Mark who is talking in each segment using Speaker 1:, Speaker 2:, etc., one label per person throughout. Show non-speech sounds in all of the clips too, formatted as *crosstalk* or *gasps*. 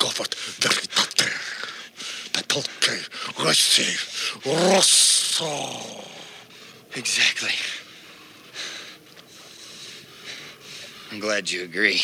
Speaker 1: Запад вертати та толки гостей Руссо.
Speaker 2: Exactly. I'm glad you agree.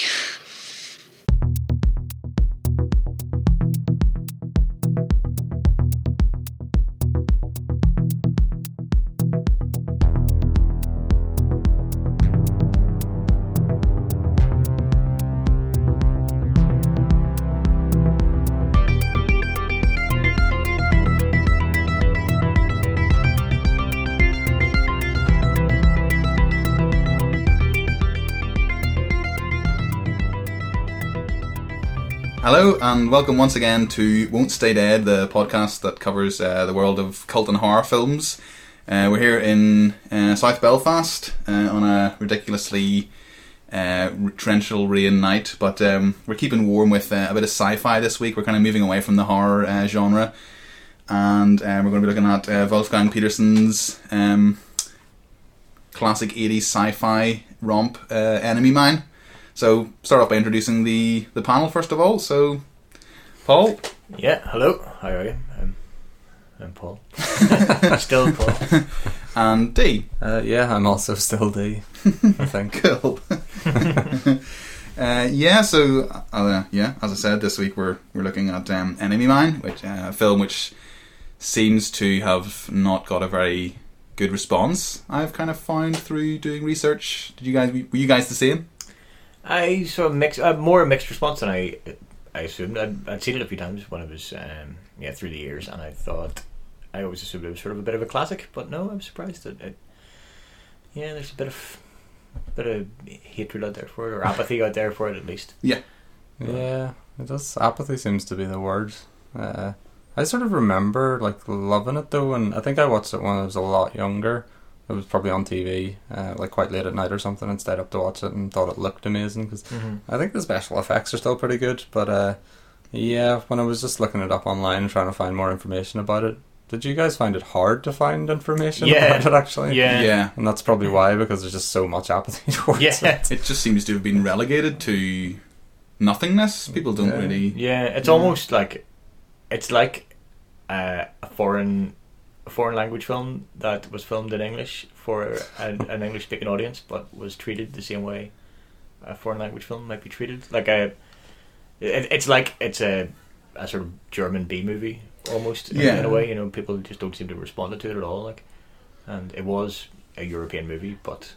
Speaker 3: Hello, and welcome once again to Won't Stay Dead, the podcast that covers uh, the world of cult and horror films. Uh, we're here in uh, South Belfast uh, on a ridiculously uh, torrential rain night, but um, we're keeping warm with uh, a bit of sci fi this week. We're kind of moving away from the horror uh, genre, and um, we're going to be looking at uh, Wolfgang Petersen's um, classic 80s sci fi romp, uh, Enemy Mine. So start off by introducing the the panel first of all. So Paul,
Speaker 4: Yeah, hello. How are you? I'm, I'm Paul. Still Paul.
Speaker 3: and D. *laughs*
Speaker 5: Uh, yeah, I'm also still D.
Speaker 4: *laughs*
Speaker 5: I think.
Speaker 3: Cool. *laughs* uh, yeah. So uh, yeah, as I said, this week we're we're looking at um, Enemy Mine, which uh, a film which seems to have not got a very good response. I've kind of found through doing research. Did you guys were you guys the same?
Speaker 4: I saw a mix, uh, more a mixed response than I I assumed. I'd, I'd seen it a few times when I was um, yeah through the years, and I thought I always assumed it was sort of a bit of a classic. But no, I'm surprised that it, yeah, there's a bit of bit of hatred out there for it, or apathy out there for it at least.
Speaker 5: Yeah, it does. Apathy seems to be the word. Uh, I sort of remember like loving it though, and I think I watched it when I was a lot younger. It was probably on TV, uh, like quite late at night or something, and stayed up to watch it and thought it looked amazing because I think the special effects are still pretty good. But uh, yeah, when I was just looking it up online trying to find more information about it, did you guys find it hard to find information
Speaker 4: Yeah.
Speaker 5: about it actually?
Speaker 4: Yeah,
Speaker 3: yeah.
Speaker 5: And that's probably why, because there's just so much apathy *laughs* towards it.
Speaker 4: yeah.
Speaker 3: It just seems to have been relegated to nothingness. People don't
Speaker 5: Yeah.
Speaker 3: really.
Speaker 4: Yeah, it's almost like it's like uh, a foreign a foreign language film that was filmed in English for an, an English speaking audience, but was treated the same way a foreign language film might be treated. Like a, it, it's like it's a a sort of German B movie almost in, in
Speaker 3: Yeah.
Speaker 4: a way. You know, people just don't seem to respond to it at all. Like, and it was a European movie, but.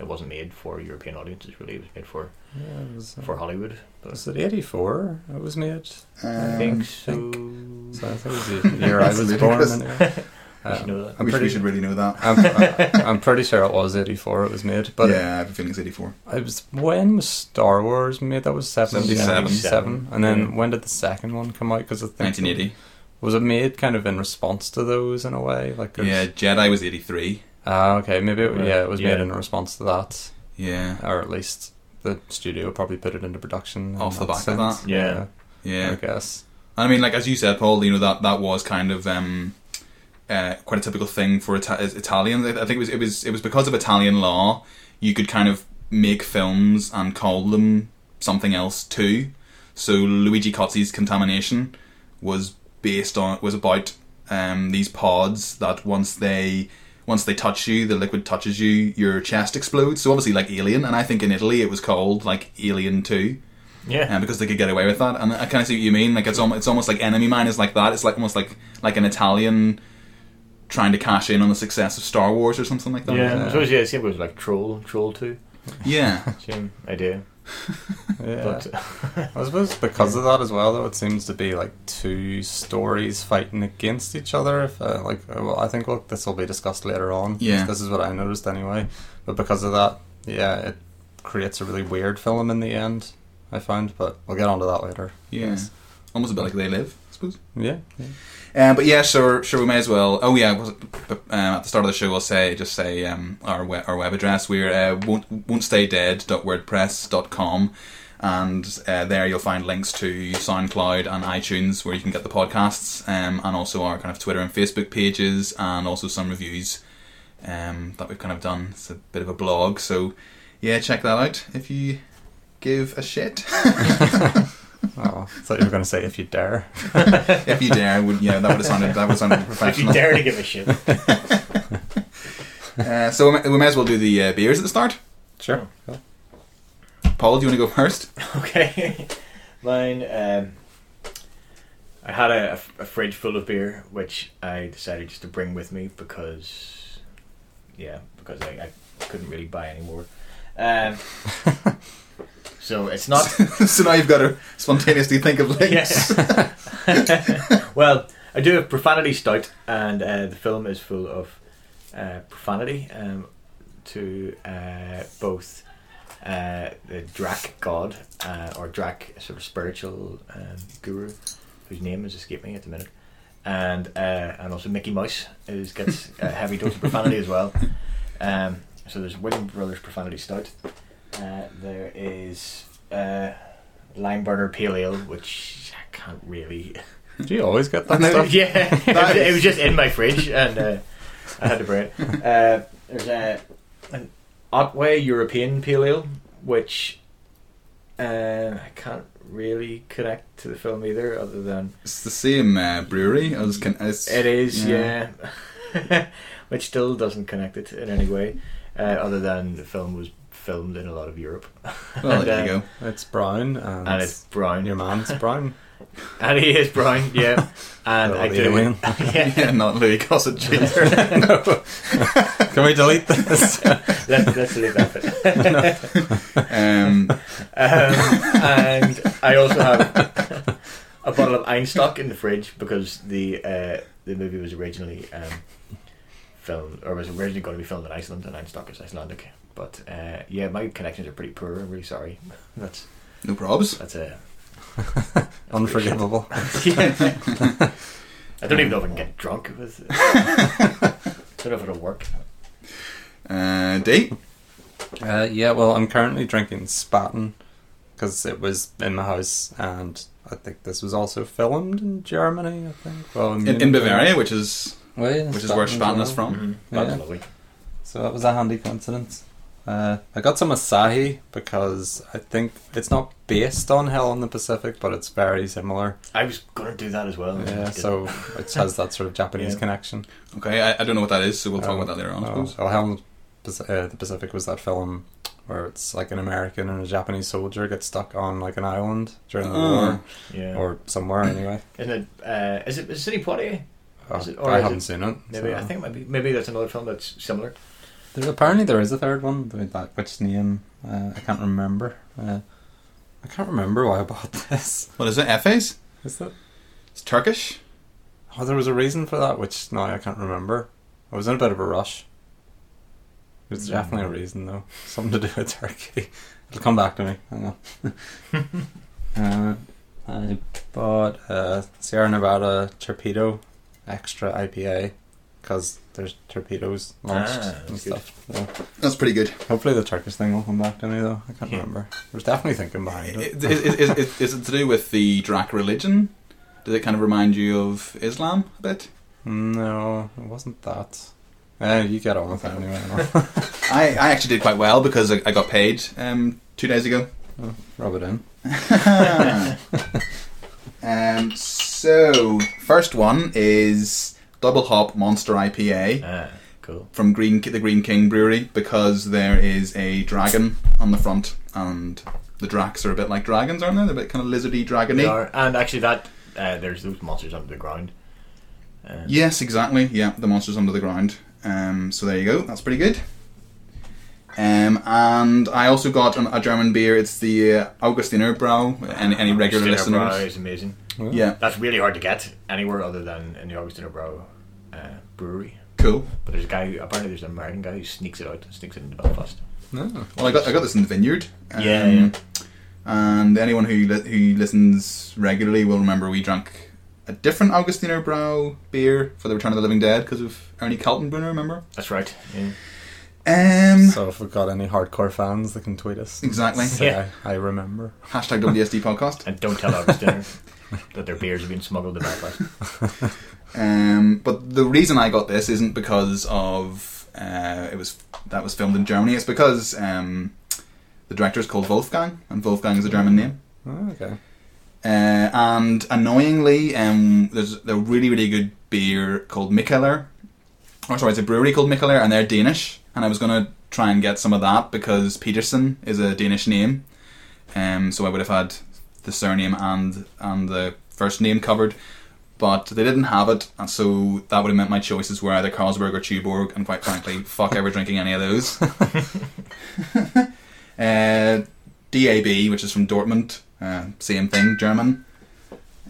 Speaker 4: It wasn't made for European audiences, really. It was made for,
Speaker 5: Yeah, it was, uh,
Speaker 4: for Hollywood. But
Speaker 5: was it 84 it was made?
Speaker 4: I
Speaker 3: Um,
Speaker 4: think so.
Speaker 5: think- So I think it was the year I was
Speaker 3: That's
Speaker 5: born.
Speaker 3: ludicrous.
Speaker 5: Anyway.
Speaker 4: *laughs* You should
Speaker 5: Um,
Speaker 4: know
Speaker 3: I
Speaker 4: that.
Speaker 5: I'm
Speaker 3: wish we
Speaker 5: pretty-
Speaker 3: should really know that.
Speaker 5: I'm, I- I'm pretty sure it was 84 it was made. But
Speaker 3: yeah, I have a feeling it's eighty four.
Speaker 5: it was, when was Star Wars made? That was 77.
Speaker 4: 77.
Speaker 5: And then
Speaker 4: Yeah.
Speaker 5: when did the second one come out? Because I think...
Speaker 3: Nineteen eighty.
Speaker 5: Was it made kind of in response to those in a way? Like 'cause-
Speaker 3: Yeah, Jedi was eighty three.
Speaker 5: Ah, okay. Maybe it,
Speaker 4: Right.
Speaker 5: yeah, it was made
Speaker 4: Yeah.
Speaker 5: in response to that.
Speaker 3: Yeah,
Speaker 5: Or at least the studio probably put it into production. in
Speaker 3: Off the
Speaker 5: that
Speaker 3: back of
Speaker 5: sense.
Speaker 4: that. Yeah.
Speaker 3: yeah.
Speaker 5: I
Speaker 3: *laughs*
Speaker 5: guess.
Speaker 3: I mean, like as you said, Paul, you know that that was kind of um, uh, quite a typical thing for Ita- Italians. I I think it was it was it was because of Italian law, you could kind of make films and call them something else too. So Luigi Cozzi's Contamination was based on was about um, these pods that once they once they touch you, the liquid touches you, your chest explodes. So obviously, like Alien, and I think in Italy it was called like Alien Two
Speaker 4: Yeah.
Speaker 3: um, because they could get away with that. And I kind of see what you mean. Like it's almost, it's almost like Enemy Mine is like that. It's like almost like like an Italian trying to cash in on the success of Star Wars or something like that.
Speaker 4: yeah, I suppose yeah, same goes like troll, troll two,
Speaker 3: Yeah.
Speaker 4: same idea.
Speaker 5: Yeah. *laughs*
Speaker 4: But *laughs*
Speaker 5: I suppose because of that as well, though, it seems to be like two stories fighting against each other. If uh, like, uh, well, I think well, this will be discussed later on.
Speaker 3: Yeah.
Speaker 5: this is what I noticed anyway. But because of that, yeah, it creates a really weird film in the end. I found, but we'll get onto that later.
Speaker 3: Yeah.
Speaker 5: Yes.
Speaker 3: Almost a bit like They Live, I suppose.
Speaker 5: Yeah, yeah.
Speaker 3: Um, but yeah, sure, sure, we may as well. Oh yeah, was it, but, um, at the start of the show, we'll say just say um, our we- our web address. We're uh, won't won't stay dead. wordpress.com, and uh, there you'll find links to SoundCloud and iTunes where you can get the podcasts, um, and also our kind of Twitter and Facebook pages, and also some reviews um, that we've kind of done. It's a bit of a blog, so yeah, check that out if you give a shit.
Speaker 5: Oh, thought you were going to say if you dare. *laughs*
Speaker 3: If you dare, would yeah, that would have sounded that would have sounded
Speaker 4: *laughs* If
Speaker 3: professional.
Speaker 4: you dare to give a shit. *laughs*
Speaker 3: Uh, so we may, we may as well do the uh, beers at the start.
Speaker 5: Sure.
Speaker 3: Paul, do you want to go first?
Speaker 4: Okay. Mine, um, I had a, a fridge full of beer, which I decided just to bring with me because, yeah, because I, I couldn't really buy any more. Um,
Speaker 5: *laughs*
Speaker 4: so it's
Speaker 3: *laughs*
Speaker 4: not.
Speaker 3: so now you've got to spontaneously think of links.
Speaker 4: Yeah. *laughs* well, I do have profanity stout, and uh, the film is full of uh, profanity um, to uh, both uh, the Drac god uh, or Drac, sort of spiritual um, guru, whose name has escaped me at the minute, and uh, and also Mickey Mouse is gets a heavy dose of profanity as well. Um, so there's William Brothers profanity stout. Uh, there is. Uh, lime burner pale ale, which I can't
Speaker 3: *laughs*
Speaker 4: really.
Speaker 5: Do you always get
Speaker 3: I
Speaker 5: that
Speaker 3: know. *laughs*
Speaker 5: stuff?
Speaker 4: Yeah, it, was,
Speaker 3: That
Speaker 4: it
Speaker 3: is-
Speaker 4: was just in
Speaker 3: *laughs*
Speaker 4: my fridge, and uh, I had to bring it. Uh, there's a an Otway European pale ale, which uh, I can't really connect to the film either, other than
Speaker 3: It's the same uh, brewery as can as
Speaker 4: it is,
Speaker 3: Yeah.
Speaker 4: yeah, *laughs* which still doesn't connect it in any way, uh, other than the film was filmed in a lot of Europe.
Speaker 3: Well,
Speaker 4: *laughs* And,
Speaker 3: there
Speaker 4: uh,
Speaker 3: you go.
Speaker 5: It's brown and,
Speaker 4: And it's brown,
Speaker 5: your man's brown.
Speaker 4: and he is brown, yeah. And
Speaker 5: Oh,
Speaker 4: I
Speaker 5: the
Speaker 4: do,
Speaker 5: alien.
Speaker 4: *laughs* yeah.
Speaker 3: *laughs* Yeah, not Louis Gossett Jr.
Speaker 5: *laughs* Can we
Speaker 3: *laughs*
Speaker 5: delete this?
Speaker 4: let's, let's leave that bit.
Speaker 5: *laughs*
Speaker 3: um,
Speaker 4: Um, and I also have a bottle of Einstock in the fridge because the uh, the movie was originally um, filmed or was originally going to be filmed in Iceland, and Einstock is Icelandic. But uh, yeah, my connections are pretty poor. I'm really sorry. That's
Speaker 3: no probs.
Speaker 4: that's a *laughs*
Speaker 5: Unforgivable.
Speaker 4: I don't even know if I can get drunk with.
Speaker 5: *laughs*
Speaker 4: I don't know if it'll work.
Speaker 3: Uh, date.
Speaker 5: Uh, yeah, well, I'm currently drinking Spaten because it was in my house, and I think this was also filmed in Germany. I think. Well,
Speaker 3: In, in Bavaria, which is
Speaker 5: well, yeah,
Speaker 3: which is where
Speaker 5: Spaten
Speaker 3: Spaten is
Speaker 5: well.
Speaker 3: from.
Speaker 4: Mm-hmm.
Speaker 5: Yeah.
Speaker 4: That's lovely.
Speaker 5: So that was a handy coincidence. Uh, I got some Asahi because I think it's not based on Hell on the Pacific, but it's very similar.
Speaker 4: I was gonna do that as
Speaker 3: Oh,
Speaker 4: well.
Speaker 5: Yeah, so it has that
Speaker 3: *laughs*
Speaker 5: sort of Japanese
Speaker 4: Yeah.
Speaker 5: connection.
Speaker 3: Okay, I, I don't know what that is, so we'll talk about that later on. I
Speaker 5: Oh,
Speaker 3: suppose.
Speaker 5: well, Hell on the Paci- uh, the Pacific was that film where it's like an American and a Japanese soldier get stuck on like an island during the
Speaker 3: Oh.
Speaker 5: war.
Speaker 4: yeah.
Speaker 5: or
Speaker 3: *clears throat*
Speaker 5: somewhere anyway.
Speaker 4: Isn't it? Uh, is it is City Poitier?
Speaker 5: Oh,
Speaker 4: Is it- or
Speaker 5: I
Speaker 4: is
Speaker 5: haven't
Speaker 4: it-
Speaker 5: seen it.
Speaker 4: Maybe
Speaker 5: so-
Speaker 4: I think maybe maybe that's another film that's similar.
Speaker 5: There's, apparently there is a third one. with that- Which name? Uh, I can't remember. Uh, I can't remember why I bought *laughs* this.
Speaker 3: What is it? Efes?
Speaker 5: Is that?
Speaker 3: It's Turkish.
Speaker 5: Oh, there was a reason for that, which now I can't remember. I was in a bit of a rush. There's definitely a reason though. *laughs* Something to do with Turkey. It'll come back to me. Hang on. uh, I bought a Sierra Nevada Torpedo Extra IPA because there's torpedoes launched
Speaker 4: Ah, that's
Speaker 5: and
Speaker 4: good.
Speaker 5: stuff. Yeah.
Speaker 3: That's pretty good.
Speaker 5: Hopefully the Turkish thing will come back to me though. I can't
Speaker 4: Yeah.
Speaker 5: remember. There's definitely thinking behind
Speaker 3: I- i-
Speaker 5: it.
Speaker 3: Is, is, is, is it to do with the Drac religion? Does it kind of remind you of Islam a bit?
Speaker 5: *laughs* No, it wasn't that. Eh, you get on with it anyway. *laughs*
Speaker 3: I, I actually did quite well because I, I got paid um, two days ago. *laughs*
Speaker 5: Rub it in.
Speaker 3: um, so, first one is Double Hop Monster IPA
Speaker 4: Ah, cool.
Speaker 3: from Green the Green King Brewery because there is a dragon on the front and the Dracs are a bit like dragons, aren't they? They're a bit kind of lizardy, dragony.
Speaker 4: They are, and actually that uh, there's those monsters under the ground. Uh,
Speaker 3: Yes, exactly. Yeah, the monsters under the ground. Um, so there you go. That's pretty good. Um, and I also got an, a German beer. It's the uh, Augustiner Brau. Any, any regular
Speaker 4: Augustiner
Speaker 3: listeners?
Speaker 4: Brau is amazing.
Speaker 3: Yeah,
Speaker 4: That's really hard to get anywhere other than in the Augustiner Brow uh, brewery.
Speaker 3: cool.
Speaker 4: But there's a guy who, apparently there's an American guy who sneaks it out and sneaks it into Belfast.
Speaker 5: No.
Speaker 3: Well, I got I got this in the vineyard. Um,
Speaker 4: Yeah, yeah.
Speaker 3: And anyone who li- who listens regularly will remember we drank a different Augustiner Brau beer for the Return of the Living Dead because of Ernie Kaltenbrunner.
Speaker 4: *laughs*
Speaker 3: Remember?
Speaker 4: That's right. Yeah.
Speaker 3: Um,
Speaker 5: So if we've got any hardcore fans, they can tweet us.
Speaker 3: Exactly.
Speaker 5: Say,
Speaker 4: Yeah.
Speaker 5: I, I remember.
Speaker 3: hashtag WSD podcast.
Speaker 4: And don't tell
Speaker 3: *laughs*
Speaker 4: Augustiner that their beers have been smuggled to Belfast.
Speaker 3: Um, but the reason I got this isn't because of uh, it was that was filmed in Germany. It's because um, the director is called Wolfgang, and Wolfgang is a German name.
Speaker 5: Oh, okay.
Speaker 3: Uh, and annoyingly, um, there's a really, really good beer called Mikkeller. Or sorry, it's a brewery called Mikkeller, and they're Danish. And I was going to try and get some of that because Peterson is a Danish name. Um, so I would have had the surname and and the first name covered. But they didn't have it, and so that would have meant my choices were either Carlsberg or Tuborg, and quite frankly, fuck ever drinking any of those. *laughs* uh, DAB, which is from Dortmund, uh, same thing, German.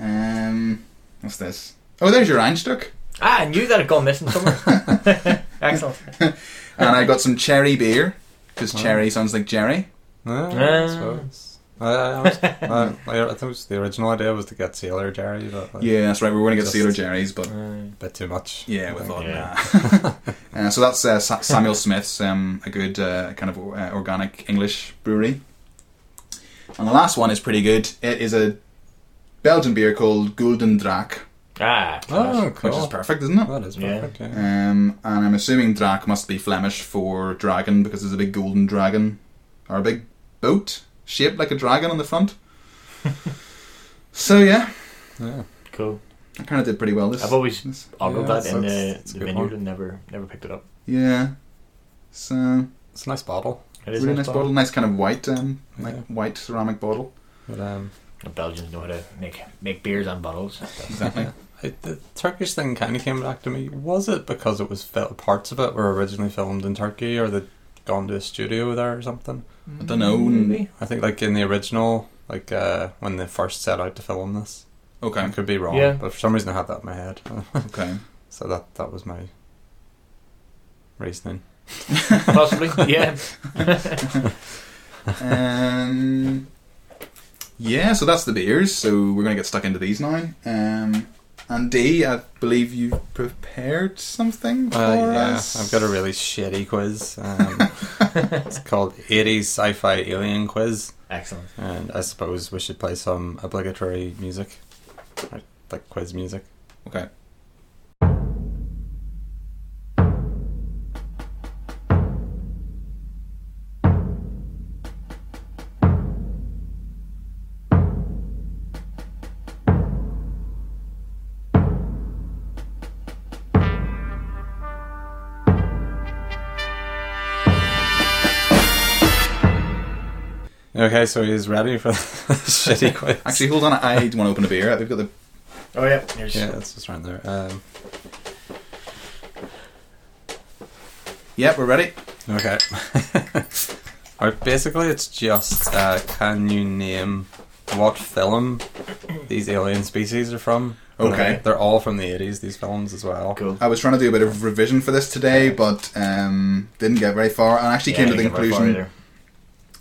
Speaker 3: Um, what's this? Oh, there's your Einstuck.
Speaker 4: Ah, I knew that had gone missing
Speaker 3: *laughs*
Speaker 4: somewhere. *laughs* Excellent.
Speaker 3: And I got some cherry beer, because cherry sounds like Jerry.
Speaker 5: Yeah,
Speaker 4: Yeah.
Speaker 5: I suppose. I, I, I, was, I, *laughs* I think it was the original idea was to get Sailor Jerry, but like,
Speaker 3: Yeah, that's right, we were going to get
Speaker 5: Just-
Speaker 3: Sailor Jerry's, but
Speaker 4: Uh,
Speaker 5: a bit too much.
Speaker 3: Yeah, we
Speaker 5: I
Speaker 3: thought
Speaker 5: think.
Speaker 4: Yeah.
Speaker 3: nah. *laughs* uh, so that's uh, Sa- Samuel Smith's, um, a good uh, kind of uh, organic English brewery. And the last one is pretty good. It is a Belgian beer called Golden Drac,
Speaker 4: ah,
Speaker 5: Oh,
Speaker 3: which is
Speaker 5: cool.
Speaker 3: perfect, isn't it?
Speaker 5: That is
Speaker 4: Yeah.
Speaker 5: perfect. Yeah.
Speaker 3: Um, and I'm assuming Drac must be Flemish for dragon because there's a big golden dragon or a big boat shaped like a dragon on the front. so yeah,
Speaker 5: yeah.
Speaker 4: cool.
Speaker 3: I kind of did pretty well this.
Speaker 4: I've always
Speaker 3: this
Speaker 4: ogled
Speaker 5: Yeah,
Speaker 4: that in
Speaker 5: that's-
Speaker 4: the,
Speaker 5: that's a
Speaker 4: the
Speaker 5: good
Speaker 4: vineyard
Speaker 5: one.
Speaker 4: and never never picked it up.
Speaker 3: yeah. So
Speaker 5: It's a nice bottle.
Speaker 4: It is
Speaker 3: really
Speaker 4: a
Speaker 3: nice bottle. nice kind of white, um, like
Speaker 5: Yeah.
Speaker 3: white ceramic bottle.
Speaker 5: But, um,
Speaker 4: The Belgians know how to make make beers and bottles.
Speaker 3: Exactly.
Speaker 5: it, the Turkish thing kind of came back to me. Was it because it was fil- parts of it were originally filmed in Turkey, or they'd gone to a studio there or something?
Speaker 4: Mm,
Speaker 3: I don't know.
Speaker 5: I think like in the original, like uh, when they first set out to film this, I
Speaker 3: Okay,
Speaker 5: could be wrong,
Speaker 4: Yeah.
Speaker 5: but for some reason I had that in my head. *laughs*
Speaker 3: okay.
Speaker 5: so that that was my reasoning.
Speaker 4: Possibly, *laughs* yeah.
Speaker 3: um, yeah, so that's the beers. So we're gonna get stuck into these now. Um, and D, I believe you prepared something for
Speaker 5: Uh, yeah,
Speaker 3: us.
Speaker 5: I've got a really shitty quiz. Um,
Speaker 3: *laughs*
Speaker 5: it's called 80s Sci-Fi Alien Quiz,
Speaker 4: Excellent.
Speaker 5: and I suppose we should play some obligatory music, like, like quiz music.
Speaker 3: okay.
Speaker 5: Okay, so he's ready for *laughs*
Speaker 3: *laughs*
Speaker 5: the shitty quiz.
Speaker 3: Actually, hold on. I want to open a beer. We've got the
Speaker 4: Oh yeah, there's
Speaker 5: yeah, that's just around there. Um,
Speaker 3: yeah, we're ready.
Speaker 5: okay. *laughs* Alright, basically, it's just uh, can you name what film these alien species are from? And
Speaker 3: Okay.
Speaker 5: they're- they're all from the 80s. These films as well.
Speaker 4: cool.
Speaker 3: I was trying to do a bit of revision for this today, but um, didn't get very far. And actually came to the conclusion.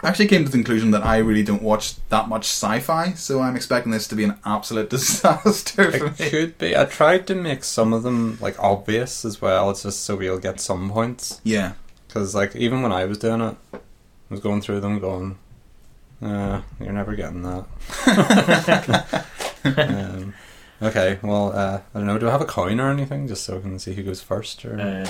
Speaker 3: actually came to the conclusion that I really don't watch that much sci-fi, so I'm expecting this to be an absolute *laughs* disaster
Speaker 4: *laughs*
Speaker 3: for
Speaker 5: It
Speaker 3: me.
Speaker 5: could be. I tried to make some of them like obvious as well. It's just so we'll get some points. *laughs*
Speaker 3: Yeah, *laughs*
Speaker 5: Because like even when I was doing it, I was going through them, going, uh, "You're never getting that."
Speaker 4: *laughs*
Speaker 5: um, okay. Well, uh, I don't know. Do I have a coin or anything, just so I can see who goes first? Or
Speaker 4: Uh,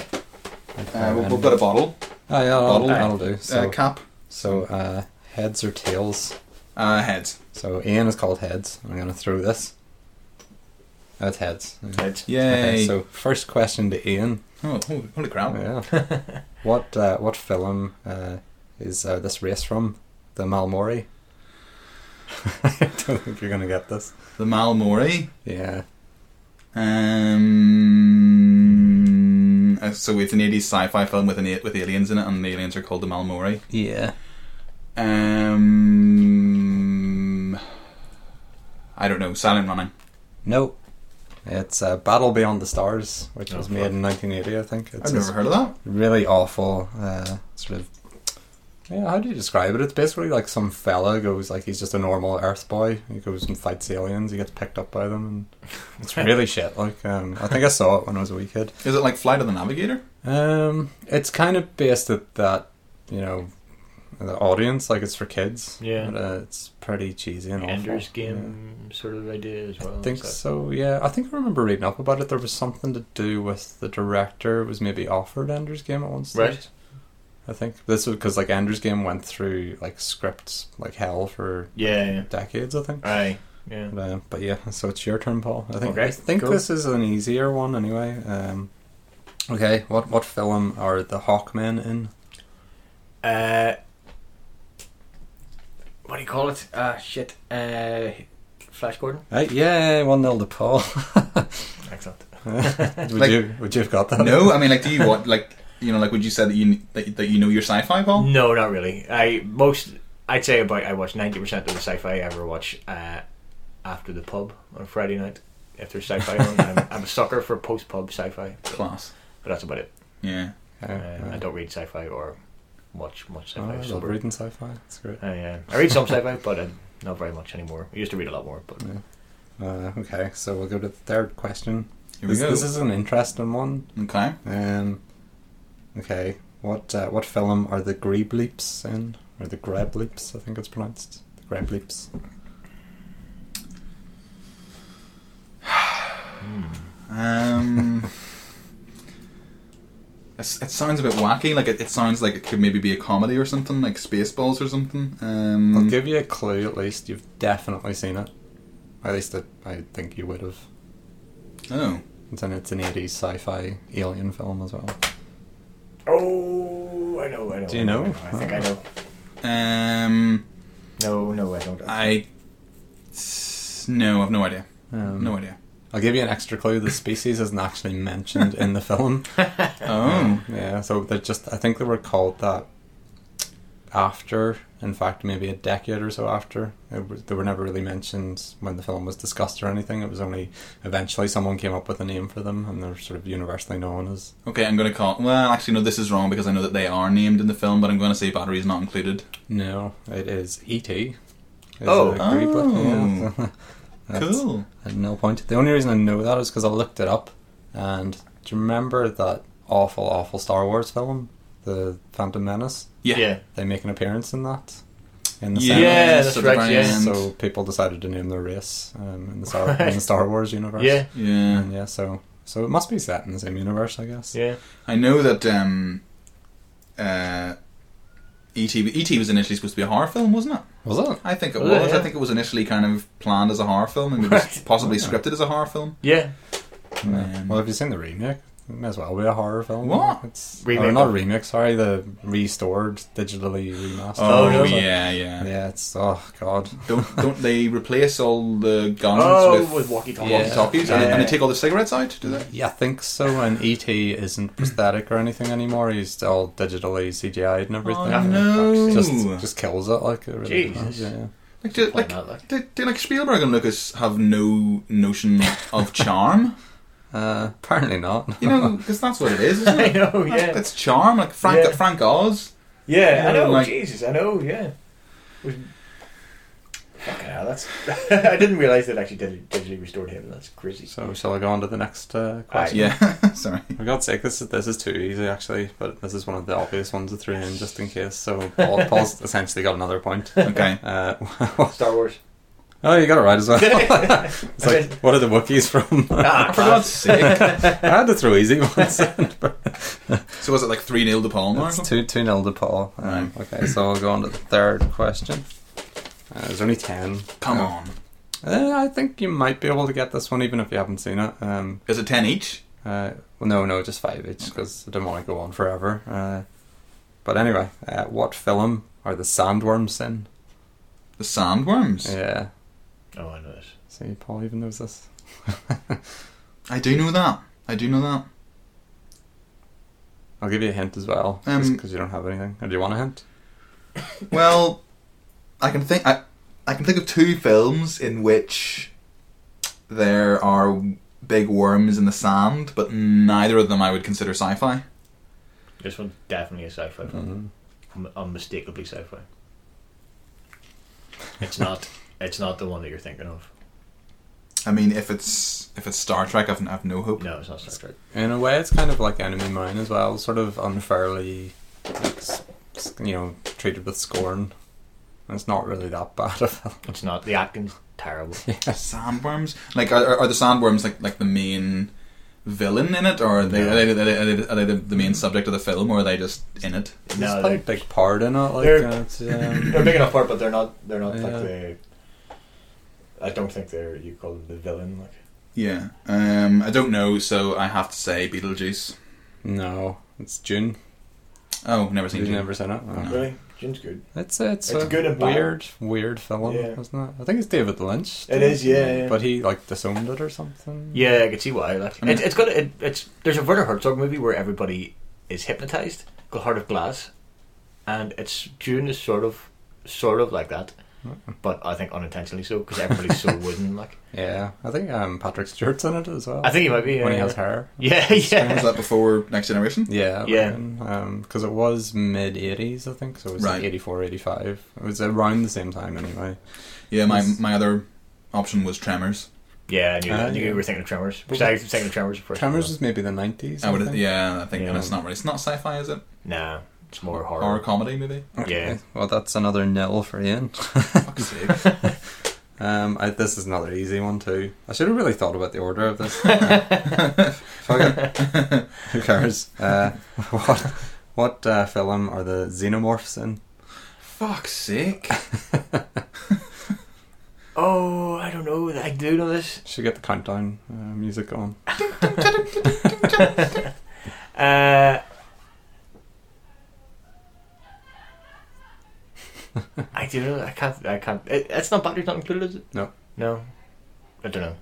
Speaker 3: uh, we'll, we'll put a bottle,
Speaker 5: Oh, yeah, that'll,
Speaker 3: bottle.
Speaker 5: that'll do. So,
Speaker 3: uh, cap,
Speaker 5: so uh, heads or tails.
Speaker 3: uh, heads.
Speaker 5: So Ian is called heads. I'm gonna throw this. That's heads. Yeah.
Speaker 4: it's-
Speaker 3: Yay!
Speaker 5: Okay, so first question to Ian.
Speaker 3: oh, holy, holy crap!
Speaker 5: Yeah.
Speaker 3: *laughs*
Speaker 5: what uh, what film uh, is uh, this race from? The Malmori. *laughs* I don't think you're gonna get this.
Speaker 3: The Malmori.
Speaker 5: Yeah.
Speaker 3: Um, uh, so it's an 80s sci-fi film with an a- with aliens in it, and the aliens are called the Malmori.
Speaker 5: Yeah.
Speaker 3: Um, I don't know. Silent Running.
Speaker 5: No. It's uh, Battle Beyond the Stars, which
Speaker 4: Oh,
Speaker 5: was made in 1980, I think. It's
Speaker 3: I've never
Speaker 5: this
Speaker 3: heard of that.
Speaker 5: really awful uh, sort of. Yeah, how do you describe it? It's basically like some fella goes like he's just a normal Earth boy. He goes and fights aliens. He gets picked up by them,
Speaker 4: *laughs*
Speaker 5: and it's really shit. Like um, I think I saw it when I was a wee kid.
Speaker 3: Is it like Flight of the Navigator?
Speaker 5: Um, it's kind of based at that, you know, the audience. Like it's for kids.
Speaker 4: Yeah.
Speaker 5: but, uh, it's pretty cheesy and
Speaker 4: Ender's
Speaker 5: awful.
Speaker 4: Game sort of idea as well.
Speaker 5: I think
Speaker 4: so.
Speaker 5: so. Yeah, I think I remember reading up about it. There was something to do with the director was maybe offered Ender's Game at one stage.
Speaker 4: Right.
Speaker 5: I think this was because like Ender's Game went through like scripts like hell for
Speaker 4: Yeah. yeah.
Speaker 5: decades. I think.
Speaker 4: Aye. Yeah.
Speaker 5: But, uh, but yeah, so it's your turn, Paul. I think
Speaker 4: Okay,
Speaker 5: I think
Speaker 4: cool.
Speaker 5: this is an easier one anyway. Um, okay, what what film are the Hawkmen in?
Speaker 4: Uh, what do you call it? Ah, shit. Uh, Flash Gordon.
Speaker 5: Right, yeah, one 0 to
Speaker 4: *laughs*
Speaker 5: Paul. *laughs*
Speaker 4: Excellent.
Speaker 5: would
Speaker 3: Like-
Speaker 5: you would you have got that?
Speaker 3: No, I mean, like, do you want like you know, like, would you say that you that, that you know your sci-fi, Paul?
Speaker 5: Mm.
Speaker 4: No, not really. I most I'd say about I watch ninety percent of the sci-fi I ever watch uh, after the pub on a Friday night. If there's sci-fi on,
Speaker 3: *laughs*
Speaker 4: I'm, I'm a sucker for post-pub sci-fi,
Speaker 3: Class.
Speaker 4: but that's about it.
Speaker 3: Yeah.
Speaker 5: Oh,
Speaker 4: Uh,
Speaker 5: right.
Speaker 4: I don't read sci-fi or watch much
Speaker 5: Oh,
Speaker 4: sci-fi.
Speaker 5: I love
Speaker 4: Super-
Speaker 5: reading sci-fi. It's great.
Speaker 4: I, uh, I read some sci-fi, but uh, not very much anymore. I used to read a lot more, but
Speaker 5: Uh, okay, so we'll go to the third question.
Speaker 3: Here we
Speaker 5: this,
Speaker 3: go.
Speaker 5: this is an interesting one.
Speaker 3: okay.
Speaker 5: Um, okay, what uh, what film are the Greebleeps in, or the Grableeps? I think it's pronounced the Grableeps.
Speaker 3: Um, *laughs* it's, it sounds a bit wacky. Like it, it sounds like it could maybe be a comedy or something, like Spaceballs or something. Um,
Speaker 5: I'll give you a clue. At least you've definitely seen it. At least I, I think you would have.
Speaker 3: Oh,
Speaker 5: It's an it's an eighties sci-fi alien film as well.
Speaker 4: oh, I know, I know.
Speaker 5: Do you know?
Speaker 4: I think I know.
Speaker 3: um,
Speaker 4: No, no, I don't. *laughs*
Speaker 3: I s- no, I've no idea.
Speaker 5: Um,
Speaker 3: No idea.
Speaker 5: I'll give you an extra clue. The species isn't actually mentioned in the film.
Speaker 3: Oh,
Speaker 5: Yeah, so they're just, I think they were called that after, in fact, maybe a decade or so after. It was, they were never really mentioned when the film was discussed or anything. It was only eventually someone came up with a name for them and they're sort of universally known as.
Speaker 3: okay. I'm gonna call. Well, actually, no. This is wrong because I know that they are named in the film, but I'm gonna say battery is not included.
Speaker 5: No, it is E.T. Is
Speaker 4: Oh.
Speaker 5: a Greek-
Speaker 3: Oh.
Speaker 5: yeah. *laughs* That's-
Speaker 3: Cool.
Speaker 5: At no point. The only reason I know that is because I looked it up. And do you remember that awful, awful Star Wars film, The Phantom Menace?
Speaker 3: Yeah.
Speaker 4: yeah.
Speaker 5: They make an appearance in that. In the
Speaker 3: Yeah,
Speaker 5: Senate.
Speaker 4: Yeah, that's
Speaker 3: at the
Speaker 4: right,
Speaker 3: very
Speaker 4: yeah.
Speaker 3: end.
Speaker 5: So people decided to name their race um, in, the Star, in the
Speaker 4: Right.
Speaker 5: Star Wars universe.
Speaker 4: Yeah. um,
Speaker 3: yeah.
Speaker 5: And yeah, so so it must be set in the same universe, I guess.
Speaker 4: Yeah.
Speaker 3: I know that um, uh, E ET ET was initially supposed to be a horror film, wasn't it?
Speaker 5: Was it?
Speaker 3: I think it
Speaker 4: Was it?
Speaker 3: was.
Speaker 4: Yeah.
Speaker 3: I think it was initially kind of planned as a horror film and it was
Speaker 4: *laughs* Right.
Speaker 3: possibly
Speaker 5: Yeah.
Speaker 3: scripted as a horror film.
Speaker 4: Yeah.
Speaker 5: Yeah.
Speaker 3: Um,
Speaker 5: Well, have you seen the remake? It may as well be a horror film.
Speaker 3: What?
Speaker 5: It's
Speaker 4: Remake
Speaker 5: Or not
Speaker 4: of-
Speaker 5: remake. Sorry, the restored, digitally remastered.
Speaker 3: Oh,
Speaker 4: no.
Speaker 3: yeah, yeah.
Speaker 5: Yeah, it's oh god.
Speaker 3: Don't don't they replace all the guns
Speaker 4: Oh,
Speaker 3: with,
Speaker 4: with walkie-talkie.
Speaker 3: walkie talkies and,
Speaker 4: Yeah.
Speaker 3: and they take all the cigarettes out? Do they?
Speaker 5: Yeah, I think so. And ET isn't prosthetic or anything anymore. He's all digitally CGI'd and everything.
Speaker 3: Oh no!
Speaker 5: Just just kills it like it really
Speaker 4: Jesus.
Speaker 5: does, yeah.
Speaker 3: like, do,
Speaker 4: Why
Speaker 3: like,
Speaker 4: not, like?
Speaker 3: do, do, like Spielberg and Lucas have no notion of charm?
Speaker 5: Uh, apparently not. *laughs*
Speaker 3: You know, because that's what it is. Isn't
Speaker 4: *laughs* I
Speaker 3: it?
Speaker 4: know.
Speaker 3: That's,
Speaker 4: Yeah.
Speaker 3: that's charm. Like Frank
Speaker 4: Yeah.
Speaker 3: Frank Oz.
Speaker 4: Yeah,
Speaker 3: You
Speaker 4: I
Speaker 3: know,
Speaker 4: know.
Speaker 3: like-
Speaker 4: Jesus, I know. Yeah. Was- Fucking hell, that's. I didn't realize that actually did digitally restored him. That's crazy.
Speaker 5: So shall I go on to the next uh,
Speaker 4: Aye.
Speaker 5: question?
Speaker 3: Yeah. *laughs* Sorry.
Speaker 5: For God's sake, this is this is too easy actually, but this is one of the obvious ones to throw in just in case. So *laughs* Paul, Paul's essentially got another point.
Speaker 3: *laughs* Okay.
Speaker 5: Uh, *laughs*
Speaker 4: Star Wars.
Speaker 5: oh, you got it right as well.
Speaker 4: *laughs*
Speaker 5: *laughs* it's like, *laughs* what are the Wookiees *laughs* from?
Speaker 4: Ah,
Speaker 3: For
Speaker 4: *laughs*
Speaker 3: God's sake.
Speaker 5: I had to throw easy ones. in. *laughs*
Speaker 3: So was it like three 0 to Palmer? or
Speaker 5: It's
Speaker 3: something?
Speaker 5: two two nil to Paul. Um, okay, so we'll go on to the third question. Uh, there's only ten.
Speaker 3: Come
Speaker 5: Uh,
Speaker 3: on.
Speaker 5: uh, I think you might be able to get this one even if you haven't seen it. Um,
Speaker 3: Is it ten each?
Speaker 5: uh, well, no, no, just five each because I didn't want to go on forever. Uh, but anyway, uh, what film are the sandworms in?
Speaker 3: The sandworms.
Speaker 5: Yeah.
Speaker 4: Oh, I know this.
Speaker 5: See, Paul even knows this. *laughs*
Speaker 3: I do know that. I do know that.
Speaker 5: I'll give you a hint as well,
Speaker 3: Um,
Speaker 5: because you don't have anything. Or do you want a hint?
Speaker 3: Well, I can think. I, I can think of two films in which there are big worms in the sand, but neither of them I would consider sci-fi.
Speaker 4: This one's definitely a sci-fi film. Un- Unmistakably sci-fi. It's not. It's not the one that you're thinking of.
Speaker 3: I mean, if it's if it's Star Trek, I've, I've no hope.
Speaker 4: No, it's not Star Trek.
Speaker 5: In a way, it's kind of like Enemy Mine as well, sort of unfairly, like, s- s- you know, treated with scorn. And it's not really that *laughs* bad of a
Speaker 4: It's not. The acting's terrible.
Speaker 5: yes.
Speaker 3: Sandworms. Like, are, are the sandworms like like the main villain in it, or are they,
Speaker 4: No.
Speaker 3: are they, are they, are they, are they the, the main subject of the film, or are they just in it?
Speaker 5: There's
Speaker 4: No,
Speaker 5: quite a
Speaker 4: they're,
Speaker 5: big part in it. Like,
Speaker 4: They're- *laughs*
Speaker 5: uh, it's, um,
Speaker 4: they're big enough part, but they're not. They're not
Speaker 5: Yeah.
Speaker 4: like the. I don't think they're you call them the villain. Like
Speaker 3: Yeah. Um, I don't know, so I have to say Beetlejuice.
Speaker 5: No, it's June.
Speaker 3: Oh, never seen
Speaker 5: You've
Speaker 3: it.
Speaker 5: never seen it. Oh.
Speaker 4: really, June's good.
Speaker 5: It's it's,
Speaker 4: It's
Speaker 5: a
Speaker 4: good and bad.
Speaker 5: weird weird film,
Speaker 4: Yeah.
Speaker 5: isn't it? I think it's David Lynch.
Speaker 4: It is, yeah, yeah.
Speaker 5: But he like disowned it or something.
Speaker 4: Yeah, I can see why. Like
Speaker 3: I mean-
Speaker 4: it, it's got it, it's there's a Werner Herzog movie where everybody is hypnotized called Heart of Glass, and it's June is sort of sort of like that,
Speaker 5: Mm-hmm.
Speaker 4: but I think unintentionally so because everybody's
Speaker 5: *laughs*
Speaker 4: so wooden. Like
Speaker 5: Yeah, I think um, Patrick Stewart's in it as well.
Speaker 4: I think he might be yeah,
Speaker 5: when he
Speaker 4: yeah.
Speaker 5: has hair.
Speaker 4: Yeah,
Speaker 3: Was
Speaker 4: yeah.
Speaker 3: that before Next Generation?
Speaker 5: Yeah, I
Speaker 4: Yeah.
Speaker 5: reckon. Um, because it was mid '80s, I think. So it was
Speaker 3: Right.
Speaker 5: like '84, '85. It was around the same time, anyway.
Speaker 3: Yeah, my,
Speaker 5: Yes.
Speaker 3: my other option was Tremors.
Speaker 4: Yeah, I knew, that. I
Speaker 5: Ah,
Speaker 4: knew
Speaker 5: yeah.
Speaker 4: you were thinking of Tremors. Because I was thinking of Tremors at first.
Speaker 5: Tremors was maybe the '90s.
Speaker 3: I would, yeah, I think, and
Speaker 4: Yeah.
Speaker 3: it's not really, it's not sci-fi, is it?
Speaker 4: Nah, it's more horror.
Speaker 3: Horror comedy, *laughs* maybe.
Speaker 4: Yeah.
Speaker 5: Well, that's another nil for Ian.
Speaker 3: Fuck's sake.
Speaker 5: Um, I, this is another easy one too. I should have really thought about the order
Speaker 4: *laughs*
Speaker 5: of this. Uh, Fuck it. Who cares? *laughs* Uh, what what uh, film are the xenomorphs in?
Speaker 3: Fuck's sake.
Speaker 4: Oh, I don't know. I do know this.
Speaker 5: Should get the countdown uh, music on.
Speaker 4: Uh, I do know. I can't. I can't. It, it's not batteries not included, is it?
Speaker 5: No.
Speaker 4: No. I don't know.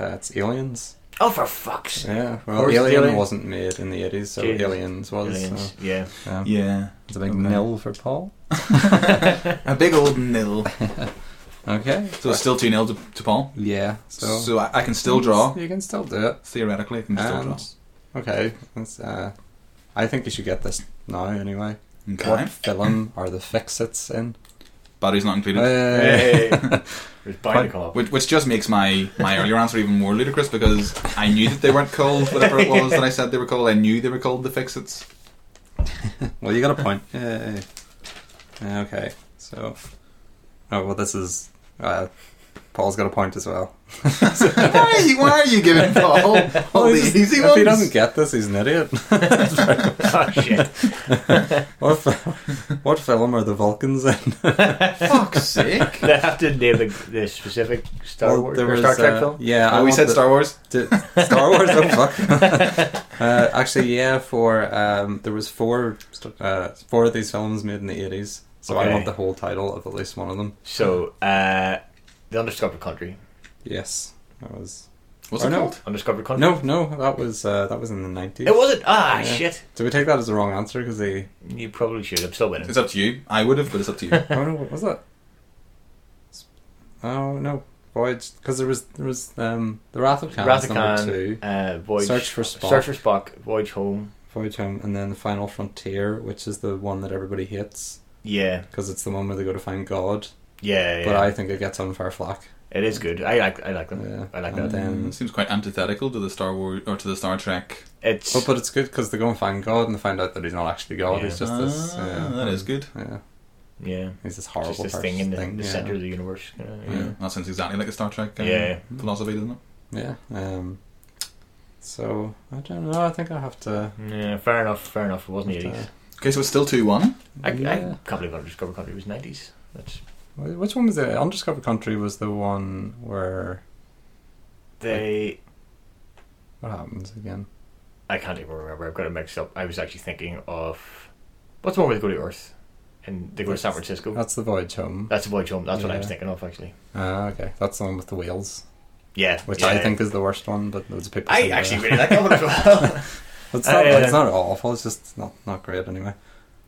Speaker 5: Uh, it's Aliens.
Speaker 4: Oh, for fuck's sake.
Speaker 5: Yeah.
Speaker 4: Or
Speaker 5: Well,
Speaker 4: is it
Speaker 5: Alien
Speaker 4: Alien?
Speaker 5: wasn't made in the eighties, so
Speaker 4: Jeez.
Speaker 5: Aliens was.
Speaker 4: Aliens.
Speaker 5: So,
Speaker 4: Yeah.
Speaker 5: yeah.
Speaker 3: Yeah.
Speaker 5: It's a big
Speaker 3: Okay.
Speaker 5: nil for Paul.
Speaker 3: A big old nil.
Speaker 5: Okay.
Speaker 3: So it's still 2 nil to, to Paul.
Speaker 5: Yeah.
Speaker 3: So,
Speaker 5: So,
Speaker 3: I, I can still draw.
Speaker 5: You can still do it.
Speaker 3: Theoretically, I can still draw.
Speaker 5: And- okay. That's, uh, I think you should get this now anyway.
Speaker 3: Okay.
Speaker 5: What film are the Fixits in?
Speaker 3: Batteries not included.
Speaker 5: Uh, *laughs* Hey.
Speaker 4: It's bound to come up.
Speaker 3: Which, which just makes my, my earlier answer even more ludicrous because I knew that they weren't called whatever it was that I said they were called. I knew they were called the Fixits.
Speaker 5: well, you got a point. *laughs* Yay. Okay, so. Oh, well, this is. Uh, Paul's got a point as well.
Speaker 3: why, are you, *laughs* why
Speaker 5: *laughs*
Speaker 3: are you giving Paul all the
Speaker 5: If
Speaker 3: easy
Speaker 5: he
Speaker 3: ones?
Speaker 5: doesn't get this, he's an idiot. *laughs*
Speaker 4: oh shit.
Speaker 5: what, fil- what film are the
Speaker 3: *laughs*
Speaker 5: Vulcans in?
Speaker 3: Fuck's sake.
Speaker 4: *laughs* They have to name the, the specific Star
Speaker 5: Well,
Speaker 4: Wars
Speaker 5: there
Speaker 4: or
Speaker 5: was,
Speaker 4: Star Trek
Speaker 5: uh,
Speaker 4: film.
Speaker 5: Yeah, *laughs* I
Speaker 3: Oh, we
Speaker 5: want
Speaker 3: said
Speaker 5: the- *laughs*
Speaker 3: Star Wars.
Speaker 5: Did, Star Wars, oh fuck. *laughs* uh, actually, yeah, for um, there was four uh, four of these films made in the eighties, so I
Speaker 4: Okay.
Speaker 5: want the whole title of at least one of them.
Speaker 4: *laughs* So, uh, the Undiscovered Country.
Speaker 5: Yes, that was
Speaker 3: What's
Speaker 5: Or
Speaker 3: it
Speaker 5: no.
Speaker 3: called?
Speaker 4: Undiscovered Country.
Speaker 5: no, no, that was uh, that was in the nineties.
Speaker 4: It wasn't. Ah,
Speaker 5: Yeah.
Speaker 4: shit.
Speaker 5: Did we take that as the wrong answer?
Speaker 4: *laughs*
Speaker 5: Because they
Speaker 4: You probably should. I'm still winning.
Speaker 3: It's up to you. I would have, but it's up to you.
Speaker 5: oh no, what was that? Oh no, Voyage because there was there was um, the Wrath of Khan, was number two,
Speaker 4: Rathakan, uh, Voyage,
Speaker 5: Search for Spock.
Speaker 4: Search for Spock, Voyage Home.
Speaker 5: Voyage Home, and then the Final Frontier, which is the one that everybody hates
Speaker 4: Yeah,
Speaker 5: because it's the one where they go to find God.
Speaker 4: yeah, yeah.
Speaker 5: But I think it gets unfair flack.
Speaker 4: it is good. I like, I like them.
Speaker 5: Yeah.
Speaker 4: I like
Speaker 5: And
Speaker 4: that.
Speaker 5: then,
Speaker 3: Mm, Seems quite antithetical to the Star Wars or to the Star Trek.
Speaker 4: It's
Speaker 5: but, but it's good because they go and find God and they find out that he's not actually God.
Speaker 4: Yeah.
Speaker 5: He's just this. Yeah, um,
Speaker 3: Ah, that is good.
Speaker 5: Yeah,
Speaker 4: yeah,
Speaker 5: he's this horrible
Speaker 4: just this
Speaker 5: person
Speaker 4: thing in the, the
Speaker 5: yeah.
Speaker 4: center of the universe. Uh,
Speaker 3: Yeah.
Speaker 4: yeah.
Speaker 3: That sounds exactly like a Star Trek uh,
Speaker 4: Yeah.
Speaker 3: philosophy, doesn't it?
Speaker 5: Yeah. Um, so I don't know. I think I have to.
Speaker 4: Yeah, fair enough. Fair enough. It wasn't the
Speaker 5: have to-
Speaker 4: eighties.
Speaker 3: Okay, so it's still two one.
Speaker 4: I, I
Speaker 5: uh, yeah.
Speaker 4: can't believe Undiscovered Country was nineties. That's
Speaker 5: Wh- Which one was it? Undiscovered Country was the one where
Speaker 4: they.
Speaker 5: what happens again?
Speaker 4: I can't even remember. I've got it mixed up. I was actually thinking of what's the one where they go to Earth and they go to San Francisco. That's,
Speaker 5: That's the Voyage Home.
Speaker 4: the Voyage Home. That's what I was
Speaker 5: Yeah.
Speaker 4: thinking of actually.
Speaker 5: Ah, okay. That's the one with the wheels,
Speaker 4: Yeah,
Speaker 5: which
Speaker 4: yeah.
Speaker 5: I think is the worst one. But loads of people.
Speaker 4: I
Speaker 5: say that.
Speaker 4: actually really like that one as well.
Speaker 5: *laughs* It's
Speaker 4: *laughs*
Speaker 5: not,
Speaker 4: I, uh,
Speaker 5: it's not awful. It's just not not great anyway.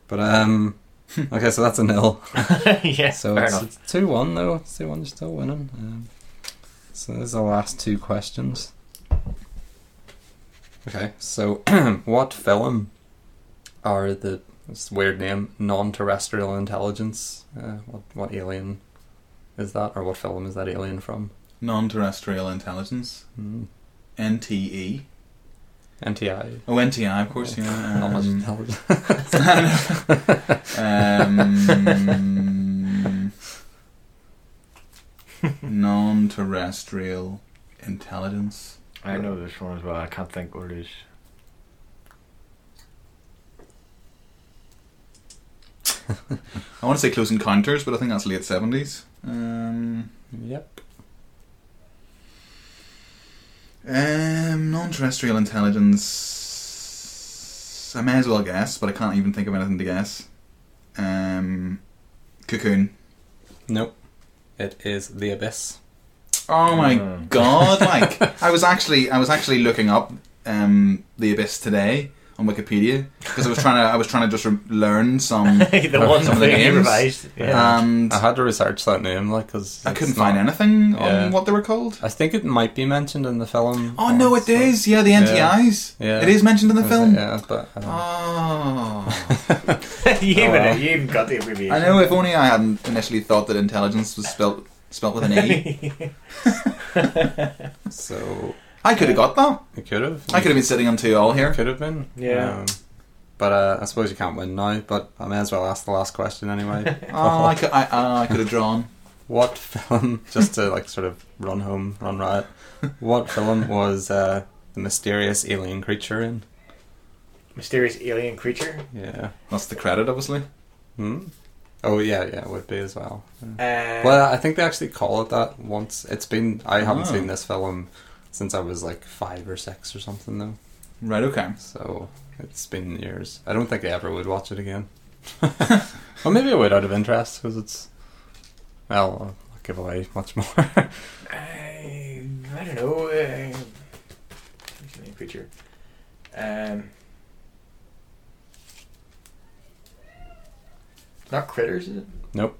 Speaker 5: But um, *laughs* okay, so that's a nil.
Speaker 4: *laughs* yeah,
Speaker 5: So
Speaker 4: fair
Speaker 5: it's,
Speaker 4: enough.
Speaker 5: it's two one though. It's two one. You're still winning. Um, so those are the last two questions. Okay, so *clears throat* what film are the this weird name non-terrestrial intelligence? Uh, what what alien is that, or what film is that alien from?
Speaker 3: Non-terrestrial intelligence.
Speaker 5: Hmm.
Speaker 3: NTE.
Speaker 5: NTI.
Speaker 3: Oh, NTI, of course. Yeah.
Speaker 5: *laughs* Not much
Speaker 3: Um,
Speaker 5: intelligence.
Speaker 3: *laughs* Um, non-terrestrial intelligence.
Speaker 4: I know this one as well. I can't think what it is.
Speaker 3: I want to say Close Encounters, but I think that's late seventies. Um,
Speaker 5: yep.
Speaker 3: Um, non-terrestrial intelligence. I may as well guess, but I can't even think of anything to guess. Um, cocoon.
Speaker 5: Nope. It is the abyss.
Speaker 3: Oh my
Speaker 4: Mm. *laughs*
Speaker 3: god! Like I was actually, I was actually looking up um, the abyss today on Wikipedia because I was trying to, I was trying to just re- learn some,
Speaker 4: *laughs* *laughs* the one
Speaker 3: some of the
Speaker 4: thing he
Speaker 3: games. Um,
Speaker 4: revised. Yeah.
Speaker 3: and
Speaker 5: I had to research that name, like, cause
Speaker 3: I
Speaker 5: it's
Speaker 3: couldn't
Speaker 5: not-
Speaker 3: find anything
Speaker 5: Yeah.
Speaker 3: on what they were called.
Speaker 5: I think it might be mentioned in the film.
Speaker 3: Oh no, it
Speaker 5: also.
Speaker 3: is. Yeah, the NTIs.
Speaker 5: Yeah.
Speaker 3: It is mentioned in the
Speaker 5: Is it?
Speaker 3: film.
Speaker 5: Yeah, but I don't *laughs*
Speaker 3: *laughs*
Speaker 5: know.
Speaker 3: Oh.
Speaker 4: *laughs* you,
Speaker 5: Oh,
Speaker 4: even,
Speaker 5: wow.
Speaker 4: you even got the abbreviation.
Speaker 3: uh, I know. If only I hadn't initially thought that intelligence was spelt spelt with an E.
Speaker 5: *laughs* so
Speaker 3: I could have got that.
Speaker 5: it could have.
Speaker 3: I could have been sitting on two all here.
Speaker 5: Could have been.
Speaker 4: Yeah.
Speaker 5: Um, but uh, I suppose you can't win now. But I may as well ask the last question anyway.
Speaker 3: *laughs* Oh, I could. I, uh, I could have drawn.
Speaker 5: *laughs* what film? *laughs* Just to like sort of run home, run riot. What film was uh, the mysterious alien creature in?
Speaker 4: *laughs* Mysterious alien creature.
Speaker 5: Yeah.
Speaker 3: That's the credit, obviously.
Speaker 5: Hmm. Oh yeah, yeah, it would be as well. Yeah.
Speaker 4: Uh,
Speaker 5: Well, I think they actually call it that once. It's been. I haven't
Speaker 3: Oh.
Speaker 5: seen this film since I was like five or six or something though.
Speaker 3: Right. Okay.
Speaker 5: So it's been years. I don't think I ever would watch it again. *laughs* well, maybe I would out of interest because it's. Well, I'll not give away much more. *laughs*
Speaker 4: I, I don't know. Uh, alien creature. Um, not
Speaker 3: *laughs*
Speaker 4: critters, is it?
Speaker 5: nope.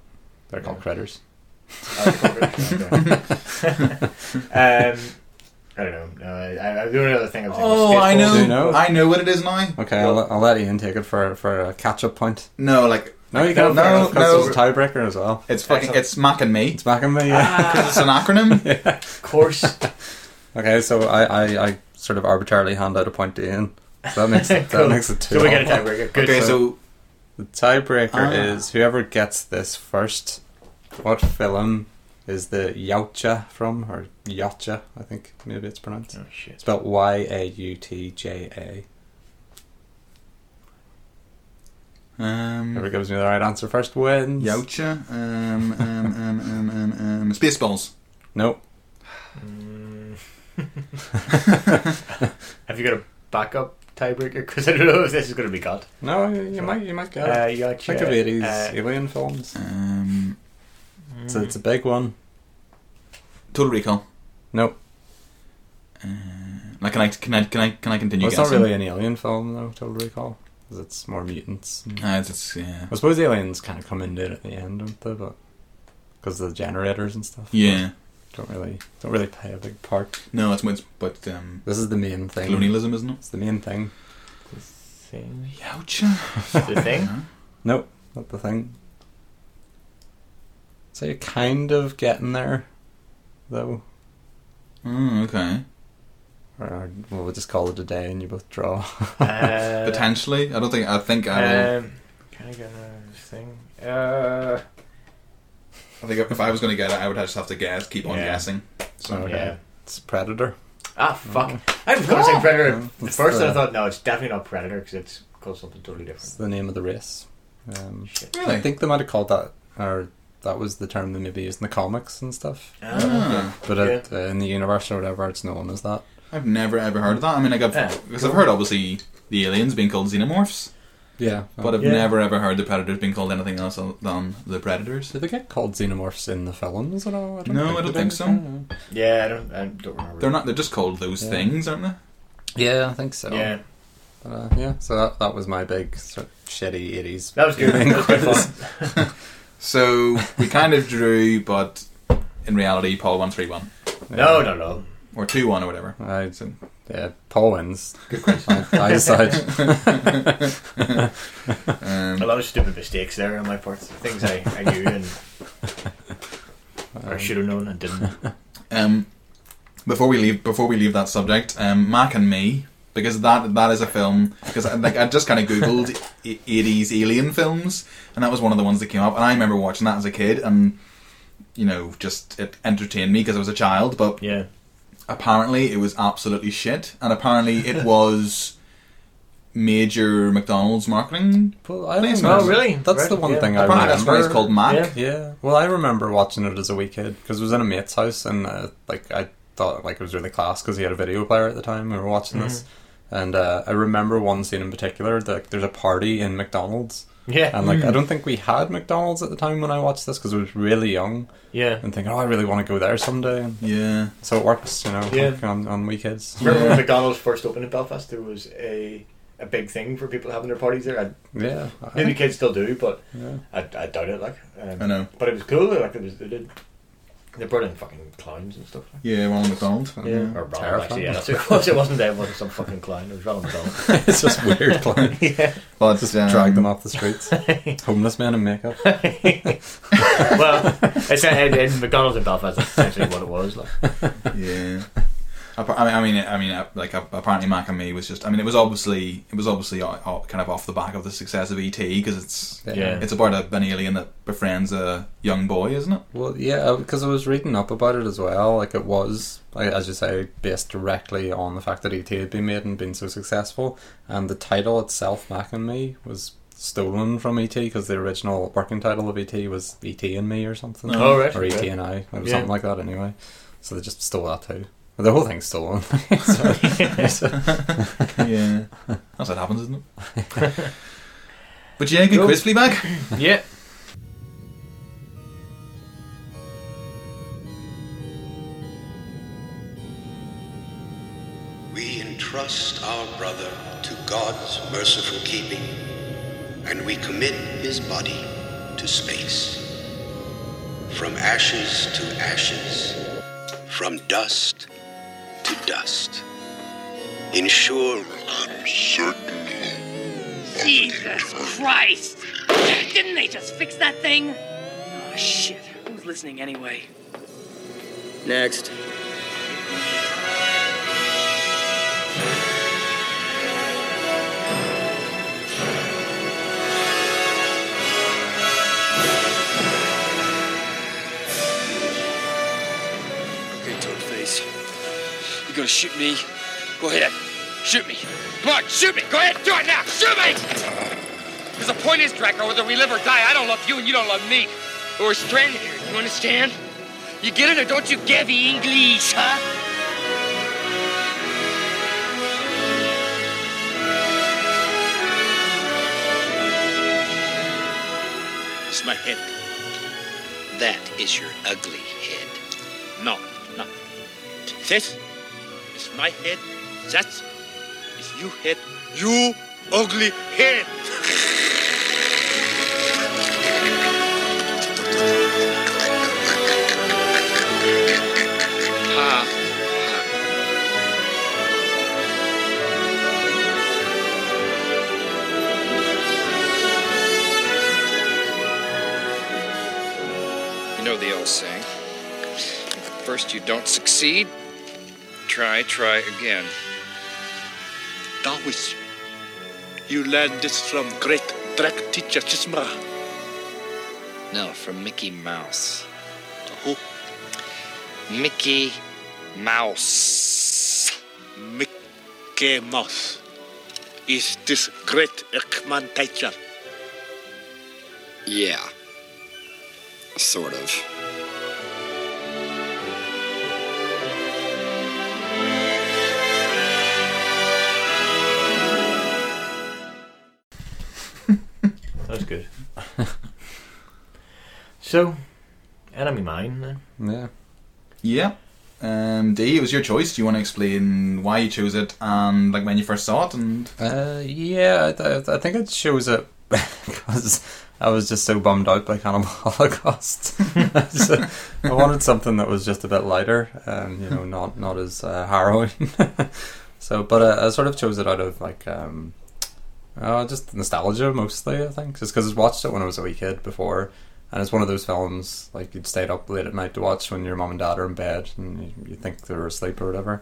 Speaker 5: They're called critters.
Speaker 4: um, I don't know. No, I, I, I- the only other thing I was thinking was
Speaker 3: Oh, I know.
Speaker 4: Spaceballs.
Speaker 5: Do you know?
Speaker 3: I know what it is now.
Speaker 5: *laughs* Okay, I'll, let- I'll let Ian take it for for a catch up point.
Speaker 3: No, like
Speaker 5: No, you
Speaker 4: No,
Speaker 5: can't. No,
Speaker 4: no,
Speaker 5: because
Speaker 3: no.
Speaker 5: it's a tiebreaker as well.
Speaker 3: it's fucking.
Speaker 4: Excellent.
Speaker 3: It's Mac and me.
Speaker 5: It's back on me. Yeah.
Speaker 3: Because it's an
Speaker 5: *laughs*
Speaker 3: acronym.
Speaker 4: Of course.
Speaker 5: Okay, so I, I I sort of arbitrarily hand out a point to Ian. So that makes
Speaker 4: *laughs*
Speaker 5: it,
Speaker 4: Cool.
Speaker 5: that makes it two.
Speaker 4: so we get a
Speaker 5: all.
Speaker 4: tiebreaker. Good.
Speaker 3: Okay, so
Speaker 5: The tiebreaker
Speaker 3: Ah.
Speaker 5: is whoever gets this first. What film is the Yautja from, or Yautja? I think maybe it's pronounced.
Speaker 4: oh
Speaker 5: *laughs*
Speaker 4: shit.
Speaker 5: Spelled Y A U T J A. Whoever
Speaker 3: um,
Speaker 5: gives me the right answer first wins.
Speaker 3: Yaucha, um, um, um, um, um, um, Spaceballs.
Speaker 5: Nope.
Speaker 4: Mm. Have you got a backup tiebreaker? Because I don't know if this is going to be got.
Speaker 5: No, you, you might you might get.
Speaker 4: Uh,
Speaker 5: it.
Speaker 4: you got
Speaker 5: Think
Speaker 4: your,
Speaker 5: of eighties
Speaker 4: uh, mm,
Speaker 5: alien films.
Speaker 3: Um,
Speaker 5: It's, a, it's a big one.
Speaker 3: Total Recall.
Speaker 5: Nope.
Speaker 3: Like, can I can I can I can I continue?
Speaker 5: Well, it's not
Speaker 3: guessing?
Speaker 5: really an alien film though. Total Recall, 'cause it's more mutants. and-
Speaker 3: Uh, it's, it's, yeah.
Speaker 5: I suppose the aliens kind of come into it at the end, don't they? But because of the generators and stuff.
Speaker 3: Yeah.
Speaker 5: don't really don't really play a big part.
Speaker 3: No, it's it's but um,
Speaker 5: This is the main thing.
Speaker 3: colonialism, isn't it?
Speaker 5: It's the main thing.
Speaker 4: thing.
Speaker 3: Yaucha.
Speaker 4: The
Speaker 5: *laughs*
Speaker 4: thing.
Speaker 5: Nope, not the thing. So you're kind of getting there, though.
Speaker 3: Mm, okay.
Speaker 5: Or, or well, we'll just call it a day, and you both draw.
Speaker 4: Uh,
Speaker 3: Potentially, I don't think. I think I
Speaker 5: uh,
Speaker 3: will.
Speaker 4: Um, can I get another thing? Uh,
Speaker 3: I think if I was going to get it, I would just have to guess. Keep on
Speaker 4: Yeah.
Speaker 3: guessing.
Speaker 5: So, okay.
Speaker 4: Yeah.
Speaker 5: It's Predator.
Speaker 4: ah, fuck. I was going to say Predator at
Speaker 5: What's
Speaker 4: first, and I
Speaker 5: Ah! the-
Speaker 4: thought, no, it's definitely not Predator because it's called something totally
Speaker 5: It's
Speaker 4: different.
Speaker 5: the name of the race. Um,
Speaker 4: Shit.
Speaker 5: I think they might have called that, or that was the term they maybe used in the comics and stuff.
Speaker 4: Ah, okay.
Speaker 5: But it, uh, in the universe or whatever, it's known as that.
Speaker 3: I've never ever heard of that. I mean, like I've
Speaker 4: Yeah.
Speaker 3: because I've heard obviously the aliens being called xenomorphs,
Speaker 5: Yeah,
Speaker 3: but I've
Speaker 4: Yeah.
Speaker 3: never ever heard the predators being called anything else other than the predators.
Speaker 5: Did they get called xenomorphs in the films at all?
Speaker 3: No, I
Speaker 5: they
Speaker 3: don't
Speaker 5: do.
Speaker 3: think so.
Speaker 4: yeah,
Speaker 5: Yeah.
Speaker 4: I don't, I don't remember.
Speaker 3: They're not. They're just called those
Speaker 5: Yeah.
Speaker 3: things, aren't they?
Speaker 5: Yeah, I think so.
Speaker 4: Yeah,
Speaker 5: But, uh, yeah. So that, that was my big sort of shitty eighties.
Speaker 4: that was
Speaker 5: *laughs*
Speaker 4: good. That was good fun.
Speaker 3: So we kind
Speaker 5: *laughs*
Speaker 3: of drew, but in reality, Paul won three one
Speaker 4: No, no, no.
Speaker 3: or two one or whatever.
Speaker 5: I,
Speaker 3: So
Speaker 5: yeah, Paul wins. Good question. I,
Speaker 3: *laughs*
Speaker 5: I decide.
Speaker 4: A
Speaker 3: um,
Speaker 4: lot of stupid mistakes there on my part. Things I, I knew and or should have known and didn't.
Speaker 3: um, before we leave, before we leave that subject, um, Mac and me. Because that that is a film. Because I, like I just kind of googled e-, eighties alien films, and that was one of the ones that came up. And I remember watching that as a kid, and you know, just it entertained me because I was a child. But
Speaker 4: Yeah.
Speaker 3: apparently it was absolutely shit, and apparently
Speaker 5: *laughs*
Speaker 3: it was major McDonald's marketing.
Speaker 5: Well, I
Speaker 3: Please,
Speaker 5: remember-
Speaker 3: Oh,
Speaker 4: really?
Speaker 5: That's
Speaker 4: Right,
Speaker 5: the one
Speaker 4: yeah.
Speaker 5: thing I
Speaker 3: Apparently
Speaker 5: remember.
Speaker 3: that's why it's called Mac.
Speaker 4: Yeah.
Speaker 5: Yeah. Well, I remember watching it as a wee kid because it was in a mate's house and uh, like I thought like it was really class because he had a video player at the time. We were watching this,
Speaker 3: Mm-hmm.
Speaker 5: and uh, I remember one scene in particular. That there's a party in McDonald's,
Speaker 4: Yeah.
Speaker 5: and like I don't think we had McDonald's at the time when I watched this because I was really young
Speaker 4: yeah.
Speaker 5: and thinking, oh, I really want to go there someday. And
Speaker 3: Yeah.
Speaker 5: so it works, you know,
Speaker 4: Yeah.
Speaker 5: like, on, on we kids.
Speaker 4: Remember
Speaker 3: Yeah.
Speaker 4: when McDonald's first opened in Belfast, there was a a big thing for people having their parties there. I,
Speaker 5: Yeah,
Speaker 4: maybe kids still do, but
Speaker 5: yeah.
Speaker 4: I, I doubt it. Like, um,
Speaker 3: I know.
Speaker 4: But it was cool. Like, it was they did. They brought in fucking clowns and stuff. Like.
Speaker 3: Yeah, Ronald McDonald.
Speaker 5: Yeah.
Speaker 4: Or Ronald,
Speaker 5: Terrifying.
Speaker 4: actually, yeah, *laughs* that's who it was. It wasn't them, it wasn't some fucking clown. It was Ronald McDonald.
Speaker 5: *laughs* it's just weird.
Speaker 4: *laughs*
Speaker 5: Like,
Speaker 4: yeah.
Speaker 3: But,
Speaker 5: just
Speaker 3: um,
Speaker 5: drag them off the streets. Homeless men in makeup.
Speaker 4: well, it's, it, it, McDonald's in Belfast. That's essentially what it was. Like.
Speaker 3: Yeah. Appa- I mean, I mean, I mean, uh, like ap- apparently, Mac and Me was just. I mean, it was obviously, it was obviously uh, uh, kind of off the back of the success of ET because it's
Speaker 4: Yeah.
Speaker 3: it's about a, an alien that befriends a young boy, isn't it?
Speaker 5: Well, yeah, because I was reading up about it as well. Like it was, like, as you say, based directly on the fact that ET had been made and been so successful, and the title itself, Mac and Me, was stolen from ET because the original working title of ET was ET and Me or something,
Speaker 3: Oh,
Speaker 4: right,
Speaker 5: or ET
Speaker 4: okay.
Speaker 5: and I, or
Speaker 4: Yeah.
Speaker 5: something like that. Anyway, so they just stole that too. The whole thing's stolen. *laughs*
Speaker 4: *laughs*
Speaker 5: So- so-
Speaker 3: *laughs* yeah, that's what happens, isn't it? *laughs* but yeah, good quiz, Fleabag.
Speaker 4: Yeah.
Speaker 6: We entrust our brother to God's merciful keeping, and we commit his body to space. From ashes to ashes, from dust to dust. Ensure
Speaker 7: Jesus Christ! Didn't they just fix that thing? Oh shit, who's listening anyway?
Speaker 2: Next. Okay, Toadface. You're gonna shoot me? Go ahead. Shoot me. Come on, shoot me! Go ahead, do it now! Shoot me! Because the point is, Draco, whether we live or die, I don't love you and you don't love me. We're stranded here, you understand? You get it or don't you get the English, huh?
Speaker 6: it's my head. That is your ugly head.
Speaker 8: No, no. This is my head. That is your head. You ugly head.
Speaker 2: You know the old saying. If at first you don't succeed, try, try again.
Speaker 8: Taoist. You learned this from great drag teacher Chisma.
Speaker 2: No, from Mickey Mouse.
Speaker 8: Who?
Speaker 2: Mickey Mouse.
Speaker 8: Mickey Mouse. Is this great Ekman teacher?
Speaker 2: Yeah. Sort of.
Speaker 4: That was good. *laughs* so, enemy mine then.
Speaker 5: yeah,
Speaker 3: Yeah. Um, D, it was your choice. Do you want to explain why you chose it and like when you first saw it? And
Speaker 5: uh, yeah. I, th- I think it shows it *laughs* because I was just so bummed out by Cannibal *laughs* Holocaust. *laughs* So I wanted something that was just a bit lighter, um, you know, not not as uh, harrowing. *laughs* so, but uh, I sort of chose it out of like, um, uh, just nostalgia mostly. I think just because I watched it when I was a wee kid before, and it's one of those films like you'd stayed up late at night to watch when your mom and dad are in bed and you, you think they're asleep or whatever,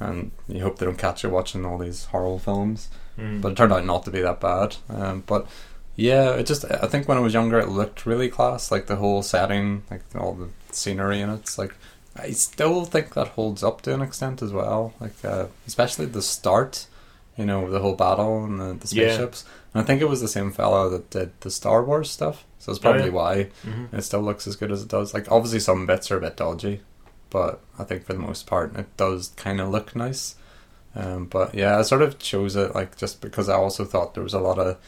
Speaker 5: and you hope they don't catch you watching all these horror films. But it turned out not to be that bad. Um, but yeah, it just I think when I was younger, it looked really class. Like the whole setting, like all the scenery in it's like I still think that holds up to an extent as well. Like uh, especially the start, you know, the whole battle and the, the
Speaker 4: Yeah.
Speaker 5: spaceships. And I think it was the same fellow that did the Star Wars stuff, so it's probably
Speaker 4: yeah.
Speaker 5: why it still looks as good as it does. Like obviously some bits are a bit dodgy, but I think for the most part it does kind of look nice. Um, but yeah, I sort of chose it like just because I also thought there was a lot of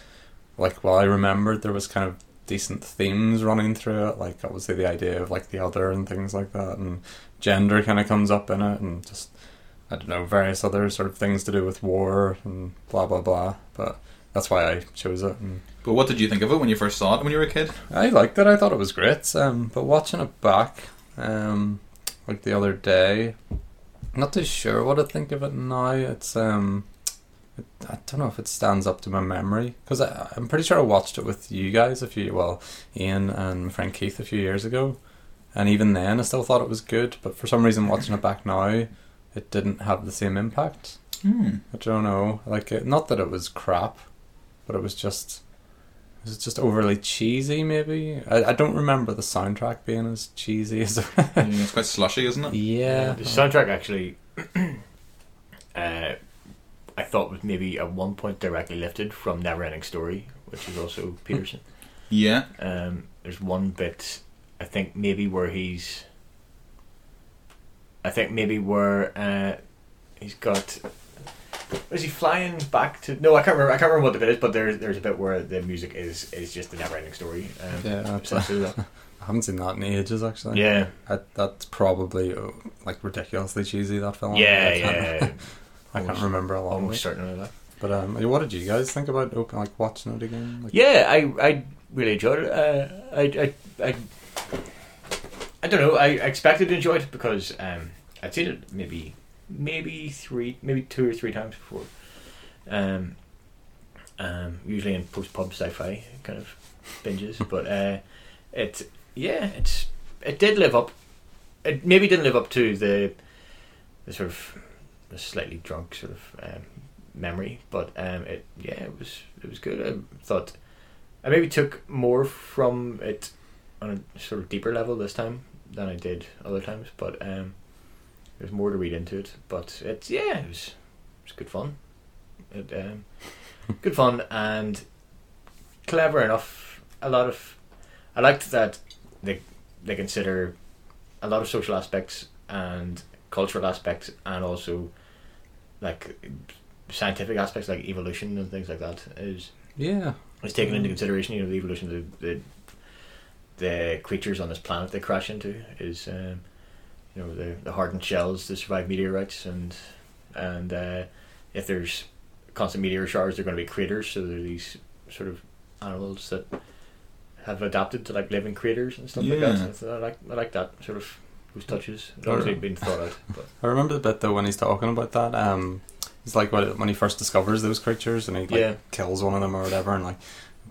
Speaker 5: like well I remembered there was kind of decent themes running through it, like obviously the idea of like the other and things like that, and gender kind of comes up in it, and just I don't know various other sort of things to do with war and blah blah blah. But that's why I chose it. And
Speaker 3: But what did you think of it when you first saw it when you were a kid?
Speaker 5: I liked it. I thought it was great. Um, but watching it back, um, like the other day, not too sure what I think of it now. It's um, it, I don't know if it stands up to my memory because I'm pretty sure I watched it with you guys a few, well, Ian and my friend Keith a few years ago, and even then I still thought it was good. But for some reason, watching it back now, it didn't have the same impact. I don't know. Like, it, not that it was crap, but it was just, was it just overly cheesy? Maybe I, I don't remember the soundtrack being as cheesy as. *laughs*
Speaker 3: Mm, It's quite slushy, isn't it?
Speaker 5: yeah,
Speaker 4: The soundtrack actually, *clears throat* uh, I thought was maybe at one point directly lifted from Neverending Story, which is *laughs* also Peterson.
Speaker 3: *laughs* Yeah.
Speaker 4: Um, there's one bit, I think maybe where he's, I think maybe where uh, he's got. Is he flying back to? No, I can't remember. I can't remember what the bit is, but there's there's a bit where the music is is just the never-ending story. Um,
Speaker 5: Yeah, that's-
Speaker 4: essentially that.
Speaker 5: I haven't seen that in ages. Actually,
Speaker 4: yeah,
Speaker 5: I, that's probably oh, like ridiculously cheesy. That film.
Speaker 4: yeah,
Speaker 5: I can't,
Speaker 4: yeah.
Speaker 5: *laughs* I can't remember a lot. of
Speaker 4: Almost
Speaker 5: it.
Speaker 4: certain of that.
Speaker 5: But um, what did you guys think about open, like watching it again? Like,
Speaker 4: Yeah, I I really enjoyed it. Uh, I, I I I don't know. I expected to enjoy it because um, I'd seen it maybe maybe three, maybe two or three times before. Um, um, usually in post pub sci-fi kind of binges, but uh, it yeah, it's it did live up. It maybe didn't live up to the the sort of the slightly drunk sort of um, memory, but um, it yeah, it was it was good. I thought I maybe took more from it on a sort of deeper level this time than I did other times, but um, there's more to read into it. But it's yeah, it was it's good fun. It um, good fun and clever enough. A lot of I liked that they they consider a lot of social aspects and cultural aspects and also like scientific aspects like evolution and things like that is
Speaker 5: yeah,
Speaker 4: is taken into consideration. You know, the evolution of the the, the creatures on this planet they crash into is, um, you know, the, the hardened shells to survive meteorites, and and uh, if there's constant meteor showers, they're going to be craters. So there are these sort of animals that have adapted to like living craters and stuff like
Speaker 3: Yeah.
Speaker 4: that. So I like I like that sort of those touches. It obviously been thought out, but *laughs*
Speaker 5: I remember the bit though when he's talking about that. Um, it's like when when he first discovers those creatures and he like
Speaker 4: Yeah.
Speaker 5: kills one of them or whatever, and like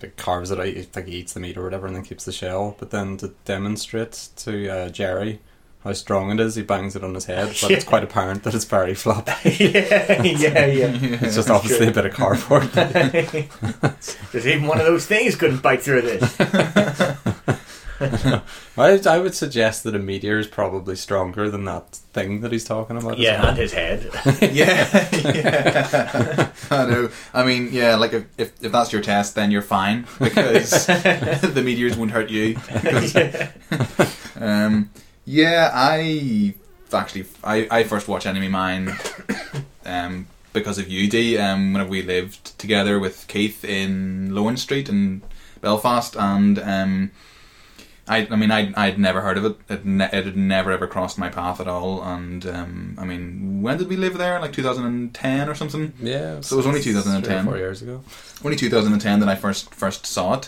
Speaker 5: like, carves it out. He, like he eats the meat or whatever, and then keeps the shell. But then to demonstrate to uh, Jerry how strong it is, he bangs it on his head.
Speaker 4: *laughs*
Speaker 5: But it's quite apparent that it's very floppy.
Speaker 4: yeah, yeah, yeah.
Speaker 5: *laughs*
Speaker 4: *laughs*
Speaker 3: *laughs*
Speaker 5: It's just obviously a bit of cardboard. *laughs*
Speaker 4: Because even one of those things couldn't bite through this.
Speaker 5: I, I would suggest that a meteor is probably stronger than that thing that he's talking about. as
Speaker 4: Yeah,
Speaker 5: well.
Speaker 4: and his head.
Speaker 5: *laughs*
Speaker 3: Yeah, yeah. I know. I mean, yeah, like if, if, if that's your test, then you're fine because *laughs* the meteors won't hurt you. Because, um, yeah, I actually I, I first watched Enemy Mine um, because of you, Dee. Um, whenever we lived together with Keith in Lowen Street in Belfast, and um, I, I mean, I'd, I'd never heard of it. It, ne- it had never ever crossed my path at all. And um, I mean, when did we live there? Like 2010 or something.
Speaker 5: Yeah,
Speaker 3: So it was only
Speaker 5: three or
Speaker 3: 2010.
Speaker 5: four years ago.
Speaker 3: Only 2010 that I first first saw it,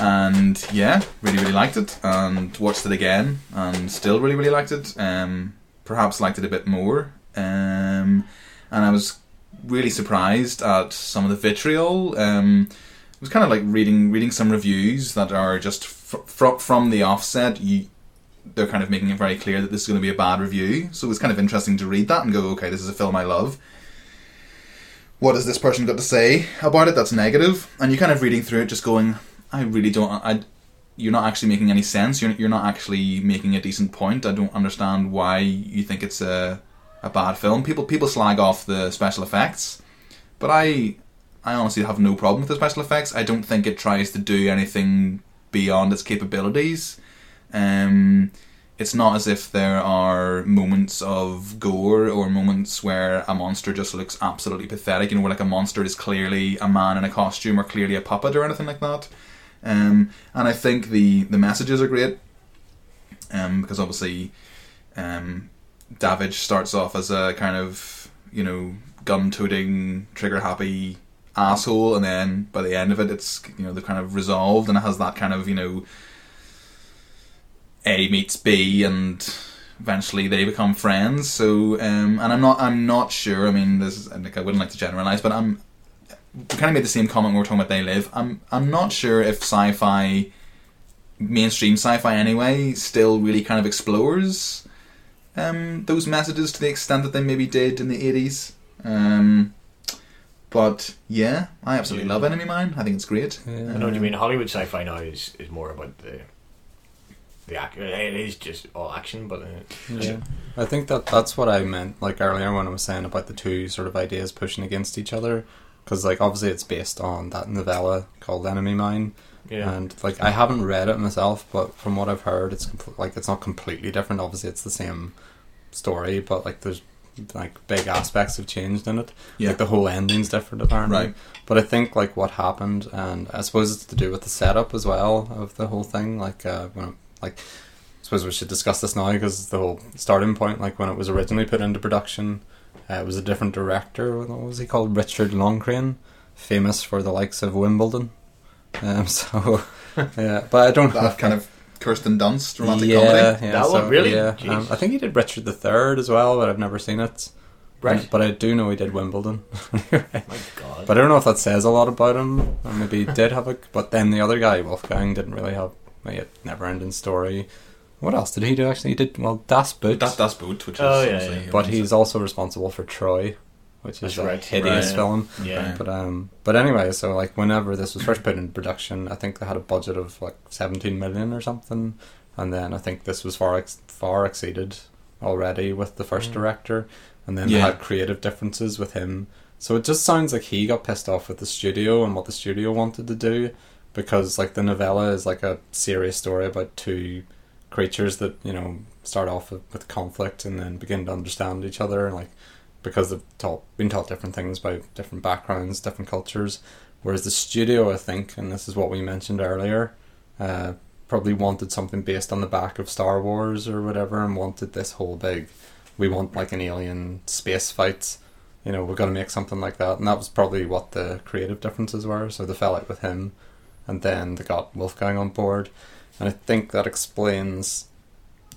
Speaker 3: and yeah, really really liked it. And watched it again, and still really really liked it. Um, perhaps liked it a bit more. Um, and I was really surprised at some of the vitriol. Um, it was kind of like reading reading some reviews that are just fr- fr- from the offset. You, they're kind of making it very clear that this is going to be a bad review. So it was kind of interesting to read that and go, okay, this is a film I love. What has this person got to say about it that's negative? And you're kind of reading through it, just going, I really don't. I, you're not actually making any sense. You're you're not actually making a decent point. I don't understand why you think it's a a bad film. People people slag off the special effects, but I I honestly have no problem with the special effects. I don't think it tries to do anything beyond its capabilities. Um, it's not as if there are moments of gore or moments where a monster just looks absolutely pathetic, you know, where like a monster is clearly a man in a costume or clearly a puppet or anything like that. Um, and I think the, the messages are great um, because obviously um, Davidge starts off as a kind of, you know, gun toting, trigger happy asshole, and then by the end of it, it's, you know, they're kind of resolved and it has that kind of, you know, a meets B, and eventually they become friends. So, um, and I'm not, I'm not sure. I mean, this is, like, I wouldn't like to generalize, but I'm we kind of made the same comment when we we're talking about They Live. I'm, I'm not sure if sci-fi, mainstream sci-fi anyway, still really kind of explores um, those messages to the extent that they maybe did in the eighties. Um, but yeah, I absolutely love Enemy Mine. I think it's great.
Speaker 4: *laughs* I know what you mean. Hollywood sci-fi now is, is more about the the act. It is just all action, but uh,
Speaker 5: Yeah. I think that that's what I meant like earlier when I was saying about the two sort of ideas pushing against each other because like obviously it's based on that novella called Enemy Mine
Speaker 4: Yeah.
Speaker 5: and like I haven't read it myself but from what I've heard it's compl- like it's not completely different obviously it's the same story but like there's like big aspects have changed in it
Speaker 3: Yeah.
Speaker 5: like the whole ending's different apparently
Speaker 3: Right.
Speaker 5: but I think like what happened and I suppose it's to do with the setup as well of the whole thing like uh when it- like I suppose we should discuss this now because the whole starting point, like when it was originally put into production, uh, it was a different director. What was he called? Richard Longcrane, famous for the likes of Wimbledon. Um, *laughs* so, yeah, but I don't
Speaker 3: That kind of Kirsten Dunst romantic
Speaker 5: yeah,
Speaker 3: comedy.
Speaker 5: Yeah,
Speaker 4: That
Speaker 5: so,
Speaker 4: one? Really?
Speaker 5: Yeah, um,
Speaker 4: Jeez.
Speaker 5: I think he did Richard the Third as well, but I've never seen it. Um,
Speaker 4: Right.
Speaker 5: but I do know he did Wimbledon. *laughs*
Speaker 4: my God,
Speaker 5: But I don't know if that says a lot about him. Or maybe he did have a. But then the other guy, Wolfgang, didn't really have a never ending story. What else did he do actually? He did, well, Das Boot.
Speaker 3: That, that's Boot, which is
Speaker 4: Oh, yeah,
Speaker 3: obviously-
Speaker 4: yeah.
Speaker 5: but he's also responsible for Troy, which is
Speaker 4: That's
Speaker 5: a
Speaker 4: right.
Speaker 5: hideous
Speaker 4: Right.
Speaker 5: film.
Speaker 4: yeah,
Speaker 5: But um, but anyway, so like whenever this was first put in production, I think they had a budget of like seventeen million or something, and then I think this was far ex- far exceeded already with the
Speaker 4: Mm.
Speaker 5: first director, and then
Speaker 3: Yeah.
Speaker 5: they had creative differences with him. So it just sounds like he got pissed off with the studio and what the studio wanted to do, because like the novella is like a serious story about two creatures that you know start off with, with conflict and then begin to understand each other and like because they've taught, been taught different things by different backgrounds, different cultures. Whereas the studio, I think, and this is what we mentioned earlier, uh, probably wanted something based on the back of Star Wars or whatever, and wanted this whole big, we want like an alien space fight. You know, we're gonna make something like that, and that was probably what the creative differences were. So they fell out with him, and then they got Wolfgang on board, and I think that explains.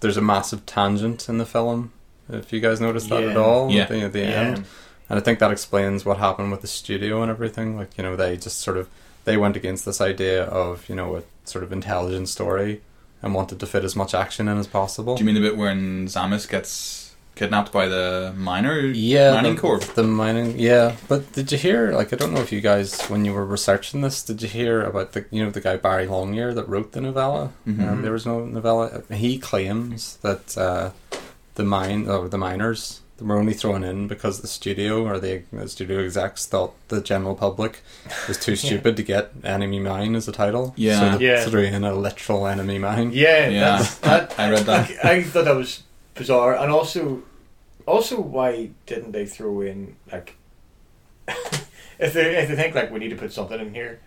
Speaker 5: There's a massive tangent in the film. If you guys noticed that at
Speaker 4: Yeah.
Speaker 5: all,
Speaker 3: Yeah.
Speaker 5: at the, at the
Speaker 4: Yeah.
Speaker 5: end. And I think that explains what happened with the studio and everything. Like, you know, they just sort of they went against this idea of, you know, a sort of intelligent story and wanted to fit as much action in as possible.
Speaker 3: Do you mean the bit when Zamis gets kidnapped by the miner?
Speaker 5: yeah,
Speaker 3: mining
Speaker 5: the,
Speaker 3: corp.
Speaker 5: The mining, yeah. But did you hear? Like, I don't know if you guys, when you were researching this, did you hear about the, you know, the guy Barry Longyear that wrote the novella?
Speaker 3: Mm-hmm.
Speaker 5: Um, there was no novella. He claims that uh, the mine or the miners were only thrown in because the studio or the, the studio execs thought the general public
Speaker 3: *laughs*
Speaker 5: was too stupid to get enemy mine as a title.
Speaker 3: Yeah.
Speaker 5: so they
Speaker 4: Yeah.
Speaker 5: threw in a literal enemy mine.
Speaker 4: yeah,
Speaker 3: Yeah.
Speaker 4: That's, that
Speaker 3: *laughs* I read that.
Speaker 4: Like, I thought that was bizarre, and also, also why didn't they throw in like *laughs* if they if they think like we need to put something in here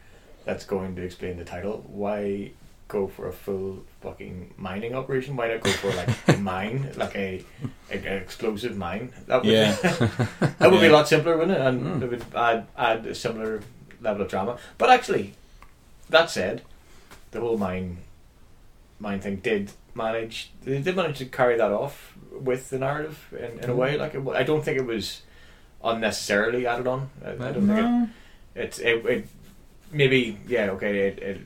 Speaker 4: that's going to explain the title? Why go for a full fucking mining operation? Why not go for
Speaker 3: *laughs*
Speaker 4: like a mine, like a, a an explosive mine? *laughs* That would
Speaker 3: Yeah.
Speaker 4: that would be
Speaker 3: Yeah. Hmm.
Speaker 4: a lot simpler, wouldn't it? And it would add add a similar level of drama. But actually, that said, the whole mine mine thing did manage they did manage to carry that off with the narrative in, in a way like it, wa- I don't think it was unnecessarily added on I, I don't think it, it's it, it maybe yeah okay it, it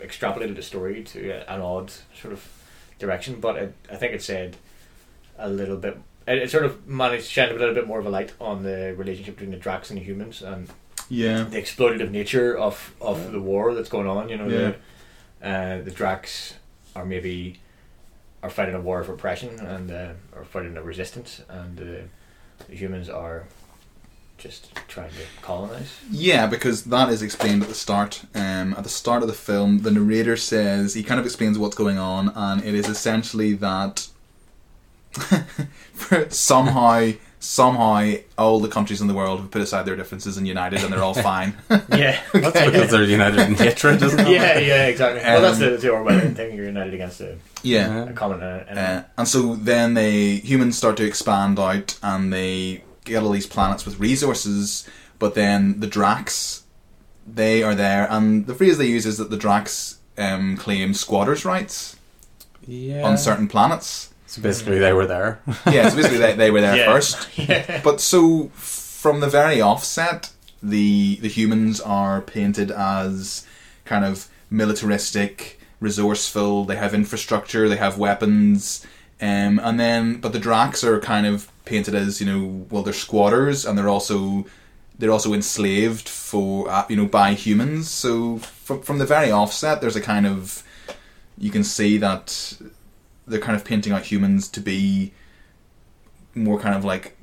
Speaker 4: extrapolated the story to a- an odd sort of direction but it, I think it said a little bit it, it sort of managed to shine a little bit more of a light on the relationship between the Drax and the humans and
Speaker 3: Yeah.
Speaker 4: the exploitative nature of, of the war that's going on. You know, the, uh, the Drax are maybe are fighting a war of oppression and uh, are fighting a resistance, and uh, the humans are just trying to
Speaker 3: *laughs*
Speaker 4: colonize.
Speaker 3: Yeah, because that is explained at the start. Um, at the start of the film, the narrator says he kind of explains what's going on, and it is essentially that *laughs* somehow, somehow, all the countries in the world have put aside their differences and united, and they're
Speaker 5: *laughs*
Speaker 3: all fine. *laughs*
Speaker 4: *laughs* Yeah, that's
Speaker 5: because they're united in hatred, isn't
Speaker 4: *laughs*
Speaker 5: it?
Speaker 4: yeah, yeah, exactly. well, that's
Speaker 3: Um,
Speaker 4: the, the Orwellian thing. You're united against a,
Speaker 5: Uh-huh.
Speaker 3: yeah.
Speaker 4: a common uh, enemy.
Speaker 3: Uh, and so then they humans start to expand out, and they get all these planets with resources. But then the Drax, they are there, and the phrase they use is that the Drax um, claim squatters' rights
Speaker 5: yeah.
Speaker 3: on certain planets.
Speaker 5: So basically, they were there.
Speaker 3: *laughs* Yeah, so basically they, they were there
Speaker 4: *laughs* Yeah.
Speaker 3: first. But so from the very offset, the the humans are painted as kind of militaristic, resourceful. They have infrastructure, they have weapons, um, and then but the Drax are kind of painted as you know well they're squatters and they're also they're also enslaved for uh, you know by humans. So from from the very offset, there's a kind of you can see that they're kind of painting out humans to be more kind of like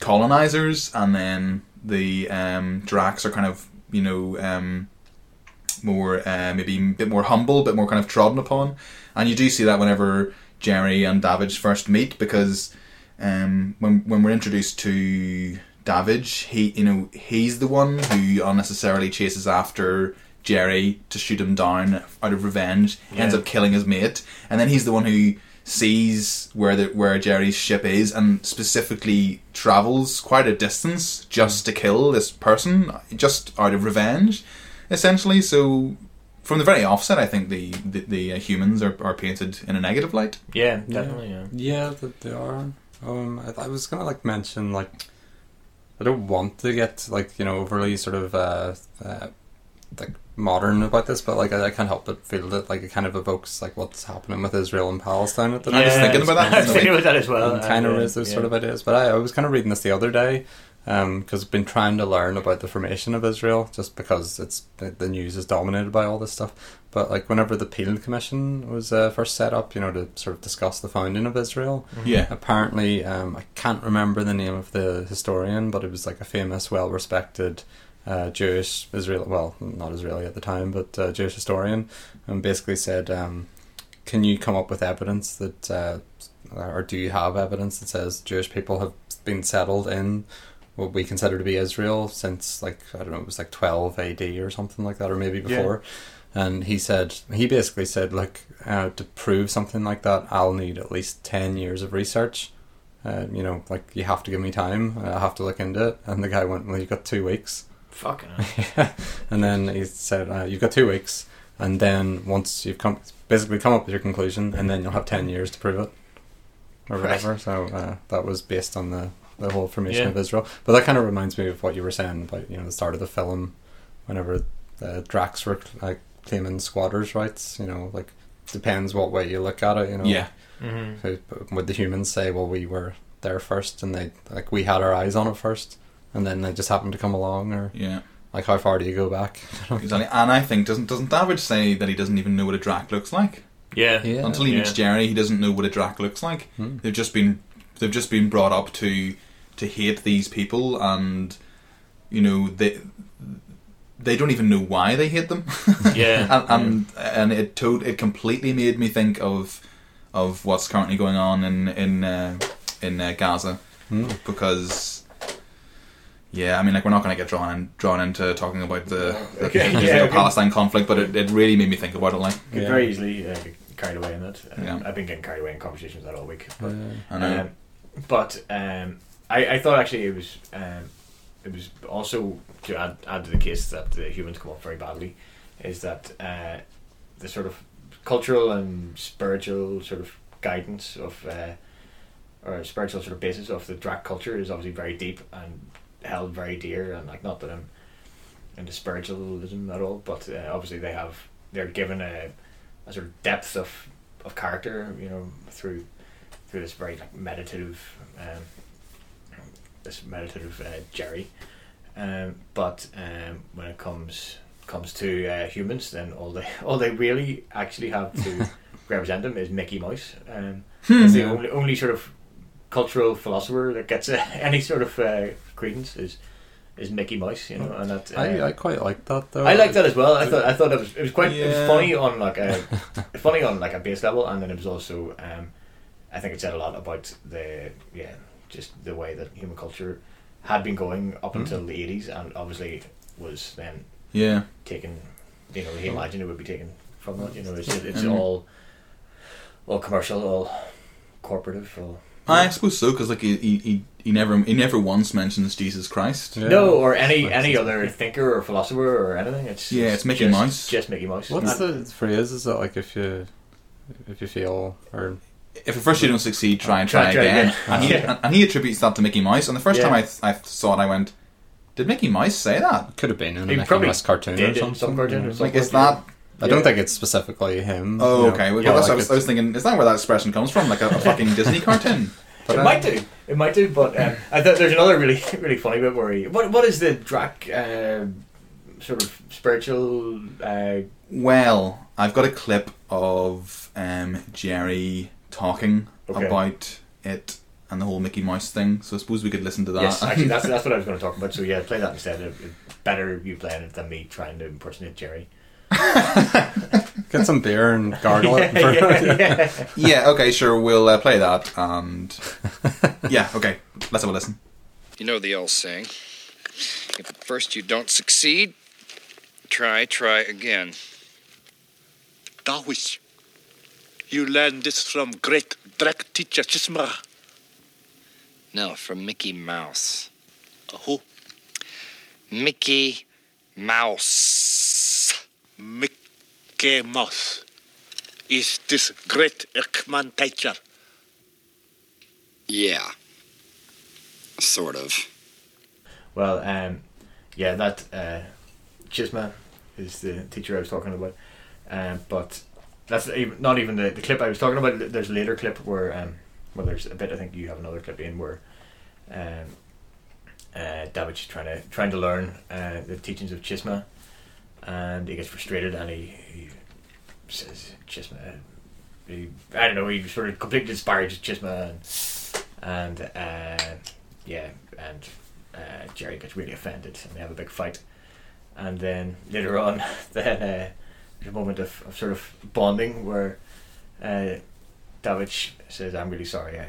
Speaker 3: colonizers, and then the um, Drax are kind of you know um, more uh, maybe a bit more humble, bit more kind of trodden upon, and you do see that whenever Jerry and Davidge first meet because um, when when we're introduced to Davidge, he you know he's the one who unnecessarily chases after. Jerry to shoot him down out of revenge ends
Speaker 4: Yeah.
Speaker 3: up killing his mate, and then he's the one who sees where the where Jerry's ship is and specifically travels quite a distance just to kill this person, just out of revenge, essentially. So from the very offset, I think the the, the uh, humans are, are painted in a negative light.
Speaker 4: yeah, definitely. Yeah.
Speaker 5: Yeah, that they are. Um, I, I was gonna like mention like I don't want to get like you know overly sort of uh, uh like modern about this, but like I, I can't help but feel that like it kind of evokes like what's happening with Israel and Palestine at the
Speaker 3: I
Speaker 5: moment.
Speaker 3: was
Speaker 4: Yeah,
Speaker 3: thinking about that,
Speaker 4: I was thinking about that as well.
Speaker 5: kind of
Speaker 4: and, uh,
Speaker 5: raise those
Speaker 4: yeah.
Speaker 5: sort of ideas. But I, I was kind of reading this the other day because I've been trying to learn about the formation of Israel just because it's the the news is dominated by all this stuff. But like whenever the Peel Commission was uh, first set up, you know, to sort of discuss the founding of Israel,
Speaker 3: Yeah.
Speaker 5: apparently um, I can't remember the name of the historian, but it was like a famous, well-respected uh, Jewish Israel, well, not Israeli at the time, but uh, Jewish historian, and basically said, um, "Can you come up with evidence that, uh, or do you have evidence that says Jewish people have been settled in?" What we consider to be Israel since, like, I don't know, it was like 12 AD or something like that, or maybe before. And he said, he basically said, look, uh, to prove something like that, I'll need at least 10 years of research. Uh, you know, like, you have to give me time. I have to look into it. And the guy went, well, you've got two weeks.
Speaker 4: Fucking. hell.
Speaker 5: *laughs* and then he said, uh, you've got two weeks. And then once you've come, basically come up with your conclusion, and then you'll have 10 years to prove it. Or whatever. So uh, that was based on the, the whole formation
Speaker 4: Yeah.
Speaker 5: of Israel. But that kind of reminds me of what you were saying about, you know, the start of the film whenever the Drax were like claiming squatters' rights. You know, like depends what way you look at it. You know,
Speaker 3: Yeah.
Speaker 5: So, would the humans say, "Well, we were there first, and they like we had our eyes on it first, and then they just happened to come along," or
Speaker 3: Yeah,
Speaker 5: like how far do you go back?
Speaker 3: exactly. And I think doesn't doesn't Davidge say that he doesn't even know what a drac looks like
Speaker 4: Yeah.
Speaker 5: Yeah.
Speaker 3: until he meets Jerry? He doesn't know what a drac looks like. They've just been they've just been brought up to to hate these people, and you know they they don't even know why they hate them.
Speaker 4: *laughs* Yeah.
Speaker 3: *laughs* and and, and it to- it completely made me think of of what's currently going on in in uh, in uh, Gaza because yeah, I mean like we're not going to get drawn in, drawn into talking about the, the
Speaker 4: *laughs* Okay, yeah, okay.
Speaker 3: Palestine conflict, but it, it really made me think about it. Like
Speaker 4: Could
Speaker 5: Yeah.
Speaker 4: very easily uh, get carried away in that. Um,
Speaker 3: Yeah.
Speaker 4: I've been getting carried away in conversations with that all week. But,
Speaker 3: I know.
Speaker 4: Um, but um, I, I thought actually it was um, it was also to add, add to the case that the humans come up very badly is that uh, the sort of cultural and spiritual sort of guidance of uh, or spiritual sort of basis of the Drac culture is obviously very deep and held very dear and like not that I'm into spiritualism at all but uh, obviously they have they're given a, a sort of depth of, of character you know through through this very like meditative um, this meditative uh, Jerry um, but um, when it comes comes to uh, humans then all they *laughs* all they really
Speaker 5: *laughs* Hmm.
Speaker 4: actually have to represent them is Mickey Mouse um, it's the only, only sort of cultural philosopher that gets uh, *laughs* any sort of uh, credence is is Mickey Mouse, you know, and that uh,
Speaker 5: I, I quite like that though.
Speaker 4: I like that as well. I thought I thought it was it was quite it was
Speaker 5: Yeah.
Speaker 4: funny on
Speaker 3: *laughs*
Speaker 4: like a funny on like a base level, and then it was also um, I think it said a lot about the yeah just the way that human culture had been going
Speaker 3: Hmm.
Speaker 4: up until the eighties, and obviously was then
Speaker 3: Yeah.
Speaker 4: taken. You know,
Speaker 3: Hmm.
Speaker 4: he imagined it would be taken from that. You know, it's it's all all commercial, all corporative, all
Speaker 3: I suppose so, because like he, he- he he never he never once mentions Jesus Christ.
Speaker 5: Yeah.
Speaker 4: no or any any other thinker or philosopher or anything. It's
Speaker 3: Yeah, it's Mickey
Speaker 4: just-
Speaker 3: Mouse.
Speaker 4: Just Mickey Mouse.
Speaker 5: What's
Speaker 4: And-
Speaker 5: the phrase? Is that like if you if you fail or
Speaker 3: If at first you don't succeed, try and try,
Speaker 4: Try- try
Speaker 3: again.
Speaker 4: again.
Speaker 3: And, he,
Speaker 4: Yeah.
Speaker 3: and he attributes that to Mickey Mouse. And the first
Speaker 4: Yeah.
Speaker 3: time I, I saw it, I went, "Did Mickey Mouse say that?"
Speaker 5: could have been in
Speaker 4: He
Speaker 5: a Mickey
Speaker 4: probably
Speaker 5: Mouse cartoon
Speaker 4: did
Speaker 5: or
Speaker 4: it in
Speaker 5: something?
Speaker 4: some cartoon
Speaker 5: yeah.
Speaker 4: or something.
Speaker 3: Like, is that?
Speaker 5: I don't
Speaker 4: Yeah.
Speaker 5: think it's specifically him.
Speaker 3: Oh,
Speaker 5: you know.
Speaker 3: okay. Well,
Speaker 5: Yeah,
Speaker 3: that's what I
Speaker 5: like
Speaker 3: was, I
Speaker 5: it's-
Speaker 3: was thinking. Is that where that expression comes from? Like a, a
Speaker 5: *laughs*
Speaker 3: fucking Disney cartoon? uh,
Speaker 5: but
Speaker 4: it
Speaker 5: I-
Speaker 4: might do. It might do. But um, I thought there's another really *laughs* really funny bit where he what what is the Drac uh, sort of spiritual uh,
Speaker 3: Well, I've got a clip of um, Jerry talking
Speaker 4: Okay.
Speaker 3: about it and the whole Mickey Mouse thing. So I suppose we could listen to that. *laughs*
Speaker 4: Yes, actually, that's that's what I was going to talk about. So yeah, play that instead. It- it- Better you playing it than me trying to impersonate Jerry. *laughs*
Speaker 5: Get some beer and
Speaker 4: *laughs*
Speaker 5: gargle it. For,
Speaker 3: yeah. Okay. Sure. We'll uh, play that.
Speaker 4: *laughs*
Speaker 3: And yeah. Okay. Let's have a listen.
Speaker 6: You know the old saying if at first you don't succeed, try, try again.
Speaker 8: Taoist. You learned this from great Drek teacher Chismara.
Speaker 6: No, from Mickey Mouse.
Speaker 8: Who?
Speaker 6: Mickey Mouse.
Speaker 8: Mickey Mouse. Is this great Ekman teacher?
Speaker 6: Yeah. Sort of.
Speaker 4: Well, um, yeah, that uh, Chisma is the teacher I was talking about. Um, but that's even, not even the, the clip I was talking about. There's a later clip where, um, well, there's a bit. I think you have another clip in where, um, uh, David's trying to trying to learn uh, the teachings of Chisma, and he gets frustrated and he, he says Chisma. He, I don't know. He sort of completely disparages Chisma and, and uh, yeah, and uh, Jerry gets really offended and they have a big fight. And then later on, *laughs* then uh, there's a moment of, of sort of bonding where uh, Davich says, "I'm really sorry. I,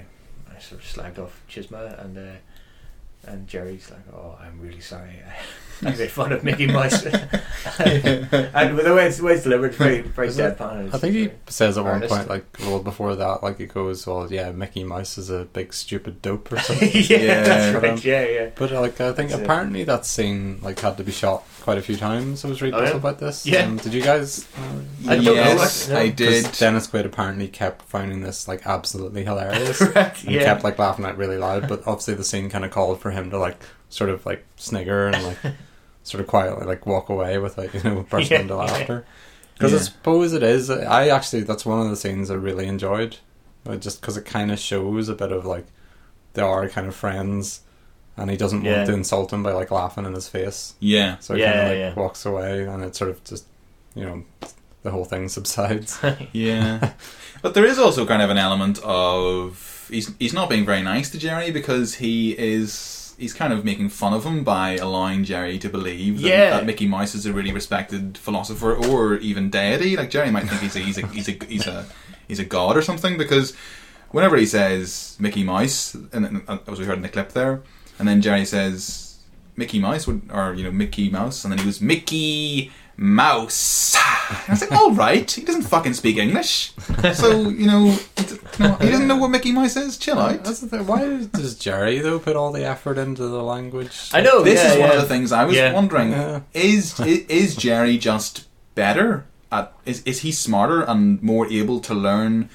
Speaker 4: I sort of slagged off Chisma," and uh, and Jerry's like, "Oh, I'm really sorry. I, *laughs* I made fun of Mickey
Speaker 5: *laughs*
Speaker 4: Mouse." *laughs* and the way it's, the way it's delivered, it's very very
Speaker 5: Is it-
Speaker 4: deadpan. and
Speaker 5: I
Speaker 4: it's
Speaker 5: think he
Speaker 4: very-
Speaker 5: says at one
Speaker 4: Artist.
Speaker 5: point, like, well, before that, like, he goes, well, yeah, Mickey Mouse is a big stupid dope or something.
Speaker 4: *laughs* yeah,
Speaker 3: Yeah.
Speaker 4: that's right. Yeah, yeah.
Speaker 5: But like I think
Speaker 4: That's it.
Speaker 5: apparently that scene like had to be shot quite a few times. I was reading
Speaker 4: Oh, yeah?
Speaker 5: about this.
Speaker 4: Yeah.
Speaker 5: Um, did you guys?
Speaker 4: I don't know,
Speaker 3: yes,
Speaker 4: I- no,
Speaker 3: I
Speaker 5: 'cause
Speaker 3: did.
Speaker 5: Dennis Quaid apparently kept finding this like
Speaker 4: *laughs*
Speaker 5: absolutely hilarious
Speaker 4: Correct.
Speaker 5: and
Speaker 4: yeah.
Speaker 5: kept like laughing out really loud. But obviously the scene kind of called for him to like sort of like snigger
Speaker 4: *laughs*
Speaker 5: and like sort of quietly like walk away without you know *laughs* bursting
Speaker 4: Yeah,
Speaker 5: into
Speaker 4: yeah.
Speaker 5: laughter. Because I
Speaker 3: Yeah.
Speaker 5: suppose it is. I actually that's one of the scenes I really enjoyed, uh, just because it kind of shows a bit of like they are kind of friends, and he doesn't
Speaker 4: Yeah.
Speaker 5: want to insult him by like laughing in his face.
Speaker 3: Yeah.
Speaker 5: So he
Speaker 4: Yeah,
Speaker 5: kind of like
Speaker 4: yeah.
Speaker 5: walks away, and it sort of just you know the whole thing
Speaker 4: *laughs*
Speaker 5: *laughs* subsides.
Speaker 3: Yeah, but there is also kind of an element of he's he's not being very nice to Jerry because he is he's kind of making fun of him by allowing Jerry to believe that,
Speaker 4: Yeah.
Speaker 3: that Mickey Mouse is a really respected philosopher or even deity. Like Jerry might think he's a he's a he's a he's a, he's a god or something because whenever he says Mickey Mouse, and, and as we heard in the clip there, and then Jerry says Mickey Mouse would, or you know Mickey Mouse, and then he goes Mickey Mouse. And I was like, all right, he doesn't fucking speak English, so you know, it's- no, he doesn't know what Mickey Mouse is. Chill out.
Speaker 5: That's the thing. Why does Jerry though put all the effort into the language?
Speaker 4: I know.
Speaker 3: this
Speaker 4: yeah,
Speaker 3: is one
Speaker 4: yeah.
Speaker 3: of the things I was
Speaker 4: Yeah.
Speaker 3: wondering:
Speaker 5: Yeah.
Speaker 3: is i- is Jerry just better at? Is is he smarter and more able to learn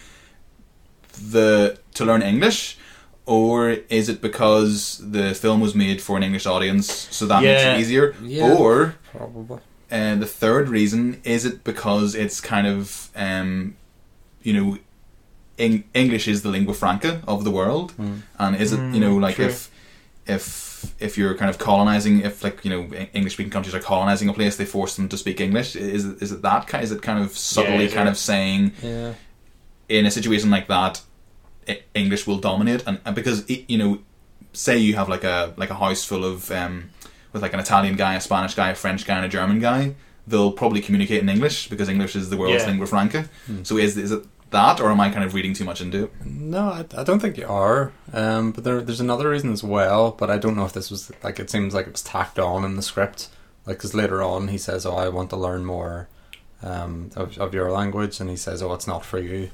Speaker 3: the to learn English? Or is it because the film was made for an English audience, so that
Speaker 4: Yeah.
Speaker 3: makes it easier?
Speaker 5: Yeah.
Speaker 3: Or
Speaker 5: Probably.
Speaker 3: And Uh, the third reason is it because it's kind of, um, you know, Eng- English is the lingua franca of the world, and is it you know like
Speaker 4: true.
Speaker 3: if if if you're kind of colonizing, if like you know English speaking countries are colonizing a place, they force them to speak English. Is it- is it that kind? Is it kind of subtly
Speaker 4: is
Speaker 3: kind
Speaker 4: it-
Speaker 3: of saying
Speaker 5: Yeah.
Speaker 3: in a situation like that, E- English will dominate, and, and because it, you know, say you have like a like a house full of um, with like an Italian guy, a Spanish guy, a French guy, and a German guy, they'll probably communicate in English because English is the world's
Speaker 4: Yeah.
Speaker 3: lingua franca.
Speaker 5: Hmm.
Speaker 3: So is is it that, or am I kind of reading too much into it?
Speaker 5: No, I, I don't think you are. Um, but there, there's another reason as well. But I don't know if this was like it seems like it was tacked on in the script. Like, because later on he says, "Oh, I want to learn more um, of, of your language," and he says, "Oh, it's not for you."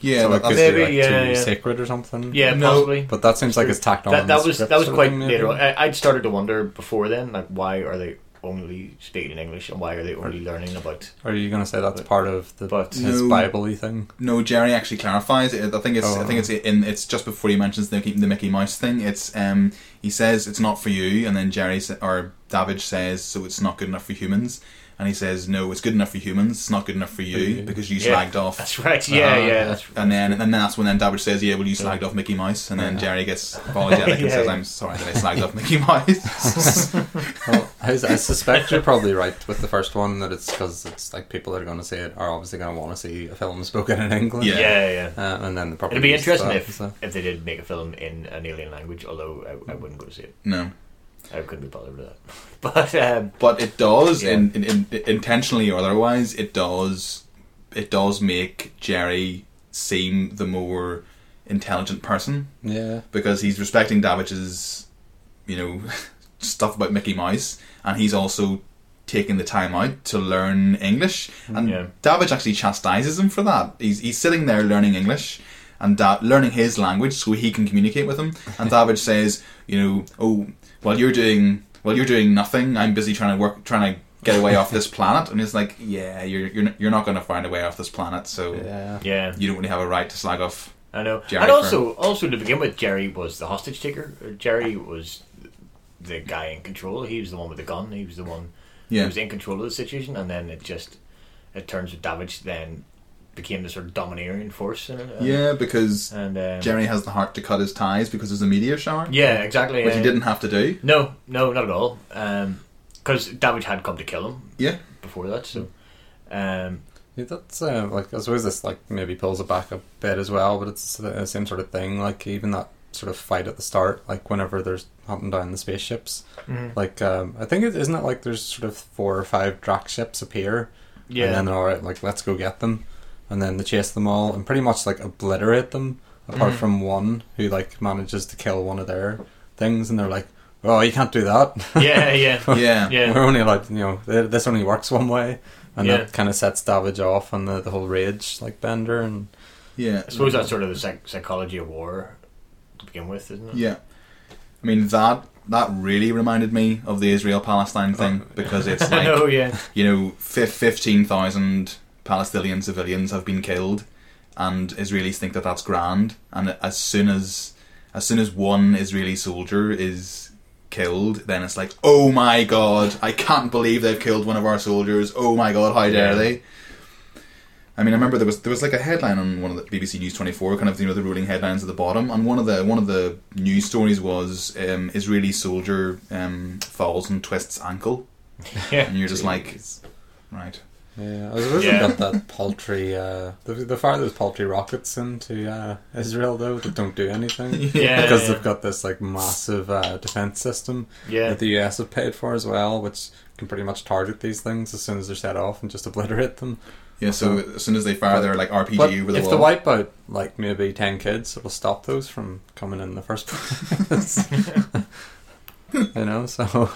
Speaker 3: Yeah,
Speaker 5: so it could
Speaker 4: that's-
Speaker 5: be like
Speaker 4: Maybe, yeah,
Speaker 5: too
Speaker 4: yeah.
Speaker 5: sacred or something.
Speaker 4: Yeah,
Speaker 3: No,
Speaker 4: possibly.
Speaker 5: But that seems like it's tacked on.
Speaker 4: that,
Speaker 5: in
Speaker 4: that
Speaker 5: the
Speaker 4: was
Speaker 5: script
Speaker 4: that was
Speaker 5: sort of
Speaker 4: quite
Speaker 5: thing, maybe.
Speaker 4: later on. I, I'd started to wonder before then, like why are they only speaking in English and why are they only learning about? *laughs*
Speaker 5: Or are you going to say that's part of the
Speaker 4: But-
Speaker 5: his
Speaker 3: No.
Speaker 5: Bible-y thing?
Speaker 3: No, Jerry actually clarifies it. I think it's I think it's in it's just before he mentions the, Mickey- the Mickey Mouse thing. It's um he says it's not for you, and then Jerry sa- or Davidge says so it's not good enough for humans, and he says no, it's good enough for humans. It's not good enough for you because you
Speaker 4: Yeah,
Speaker 3: slagged off.
Speaker 4: That's right. Yeah,
Speaker 5: Uh,
Speaker 4: yeah. That's,
Speaker 3: And then, and then that's when then Dabbage says, "Yeah, well, you slagged off Mickey Mouse," and then Jerry gets apologetic and
Speaker 4: *laughs* Yeah.
Speaker 3: says, "I'm sorry that I slagged off Mickey
Speaker 4: *laughs*
Speaker 3: Mouse." *laughs*
Speaker 5: Well, I, I suspect you're probably right with the first one that it's because it's like people that are going to see it are obviously going to want to see a film spoken in English.
Speaker 3: Yeah.
Speaker 4: yeah, yeah. yeah.
Speaker 5: Uh, and then they probably
Speaker 4: It'd be
Speaker 5: used
Speaker 4: interesting
Speaker 5: that,
Speaker 4: if,
Speaker 5: so.
Speaker 4: if they did make a film in an alien language, although I, I wouldn't go to see it.
Speaker 3: no,
Speaker 4: I couldn't be bothered with that. *laughs* But um,
Speaker 3: but it does,
Speaker 4: Yeah.
Speaker 3: in, in, in, intentionally or otherwise, it does, it does make Jerry seem the more intelligent person
Speaker 5: yeah.
Speaker 3: because he's respecting Dabbitch's, you know, *laughs* stuff about Mickey Mouse, and he's also taking the time out to learn English. And
Speaker 4: Yeah.
Speaker 3: Dabbage actually chastises him for that. He's he's sitting there learning English and da- learning his language so he can communicate with him. And Dabbage says, you know, oh, while you're doing while you're doing nothing, I'm busy trying to work trying to. Get away off this planet, and he's like, "Yeah, you're you're, n- you're not going to find a way off this planet, so
Speaker 5: Yeah.
Speaker 4: yeah,
Speaker 3: you don't really have a right to slag off."
Speaker 4: I know.
Speaker 3: Jerry
Speaker 4: and also, also to begin with, Jerry was the hostage taker. Or Jerry was the guy in control. He was the one with the gun. He was the one
Speaker 3: Yeah.
Speaker 4: who was in control of the situation. And then it just it turns with Davidge then became the sort of domineering force. In it, and,
Speaker 3: Yeah, because
Speaker 4: and um,
Speaker 3: Jerry has the heart to cut his ties because there's a meteor shower,
Speaker 4: Yeah, exactly.
Speaker 3: which
Speaker 4: yeah.
Speaker 3: he didn't have to do.
Speaker 4: No, no, not at all. Because Davidge had come to kill him *laughs*
Speaker 3: Yeah,
Speaker 4: before that. So. Um,
Speaker 5: Yeah, that's uh, like I suppose this like maybe pulls it back a bit as well, but it's the same sort of thing. Like even that sort of fight at the start, like whenever there's hunting down the spaceships,
Speaker 4: Mm-hmm.
Speaker 5: like um, I think it isn't it like there's sort of four or five Drac ships appear,
Speaker 4: Yeah.
Speaker 5: and then all right, like let's go get them, and then they chase them all and pretty much like obliterate them, apart
Speaker 4: Mm-hmm.
Speaker 5: from one who like manages to kill one of their things, and they're like, oh, you can't do that.
Speaker 4: yeah,
Speaker 3: *laughs*
Speaker 4: yeah,
Speaker 3: yeah,
Speaker 4: yeah.
Speaker 5: *laughs* We're only allowed, you know, th- this only works one way, and
Speaker 4: Yeah.
Speaker 5: that kind of sets Davidge off on the, the whole rage, like Bender, and
Speaker 3: yeah,
Speaker 4: I suppose that's sort of the psych- psychology of war to begin with, isn't it?
Speaker 3: yeah. I mean that that really reminded me of the Israel-Palestine thing
Speaker 4: *laughs*
Speaker 3: because it's like
Speaker 4: oh
Speaker 3: *laughs*
Speaker 4: yeah,
Speaker 3: you know fif- fifteen thousand Palestinian civilians have been killed, and Israelis think that that's grand. And as soon as as soon as one Israeli soldier is killed, then it's like, oh my god, I can't believe they've killed one of our soldiers. Oh my god, how dare
Speaker 4: Yeah.
Speaker 3: they? I mean, I remember there was there was like a headline on one of the BBC News twenty four, kind of you know the ruling headlines at the bottom, and one of the one of the news stories was um, Israeli soldier um, falls and twists ankle,
Speaker 4: yeah.
Speaker 3: and you're just like, right,
Speaker 5: yeah, I suppose
Speaker 4: Yeah.
Speaker 5: they've got that paltry, uh, the the fire those paltry rockets into uh, Israel though that don't do
Speaker 4: *laughs*
Speaker 5: anything,
Speaker 4: Yeah,
Speaker 5: because
Speaker 4: yeah.
Speaker 5: they've got this like massive uh, defense system
Speaker 4: Yeah.
Speaker 5: that the US have paid for as well, which can pretty much target these things as soon as they're set off and just obliterate them.
Speaker 3: yeah. So as soon as they fire their like RPG
Speaker 5: But
Speaker 3: over the
Speaker 5: if
Speaker 3: wall,
Speaker 5: the wipe out like maybe ten kids, it'll stop those from coming in the first place. *laughs* you know, so *laughs*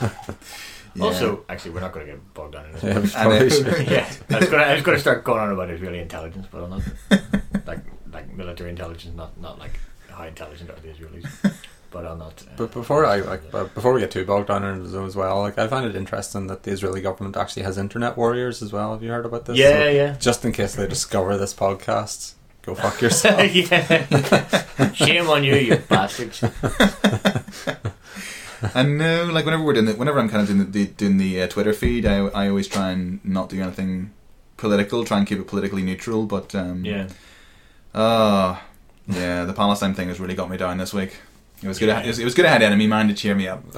Speaker 3: Yeah.
Speaker 4: Also, actually, we're not going to get bogged down in this.
Speaker 5: yeah,
Speaker 4: *laughs* Yeah,
Speaker 5: we probably
Speaker 3: it-
Speaker 5: should-
Speaker 4: I was gonna- I was going to start going on about Israeli intelligence,
Speaker 3: *laughs*
Speaker 4: but I'm not. Like, like military intelligence, not not like how intelligent are
Speaker 3: *laughs*
Speaker 4: the Israelis. But I'm not. Uh,
Speaker 5: But before I like, but before we get too bogged down in the zone as well, like I find it interesting that the Israeli government actually has internet warriors as well. Have you heard about this?
Speaker 4: Yeah,
Speaker 5: So,
Speaker 4: yeah.
Speaker 5: Just in case they discover this podcast,
Speaker 4: *laughs*
Speaker 5: go fuck yourself.
Speaker 3: *laughs*
Speaker 4: *laughs* yeah. Shame on you, you bastards.
Speaker 3: I know, like whenever we're doing the, whenever I'm kind of doing the, the doing the uh, Twitter feed, I I always try and not do anything political, try and keep it politically neutral. But um,
Speaker 4: Yeah.
Speaker 3: ah, yeah, the Palestine thing has really got me down this week. It was good. It was, it was good. I had enemy mind to cheer me
Speaker 5: *laughs*
Speaker 3: up. *laughs*
Speaker 4: *laughs*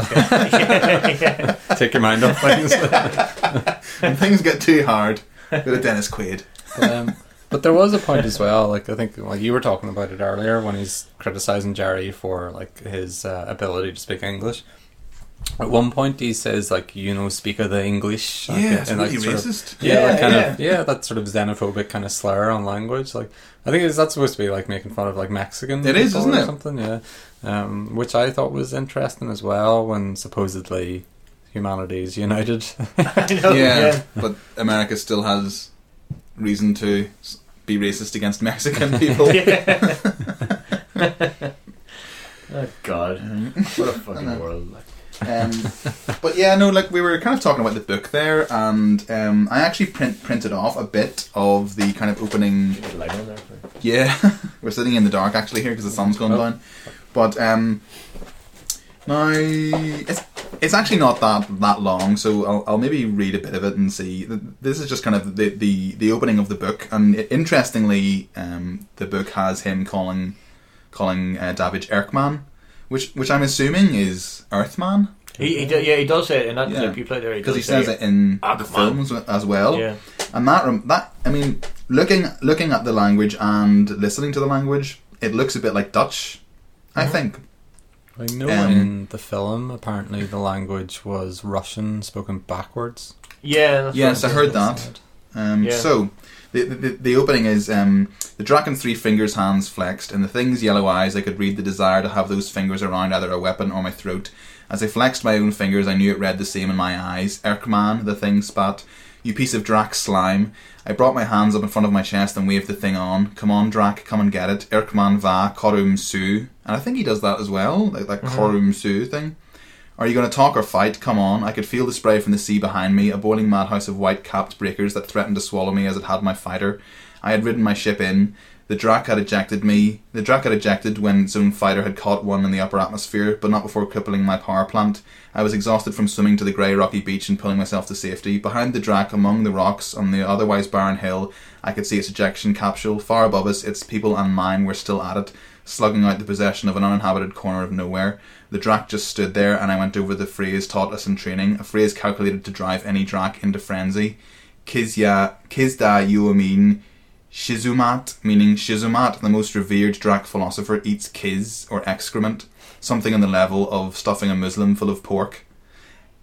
Speaker 5: Take your mind *laughs* off things. *laughs*
Speaker 3: when things get too hard, go to Dennis Quaid.
Speaker 5: But, um, But there was a point as well, like I think like you were talking about it earlier when he's criticizing Jerry for like his uh, ability to speak English. At one point, he says like you know speak of the English. Like,
Speaker 3: Yeah, it's
Speaker 5: like,
Speaker 3: really
Speaker 5: sort of-
Speaker 3: racist.
Speaker 5: yeah, that
Speaker 4: Yeah,
Speaker 5: kind of yeah, that sort of xenophobic kind of slur on language. Like I think it's, that's supposed to be like making fun of like Mexican.
Speaker 3: It is,
Speaker 5: people
Speaker 3: isn't
Speaker 5: or
Speaker 3: it?
Speaker 5: Something, yeah. Um, which I thought was interesting as well when supposedly humanity
Speaker 3: *laughs*
Speaker 5: is united.
Speaker 4: I know.
Speaker 3: yeah, but America still has reason to s- be racist against *laughs* Mexican people. *laughs*
Speaker 4: *laughs* Oh God, what
Speaker 3: *laughs*
Speaker 4: a
Speaker 3: Uh-huh.
Speaker 4: fucking world! Like,
Speaker 3: Um, but yeah, no, like we were kind of talking about the book there, and um, I actually print, printed off a bit of the kind of opening.
Speaker 4: put a light on there for-
Speaker 3: Yeah, *laughs* we're sitting in the dark actually here because the sun's going
Speaker 5: Oh.
Speaker 3: down. But um, now it's it's actually not that that long, so I'll, I'll maybe read a bit of it and see. Th- This is just kind of the the, the opening of the book, and i- interestingly, um, the book has him calling calling uh, Davidge Erkman, which which I'm assuming is Earthman.
Speaker 4: He, he do, yeah, he does say it in that
Speaker 3: Yeah.
Speaker 4: clip you played there.
Speaker 3: because he
Speaker 4: does say
Speaker 3: says it in
Speaker 4: Ah,
Speaker 3: the
Speaker 4: come on.
Speaker 3: films as well.
Speaker 4: Yeah.
Speaker 3: And that rem- that I mean, looking looking at the language and listening to the language, it looks a bit like Dutch. I think.
Speaker 5: I know
Speaker 3: Um,
Speaker 5: in the film, apparently the language was Russian spoken backwards.
Speaker 4: Yeah. that's
Speaker 3: Yes, I
Speaker 4: what-
Speaker 3: heard that. Um,
Speaker 4: Yeah.
Speaker 3: So, the, the the opening is um, the Draken's three fingers, hands flexed, and the thing's yellow eyes. I could read the desire to have those fingers around either a weapon or my throat. As I flexed my own fingers, I knew it read the same in my eyes. Erkman, the thing spat, you piece of Drac slime. I brought my hands up in front of my chest and waved the thing on. Come on, Drac, come and get it. Erkman va, korum su. And I think he does that as well, like that korum su thing. Are you going to talk or fight? Come on. I could feel the spray from the sea behind me, a boiling madhouse of white capped breakers that threatened to swallow me as it had my fighter. I had ridden my ship in. The Drac had ejected me. The Drac had ejected when its own fighter had caught one in the upper atmosphere, but not before crippling my power plant. I was exhausted from swimming to the grey rocky beach and pulling myself to safety. Behind the Drac, among the rocks, on the otherwise barren hill, I could see its ejection capsule. Far above us, its people and mine were still at it slugging out the possession of an uninhabited corner of nowhere. The drac just stood there, and I went over the phrase taught us in training, a phrase calculated to drive any drac into frenzy. Kizya, Kizda Yuamin Shizumat, meaning Shizumat, the most revered drac philosopher, eats kiz, or excrement, something on the level of stuffing a Muslim full of pork.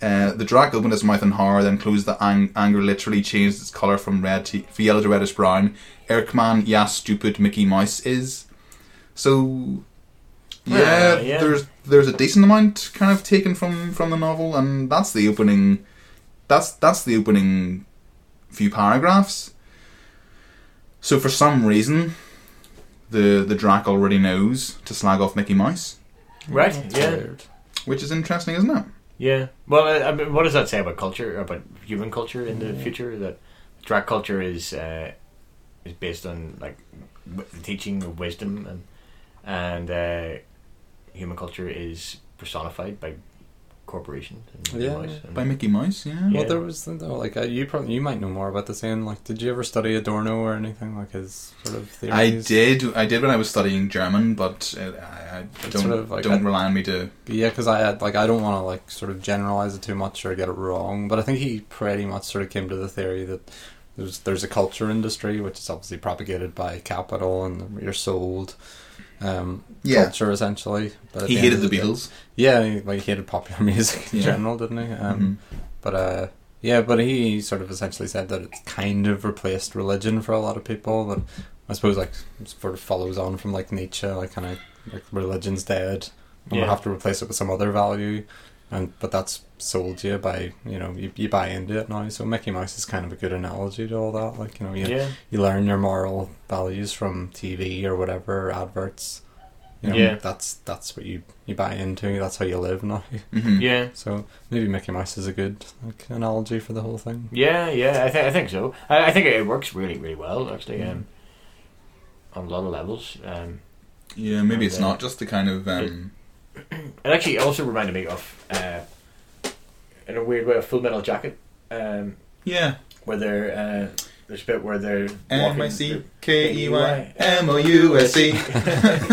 Speaker 3: Uh, the drac opened its mouth in horror, then closed the ang- anger, literally changed its colour from red to from yellow to reddish brown. Erkman, ya stupid Mickey Mouse is. So yeah,
Speaker 4: Ah, yeah.
Speaker 3: there's there's a decent amount kind of taken from from the novel, and that's the opening. That's that's the opening few paragraphs. So for some reason, the the Drac already knows to slag off Mickey Mouse,
Speaker 4: Right. yeah.
Speaker 5: Weird.
Speaker 3: which is interesting, isn't it?
Speaker 4: Yeah. Well, I, I mean, what does that say about culture, about human culture in the future? That drag culture is uh, is based on like w- the teaching of wisdom, and and uh, human culture is personified by corporations. And
Speaker 5: Yeah,
Speaker 4: mice and-
Speaker 3: By Mickey Mouse, yeah.
Speaker 4: Yeah.
Speaker 5: Well, there was though, like uh, you probably you might know more about this. Ian. like, did you ever study Adorno or anything like his sort of theories?
Speaker 3: I did, I did when I was studying German, but uh, I, I
Speaker 5: It's
Speaker 3: don't
Speaker 5: sort of like
Speaker 3: don't
Speaker 5: a-
Speaker 3: rely on me to.
Speaker 5: Yeah, because I had like I don't want to like sort of generalize it too much or get it wrong, but I think he pretty much sort of came to the theory that there's there's a culture industry which is obviously propagated by capital and you're sold um,
Speaker 3: Yeah.
Speaker 5: culture essentially. But at
Speaker 3: He
Speaker 5: end
Speaker 3: hated
Speaker 5: of
Speaker 3: the
Speaker 5: day-
Speaker 3: Beatles.
Speaker 5: Yeah, he, like he hated popular *laughs* music in
Speaker 3: Yeah.
Speaker 5: general, didn't he? Um,
Speaker 4: Mm-hmm.
Speaker 5: But uh, yeah, but he sort of essentially said that it's kind of replaced religion for a lot of people. But I suppose like sort of follows on from like Nietzsche, like kind of like religion's dead. And
Speaker 4: Yeah.
Speaker 5: We'll have to replace it with some other value, and but that's sold you by you know you, you buy into it now. So Mickey Mouse is kind of a good analogy to all that. Like you know you
Speaker 4: Yeah.
Speaker 5: you learn your moral values from TV or whatever adverts. You know,
Speaker 4: Yeah.
Speaker 5: that's that's what you, you buy into. That's how you live now.
Speaker 4: Mm. Yeah.
Speaker 5: So maybe Mickey Mouse is a good like analogy for the whole thing.
Speaker 4: Yeah, yeah, I, th- I think so. I, I think it works really, really well, actually, um, on a lot of levels. Um,
Speaker 3: Yeah, maybe it's
Speaker 4: Okay.
Speaker 3: not just the kind of. Um,
Speaker 4: it actually also reminded me of, uh, in a weird way, a Full Metal Jacket, um,
Speaker 3: yeah,
Speaker 4: where they're, uh, there's a bit where they're
Speaker 3: M
Speaker 4: walking
Speaker 3: I C
Speaker 4: through-
Speaker 3: K E Y M O U S E.
Speaker 4: *laughs*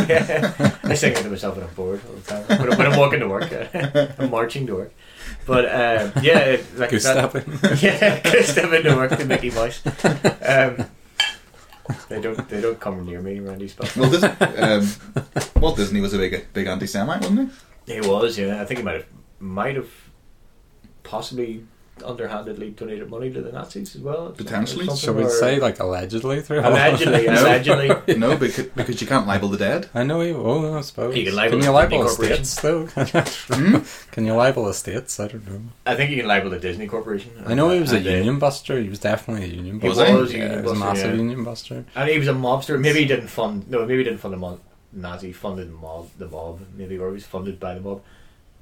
Speaker 4: yeah. I sing it to myself when I'm bored all the time. When, I'm- when I'm walking to work, *laughs* I'm marching to work. But um, yeah, it- like
Speaker 5: *laughs*
Speaker 4: *laughs*
Speaker 5: Good
Speaker 4: that, *laughs*
Speaker 5: stuff.
Speaker 4: yeah, Chris Devin to work to Mickey Mouse. Um, They don't. They don't come near me, Randy Spock.
Speaker 3: Well, Disney, um, Walt Disney was a big, big anti-Semite, wasn't he?
Speaker 4: He was, yeah. I think he might have, might have, possibly underhandedly donated money to the Nazis as well.
Speaker 3: Potentially.
Speaker 4: Something
Speaker 3: So
Speaker 5: Should we
Speaker 4: or-
Speaker 5: say like allegedly through? *laughs*
Speaker 4: Allegedly,
Speaker 3: No.
Speaker 4: allegedly.
Speaker 3: No, because, because you can't libel the dead.
Speaker 5: I know you. Oh, I suppose.
Speaker 4: You can libel
Speaker 5: you
Speaker 4: the Hmm?
Speaker 5: libel
Speaker 4: Disney
Speaker 5: estates though? *laughs* Can you libel estates? I don't know.
Speaker 4: I think you can label the Disney Corporation.
Speaker 5: I know he was a
Speaker 4: And, uh,
Speaker 5: union buster. He was definitely a union
Speaker 4: He
Speaker 5: buster.
Speaker 3: was a
Speaker 5: yeah,
Speaker 4: union
Speaker 5: he was a
Speaker 4: buster,
Speaker 5: massive
Speaker 4: yeah.
Speaker 5: union buster.
Speaker 4: And he was a mobster. Maybe he didn't fund. No, maybe he didn't fund the mob. Nazi funded the mob. The mob. Maybe or he was funded by the mob.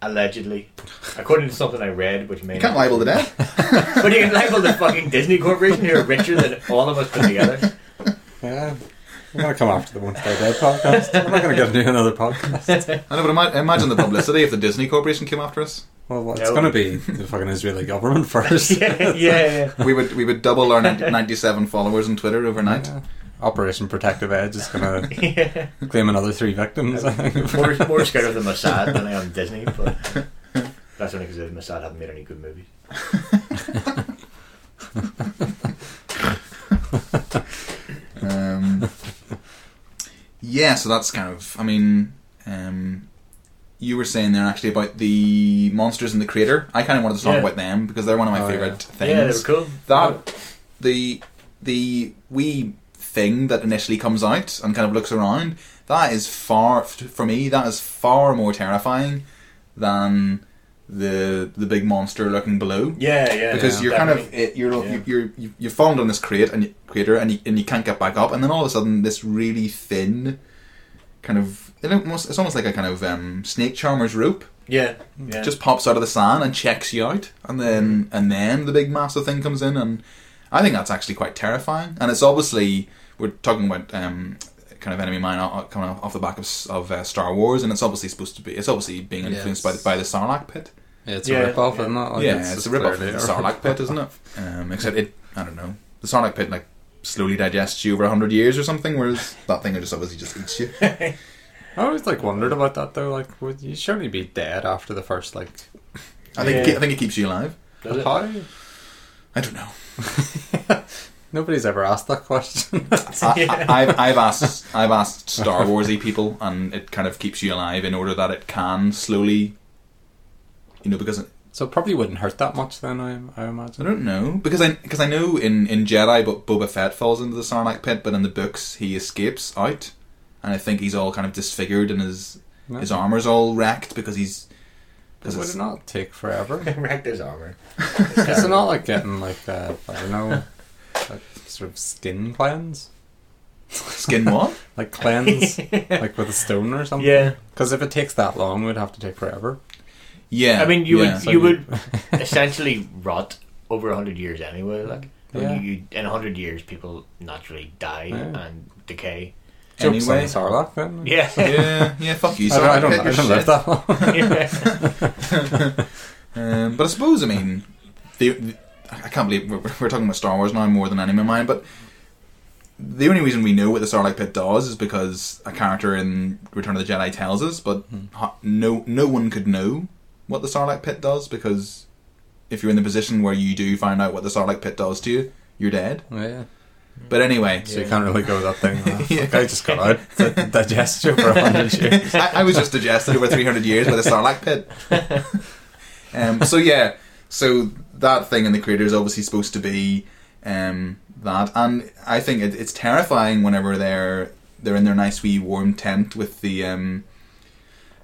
Speaker 4: Allegedly, according to something I read, which may
Speaker 3: You can't
Speaker 4: not be
Speaker 3: libel the dead.
Speaker 4: But you can label the fucking Disney Corporation who are richer than all of us put
Speaker 5: *laughs*
Speaker 4: together. *laughs*
Speaker 5: Yeah. I'm going to come after the One Day Dead podcast. I'm not going to go do another
Speaker 4: *laughs*
Speaker 5: podcast.
Speaker 3: I know, but ima- imagine the publicity if the Disney Corporation came after us.
Speaker 5: Well, it's
Speaker 4: No.
Speaker 5: going to be the fucking Israeli government *laughs* first.
Speaker 4: yeah, yeah,
Speaker 3: We would, we would double our 90, 97 followers on Twitter overnight.
Speaker 5: Yeah. Operation Protective Edge is going to
Speaker 4: yeah.
Speaker 5: claim another three victims, I
Speaker 3: *laughs*
Speaker 5: think.
Speaker 4: More, more scared of the Mossad than I am Disney, but that's only because the Mossad haven't made any good movies.
Speaker 3: Um, yeah, so that's kind of. I mean, um, you were saying there actually about the monsters in the crater. I kind of wanted to talk
Speaker 4: Yeah.
Speaker 3: about them because they're one of my
Speaker 5: Oh,
Speaker 3: favorite things.
Speaker 4: Yeah, they were cool.
Speaker 3: That the the wee thing that initially comes out and kind of looks around. That is far for me. That is far more terrifying than the the big monster looking below
Speaker 4: Yeah, yeah.
Speaker 3: because
Speaker 4: yeah,
Speaker 3: you're kind of
Speaker 4: definitely.
Speaker 3: it, you're
Speaker 4: Yeah.
Speaker 3: you're you- you've fallen down this crate and you- crater and you, and you can't get back up, and then all of a sudden this really thin kind of it almost, it's almost like a kind of um, snake charmer's rope
Speaker 4: yeah, yeah. *laughs*
Speaker 3: just pops out of the sand and checks you out, and then
Speaker 5: Mm.
Speaker 3: and then the big massive thing comes in, and I think that's actually quite terrifying, and it's obviously we're talking about. Um, Kind of enemy mine o- o- coming off off the back of, s- of uh, Star Wars, and it's obviously supposed to be. It's obviously being influenced by the,
Speaker 5: Yes.
Speaker 3: by the Sarlacc pit
Speaker 5: Yeah, it's
Speaker 4: Yeah,
Speaker 5: a rip-off,
Speaker 4: yeah.
Speaker 5: isn't it? Like,
Speaker 3: yeah, it's,
Speaker 5: just
Speaker 3: a rip-off of the
Speaker 5: clearly *laughs* a
Speaker 3: Sarlacc pit, isn't it? Um, except it, I don't know. The Sarlacc pit like slowly digests you over hundred years or something, whereas that thing just obviously just eats you.
Speaker 5: I always, like, wondered about that, though. Like, would you surely be dead after the first, like...
Speaker 3: I think
Speaker 4: Yeah.
Speaker 3: I think it keeps you alive.
Speaker 4: Does it?
Speaker 5: How?
Speaker 3: I don't know.
Speaker 5: Nobody's ever asked that question.
Speaker 3: I, I, I've, I've asked I've asked Star Warsy people, and it kind of keeps you alive in order that it can slowly, you know, because
Speaker 5: so it probably wouldn't hurt that much then, I, I
Speaker 3: I
Speaker 5: imagine.
Speaker 3: don't know because I because I know in in Jedi, but Boba Fett falls into the Sarlacc pit, but in the books he escapes out, and I think he's all kind of disfigured and his
Speaker 5: No.
Speaker 3: his armor's all wrecked because he's because
Speaker 5: Would
Speaker 3: it's
Speaker 5: it not take forever?
Speaker 4: *laughs* wrecked his armor.
Speaker 5: It's not like getting like uh, I don't know, like sort of skin cleanse, *laughs*
Speaker 3: skin what?
Speaker 5: like cleanse, like with a stone or something.
Speaker 4: Yeah.
Speaker 5: Because if it takes that long, we'd have to take forever.
Speaker 3: Yeah,
Speaker 4: I mean, you
Speaker 3: yeah.
Speaker 4: would you would
Speaker 3: *laughs*
Speaker 4: essentially rot over hundred years anyway. Like
Speaker 5: Yeah.
Speaker 4: you, you, in hundred years, people naturally die
Speaker 5: Yeah.
Speaker 4: and decay. *laughs*
Speaker 5: Jokes on
Speaker 3: Anyway.
Speaker 5: the Sarlacc then.
Speaker 4: Yeah,
Speaker 3: yeah, yeah. Fuck you.
Speaker 5: I don't, I don't,
Speaker 3: Sarlacc pit,
Speaker 5: I
Speaker 3: you're
Speaker 5: don't
Speaker 3: shit.
Speaker 5: live that long.
Speaker 3: *laughs*
Speaker 4: yeah.
Speaker 3: Um, but I suppose I mean, the, the- I can't believe we're, we're talking about Star Wars now more than anime mine. But the only reason we know what the Sarlacc pit does is because a character in Return of the Jedi tells us. But ho- no, no one could know what the Sarlacc pit does because if you're in the position where you do find out what the Sarlacc pit does to you, you're dead.
Speaker 5: yeah.
Speaker 3: But anyway,
Speaker 5: So you can't really go that thing. Like,
Speaker 3: *laughs* Yeah.
Speaker 5: I just got out
Speaker 3: *laughs*
Speaker 5: the digestion for a hundred years.
Speaker 3: I, I was just digested over 300 years by the Sarlacc pit. um, so yeah, so that thing in the crater is obviously supposed to be um, that, and I think it, it's terrifying whenever they're they're in their nice wee warm tent with the um,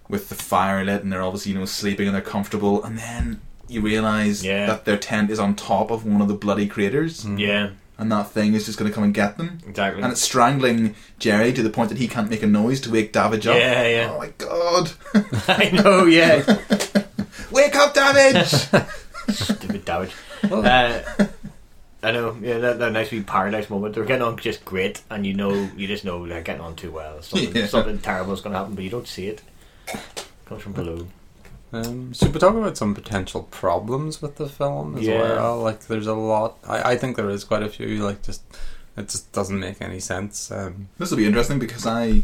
Speaker 3: with the fire lit, and they're obviously you know sleeping and they're comfortable, and then you realise
Speaker 4: Yeah. Mm.
Speaker 3: that their tent is on top of one of the bloody craters,
Speaker 4: *laughs* yeah,
Speaker 3: and that thing is just going to come and get them.
Speaker 4: exactly.
Speaker 3: And it's strangling Jerry to the point that he can't make a noise to wake Davidge up.
Speaker 4: Yeah, yeah.
Speaker 3: Oh my god. *laughs*
Speaker 4: *laughs* I know. Yeah,
Speaker 3: Wake up, Davidge!
Speaker 4: *laughs* stupid damage. Uh, I know. Yeah, that, that nice wee paradise moment. They're getting on just great, and you know, you just know they're getting on too well. Something,
Speaker 3: Yeah.
Speaker 4: something terrible is going to happen, but you don't see it. Comes from below.
Speaker 5: *laughs* Um, so we talk about some potential problems with the film as
Speaker 4: Yeah.
Speaker 5: well. Like there's a lot. I, I think there is quite a few. Like just it just doesn't make any sense. Um,
Speaker 3: this will be interesting because I,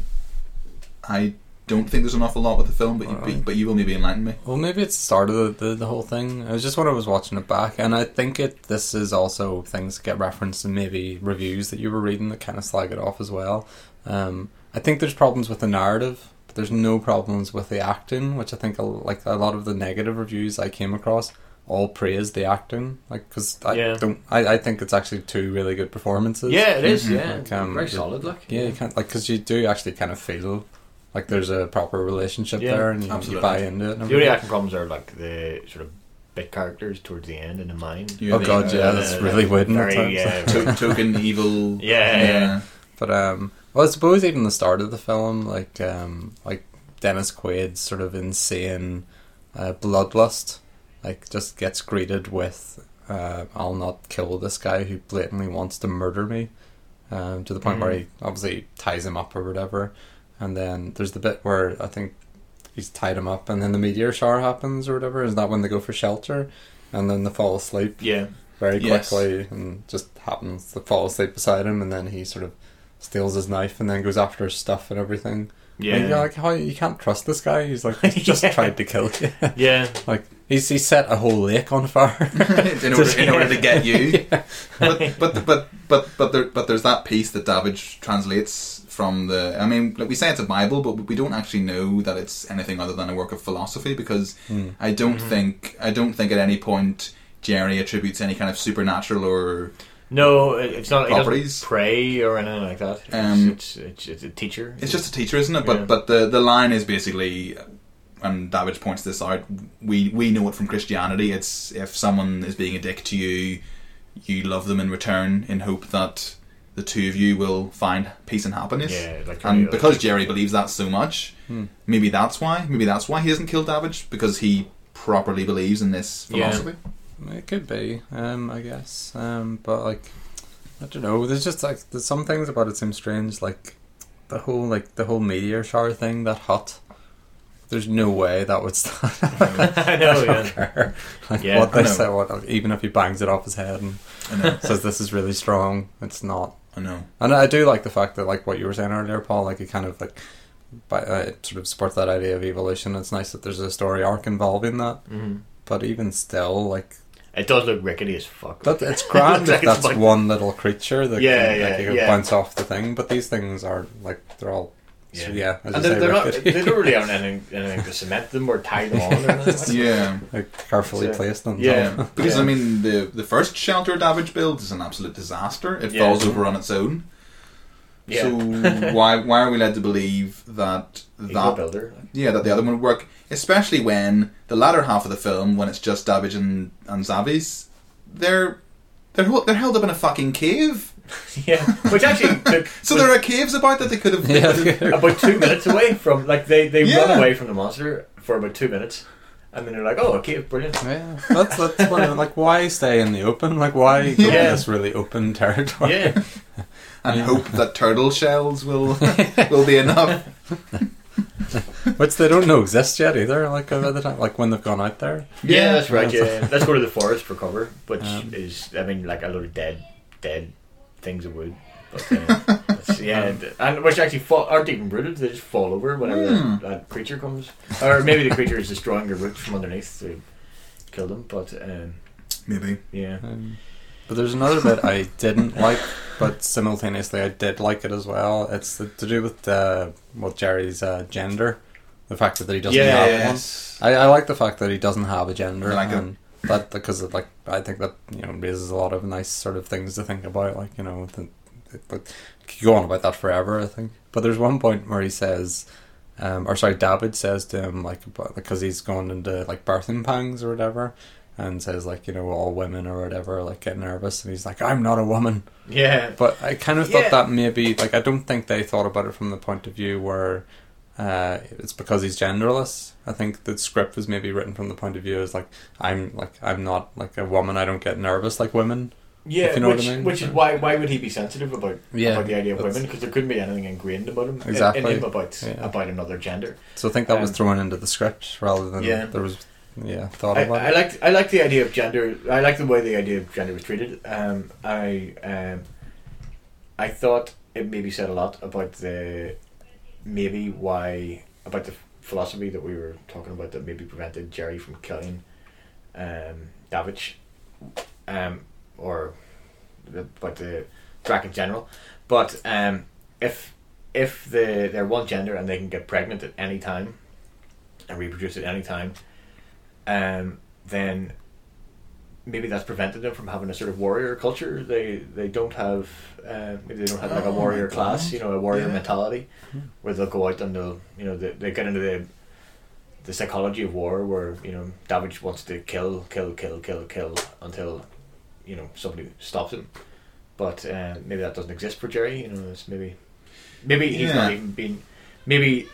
Speaker 3: I don't think there's an awful lot with the film, but you, but, but you will maybe enlighten me.
Speaker 5: Well, maybe it's the start of the, the, the whole thing. It was just when I was watching it back, and I think it this is also things that get referenced in maybe reviews that you were reading that kind of slag it off as well. Um, I think there's problems with the narrative, but there's no problems with the acting, which I think a, like a lot of the negative reviews I came across all praise the acting, like because I
Speaker 4: Yeah.
Speaker 5: don't, I, I think it's actually two really good performances.
Speaker 4: Yeah, it is, Yeah,
Speaker 5: Like, um,
Speaker 4: very
Speaker 5: the-
Speaker 4: solid. Look,
Speaker 5: Yeah, you can't like because you do actually kind of feel like there's a proper relationship
Speaker 4: Yeah,
Speaker 5: there, and you, you
Speaker 3: absolutely.
Speaker 5: buy into it. and
Speaker 4: the only
Speaker 5: everything.
Speaker 4: acting problems are like the sort of bit characters towards the end in the mine.
Speaker 3: You're
Speaker 5: Oh
Speaker 3: the,
Speaker 5: god,
Speaker 3: uh,
Speaker 5: yeah, that's
Speaker 4: uh,
Speaker 5: really weird. in the
Speaker 4: Very,
Speaker 5: times.
Speaker 4: yeah,
Speaker 3: to-
Speaker 4: *laughs*
Speaker 3: token evil.
Speaker 4: Yeah, yeah.
Speaker 5: *laughs* But um, well, I suppose even the start of the film, like um, like Dennis Quaid's sort of insane uh, bloodlust, like just gets greeted with, uh, "I'll not kill this guy who blatantly wants to murder me," um, to the point where
Speaker 3: Mm.
Speaker 5: he obviously ties him up or whatever. And then there's the bit where I think he's tied him up, and then the meteor shower happens or whatever. Is that when they go for shelter? And then they fall asleep
Speaker 4: yeah.
Speaker 5: very
Speaker 3: Yes.
Speaker 5: quickly and just happens to fall asleep beside him and then he sort of steals his knife and then goes after his stuff and everything.
Speaker 4: Yeah.
Speaker 5: And you're like, how you can't trust this guy? He's like
Speaker 3: *laughs*
Speaker 5: he's just
Speaker 4: Yeah.
Speaker 5: tried to kill you.
Speaker 4: Yeah.
Speaker 5: *laughs* like he's he set a whole lake on fire.
Speaker 3: *laughs* in, order, in order to get you. But but but but but there, but there's that piece that Davidge translates from the. I mean, like we say it's a Bible, but we don't actually know that it's anything other than a work of philosophy because I don't think I don't think at any point Jerry attributes any kind of supernatural or
Speaker 4: No, it- it's not. It
Speaker 3: Properties.
Speaker 4: doesn't pray or anything like that. It's,
Speaker 3: Um,
Speaker 4: it's, it's, it's a teacher. *laughs*
Speaker 3: It's just a teacher, isn't it? But
Speaker 4: Yeah.
Speaker 3: but the the line is basically, and Davidge points this out. We we know it from Christianity. It's if someone is being a dick to you, you love them in return in hope that the two of you will find peace and happiness.
Speaker 4: Yeah, like
Speaker 3: and
Speaker 4: really-
Speaker 3: because Jerry believes that so much, maybe that's why. Maybe that's why he doesn't kill Davidge because he properly believes in this
Speaker 4: Yeah.
Speaker 3: philosophy.
Speaker 5: *laughs* it could be, um, I guess. Um, but like I don't know, there's just like there's some things about it seem strange, like the whole like the whole meteor shower thing, that hut. There's no way that would *laughs* stand.
Speaker 4: I know. Oh,
Speaker 5: *laughs*
Speaker 4: Yeah.
Speaker 5: care. Like
Speaker 4: Yeah,
Speaker 5: what
Speaker 3: I
Speaker 5: they
Speaker 3: know.
Speaker 5: say, what even if he bangs it off his head and
Speaker 3: I
Speaker 4: *laughs*
Speaker 3: know.
Speaker 5: says this is really strong, it's not.
Speaker 3: I know.
Speaker 5: And I do like the fact that like what you were saying earlier, Paul, like it kind of like by, uh, it sort of supports that idea of evolution. It's nice that there's a story arc involving that. Mm-hmm. But even still, like
Speaker 4: It does look rickety as fuck. *laughs*
Speaker 5: that, it's grand if
Speaker 4: Like,
Speaker 5: that's
Speaker 4: like-
Speaker 5: one little creature that
Speaker 4: Yeah,
Speaker 5: can,
Speaker 4: yeah,
Speaker 5: like, it can
Speaker 4: yeah.
Speaker 5: bounce off the thing. But these things are like they're all yeah.
Speaker 4: Yeah.
Speaker 5: So, yeah as you
Speaker 4: and they're,
Speaker 5: say,
Speaker 4: they're not.
Speaker 5: rickety.
Speaker 4: They don't really have anything, anything to cement them or tie them on. Or anything.
Speaker 3: Yeah.
Speaker 5: *laughs* like, carefully
Speaker 4: Yeah.
Speaker 5: placed on
Speaker 4: Yeah.
Speaker 5: top. *laughs*
Speaker 3: Because
Speaker 4: Yeah.
Speaker 3: I mean, the the first shelter Davidge builds is an absolute disaster. It
Speaker 4: Yeah.
Speaker 3: falls over on its own.
Speaker 4: Yeah.
Speaker 3: So why why are we led to believe that
Speaker 4: He's a
Speaker 3: that
Speaker 4: builder. *laughs*
Speaker 3: yeah that the other one would work? Especially when the latter half of the film, when it's just Davidge and and Zavis, they're they're hel- they're held up in a fucking cave.
Speaker 4: Yeah, which actually
Speaker 5: *laughs*
Speaker 4: took
Speaker 3: So there are caves about that they could have.
Speaker 4: *laughs*
Speaker 5: Yeah.
Speaker 4: about two minutes away from like they they
Speaker 3: Yeah.
Speaker 4: run away from the monster for about two minutes, and then they're like, "Oh, okay,
Speaker 5: *laughs*
Speaker 4: brilliant."
Speaker 5: Yeah, that's that's what, I- like why stay in the open? Like why go in
Speaker 4: Yeah.
Speaker 5: this really open territory?
Speaker 4: Yeah,
Speaker 3: and hope that turtle shells will *laughs* will be enough.
Speaker 5: *laughs* which they don't know exists yet either. Like over the time, like when they've gone out there.
Speaker 4: yeah, that's right.
Speaker 5: *laughs*
Speaker 4: Yeah, let's go to the forest for cover, which
Speaker 5: Um,
Speaker 4: is I mean like a lot of dead dead things of wood. But,
Speaker 5: *laughs*
Speaker 4: uh, that's- yeah,
Speaker 5: Um,
Speaker 4: d- and which actually fall, aren't even rooted; they just fall over whenever that,
Speaker 5: Hmm.
Speaker 4: that creature comes, or maybe the creature is destroying their roots from underneath to kill them. But um,
Speaker 3: Maybe
Speaker 4: yeah,
Speaker 5: Um, but there's another bit I didn't *laughs* like, but simultaneously I did like it as well. It's to do with uh, well Jerry's uh, gender, the fact that he doesn't have
Speaker 3: yes.
Speaker 5: one. I, I like the fact that he doesn't have a gender,
Speaker 3: I like it.
Speaker 5: and that because it, like I think that you know raises a lot of nice sort of things to think about. Like you know, the, it- but could go on about that forever. I think. But there's one point where he says, um, or sorry, David says to him like because he's gone into like birthing pangs or whatever. And says like you know all women or whatever like get nervous and he's like I'm not a woman
Speaker 4: yeah.
Speaker 5: but I kind of thought
Speaker 4: Yeah.
Speaker 5: that maybe like I don't think they thought about it from the point of view where uh, it's because he's genderless. I think the script was maybe written from the point of view as like I'm like I'm not like a woman. I don't get nervous like women.
Speaker 4: Yeah,
Speaker 5: if you know what I
Speaker 4: which,
Speaker 5: mean.
Speaker 4: which is why why would he be sensitive about,
Speaker 5: Yeah,
Speaker 4: about the idea of
Speaker 5: that's-
Speaker 4: women? Because there couldn't be anything ingrained about him in- in,
Speaker 5: Exactly.
Speaker 4: him about
Speaker 5: Yeah.
Speaker 4: about another gender.
Speaker 5: So I think that was
Speaker 4: Um,
Speaker 5: thrown into the script rather than
Speaker 4: Yeah.
Speaker 5: there was yeah thought
Speaker 4: I,
Speaker 5: about
Speaker 4: I
Speaker 5: it.
Speaker 4: like I like the idea of gender. I like the way the idea of gender was treated. Um, I um, I thought it maybe said a lot about the maybe why about the philosophy that we were talking about that maybe prevented Jerry from killing um, Davich, um, or the- about the Drac in general. But um, if if the they're one gender and they can get pregnant at any time and reproduce at any time, um, then maybe that's prevented them from having a sort of warrior culture. They they don't have uh, maybe they don't have like a warrior class, you know, a warrior mentality, where they'll go out and they'll you know they, they get into the the psychology of war, where you know Davidge wants to kill, kill, kill, kill, kill until you know somebody stops him. But uh, maybe that doesn't exist for Jerry. You know, it's maybe maybe he's not
Speaker 3: Yeah.
Speaker 4: even been maybe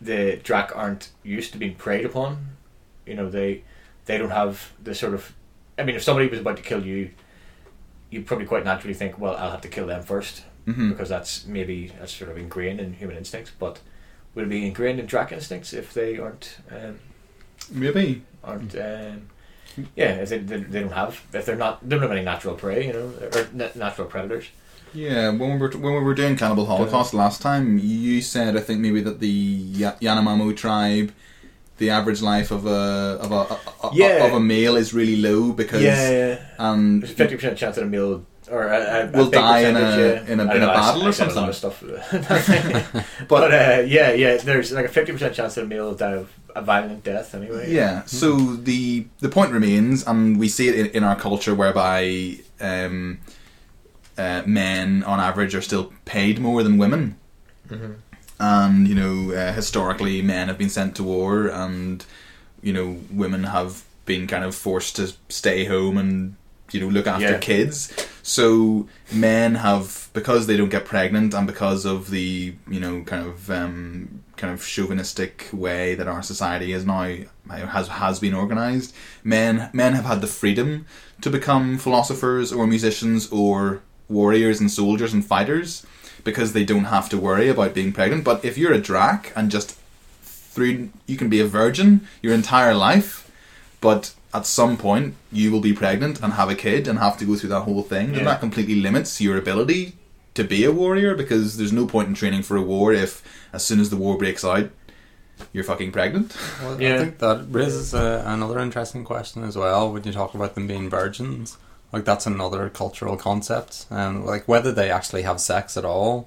Speaker 4: the Drac aren't used to being preyed upon. You know, they they don't have the sort of. I mean, if somebody was about to kill you, you probably quite naturally think, well, I'll have to kill them 1st because that's maybe that's sort of ingrained in human instincts. But would it be ingrained in Drac instincts if they aren't um,
Speaker 3: Maybe.
Speaker 4: aren't
Speaker 5: Mm-hmm.
Speaker 4: um, yeah if they, they, they don't have if they're not they don't have any natural prey you know or na- natural predators.
Speaker 3: Yeah, when we were when we were doing Cannibal Holocaust last time, you said I think maybe that the Ya- Yanomamo tribe, the average life of a of a, a- a-
Speaker 4: Yeah.
Speaker 3: of a male is really low because um,
Speaker 4: *laughs* there's a fifty percent chance that a male or a, a,
Speaker 3: Will
Speaker 4: a big
Speaker 3: die in a-
Speaker 4: percentage, yeah.
Speaker 3: in a-
Speaker 4: I don't
Speaker 3: in a
Speaker 4: know, I-
Speaker 3: battle
Speaker 4: I
Speaker 3: or
Speaker 4: said A lot of stuff, *laughs* but uh, yeah, yeah. There's like a fifty percent chance that a male will die of a violent death anyway.
Speaker 3: Yeah. So the the point remains, and we see it in, in our culture whereby um, uh, men, on average, are still paid more than women. And you know, uh, historically, men have been sent to war, and you know, women have been kind of forced to stay home and you know look after
Speaker 4: Yeah.
Speaker 3: kids. So men have because they don't get pregnant, and because of the you know kind of um, kind of chauvinistic way that our society is now uh, has has been organized, men men have had the freedom to become philosophers or musicians or warriors and soldiers and fighters because they don't have to worry about being pregnant. But if you're a drac and just through you can be a virgin your entire life but at some point you will be pregnant and have a kid and have to go through that whole thing and that completely limits your ability to be a warrior because there's no point in training for a war if as soon as the war breaks out you're fucking pregnant
Speaker 5: Well, I
Speaker 4: Yeah.
Speaker 5: think that raises uh, another interesting question as well when you talk about them being virgins. Like, that's another cultural concept. And, like, whether they actually have sex at all.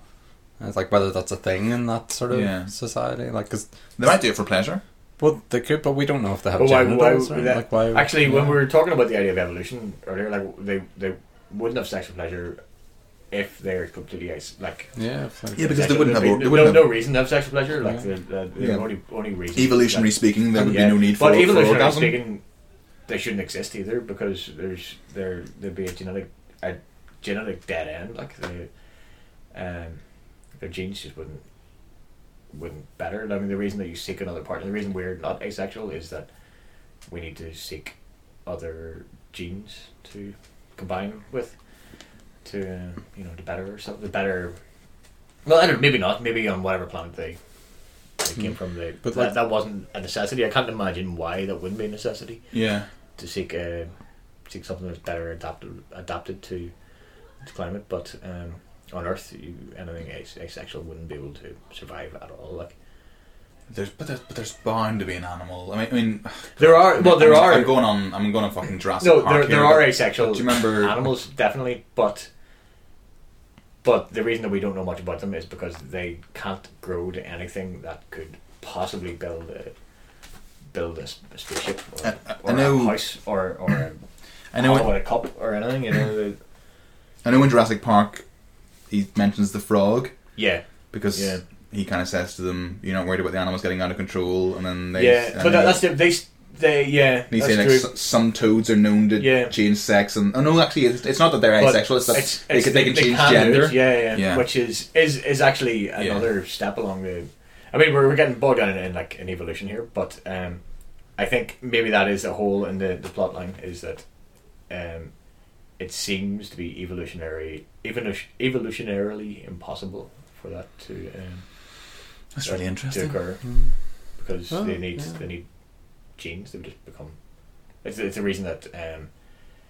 Speaker 5: and It's like whether that's a thing in that sort of
Speaker 3: Yeah.
Speaker 5: society. Like, because,
Speaker 3: they might do it for pleasure
Speaker 5: well, they could, but we don't know if they have
Speaker 4: But why, why,
Speaker 5: genitals.
Speaker 4: would
Speaker 5: right?
Speaker 4: that,
Speaker 5: like, why would-
Speaker 4: actually, when
Speaker 5: yeah.
Speaker 4: we were talking about the idea of evolution earlier, like they they wouldn't have sexual pleasure if they're completely is- like
Speaker 5: Yeah, it's like-
Speaker 3: Yeah, because they
Speaker 4: sexual-
Speaker 3: wouldn't have
Speaker 4: there'd
Speaker 3: or-
Speaker 4: be
Speaker 3: they wouldn't
Speaker 4: no,
Speaker 3: have-
Speaker 4: no reason to have sexual pleasure. Like the, the, the
Speaker 3: Yeah.
Speaker 4: only only reason
Speaker 3: evolutionary
Speaker 4: like,
Speaker 3: speaking there would
Speaker 4: yeah.
Speaker 3: be no need for,
Speaker 4: but
Speaker 3: for
Speaker 4: evolutionarily
Speaker 3: orgasm
Speaker 4: speaking, they shouldn't exist either because there's there there'd be a genetic a genetic dead end. Like they, um, their genes just wouldn't wouldn't better. I mean, the reason that you seek another partner, the reason we're not asexual is that we need to seek other genes to combine with to uh, you know to better ourselves, to better. Well, I don't. Maybe not. Maybe on whatever planet they they came from. They,
Speaker 5: Hmm. But
Speaker 4: but
Speaker 5: like-
Speaker 4: that, that wasn't a necessity. I can't imagine why that wouldn't be a necessity
Speaker 3: yeah
Speaker 4: to seek uh, seek something that's better adapted adapted to to climate. But um, on Earth, you, anything as- asexual wouldn't be able to survive at all. Like
Speaker 3: there's, but, there's, but there's bound to be an animal I mean, I mean
Speaker 4: there are well, there
Speaker 3: I'm,
Speaker 4: are
Speaker 3: I'm going on I'm going on fucking Jurassic
Speaker 4: no
Speaker 3: Park
Speaker 4: there,
Speaker 3: here,
Speaker 4: there are
Speaker 3: but-
Speaker 4: asexual
Speaker 3: do you remember-
Speaker 4: animals definitely, but but the reason that we don't know much about them is because they can't grow to anything that could possibly build a build a, s- a spaceship or,
Speaker 3: I- I- I
Speaker 4: or
Speaker 3: know-
Speaker 4: a house or or a,
Speaker 3: I know
Speaker 4: or a cup or anything. You know, the,
Speaker 3: I know in Jurassic Park he mentions the frog
Speaker 4: yeah.
Speaker 3: because
Speaker 4: Yeah.
Speaker 3: he kind of says to them, "You're not worried about the animals getting out of control," and then they
Speaker 4: Yeah,
Speaker 3: and
Speaker 4: but
Speaker 3: then
Speaker 4: that, that's the, they s- they yeah.
Speaker 3: he- and
Speaker 4: That's
Speaker 3: he's saying
Speaker 4: true.
Speaker 3: like s- some toads are known to
Speaker 4: Yeah.
Speaker 3: change sex, and oh no, actually, it's, it's not that they're
Speaker 4: But
Speaker 3: asexual; it's that
Speaker 4: it's-
Speaker 3: they,
Speaker 4: it's-
Speaker 3: can, they can change
Speaker 4: can do it,
Speaker 3: gender.
Speaker 4: Yeah, yeah,
Speaker 3: Yeah.
Speaker 4: Which is is is actually another step along the. I mean, we're, we're getting bogged down in, in like an evolution here, but um, I think maybe that is a hole in the the plot line is that, um, it seems to be evolutionary, evolution, evolutionarily impossible for that to. Um,
Speaker 3: That's really
Speaker 4: to
Speaker 3: interesting. Hmm.
Speaker 4: occur because
Speaker 5: Oh,
Speaker 4: they need
Speaker 5: yeah.
Speaker 4: they need genes. They just become. It's, it's the reason that um,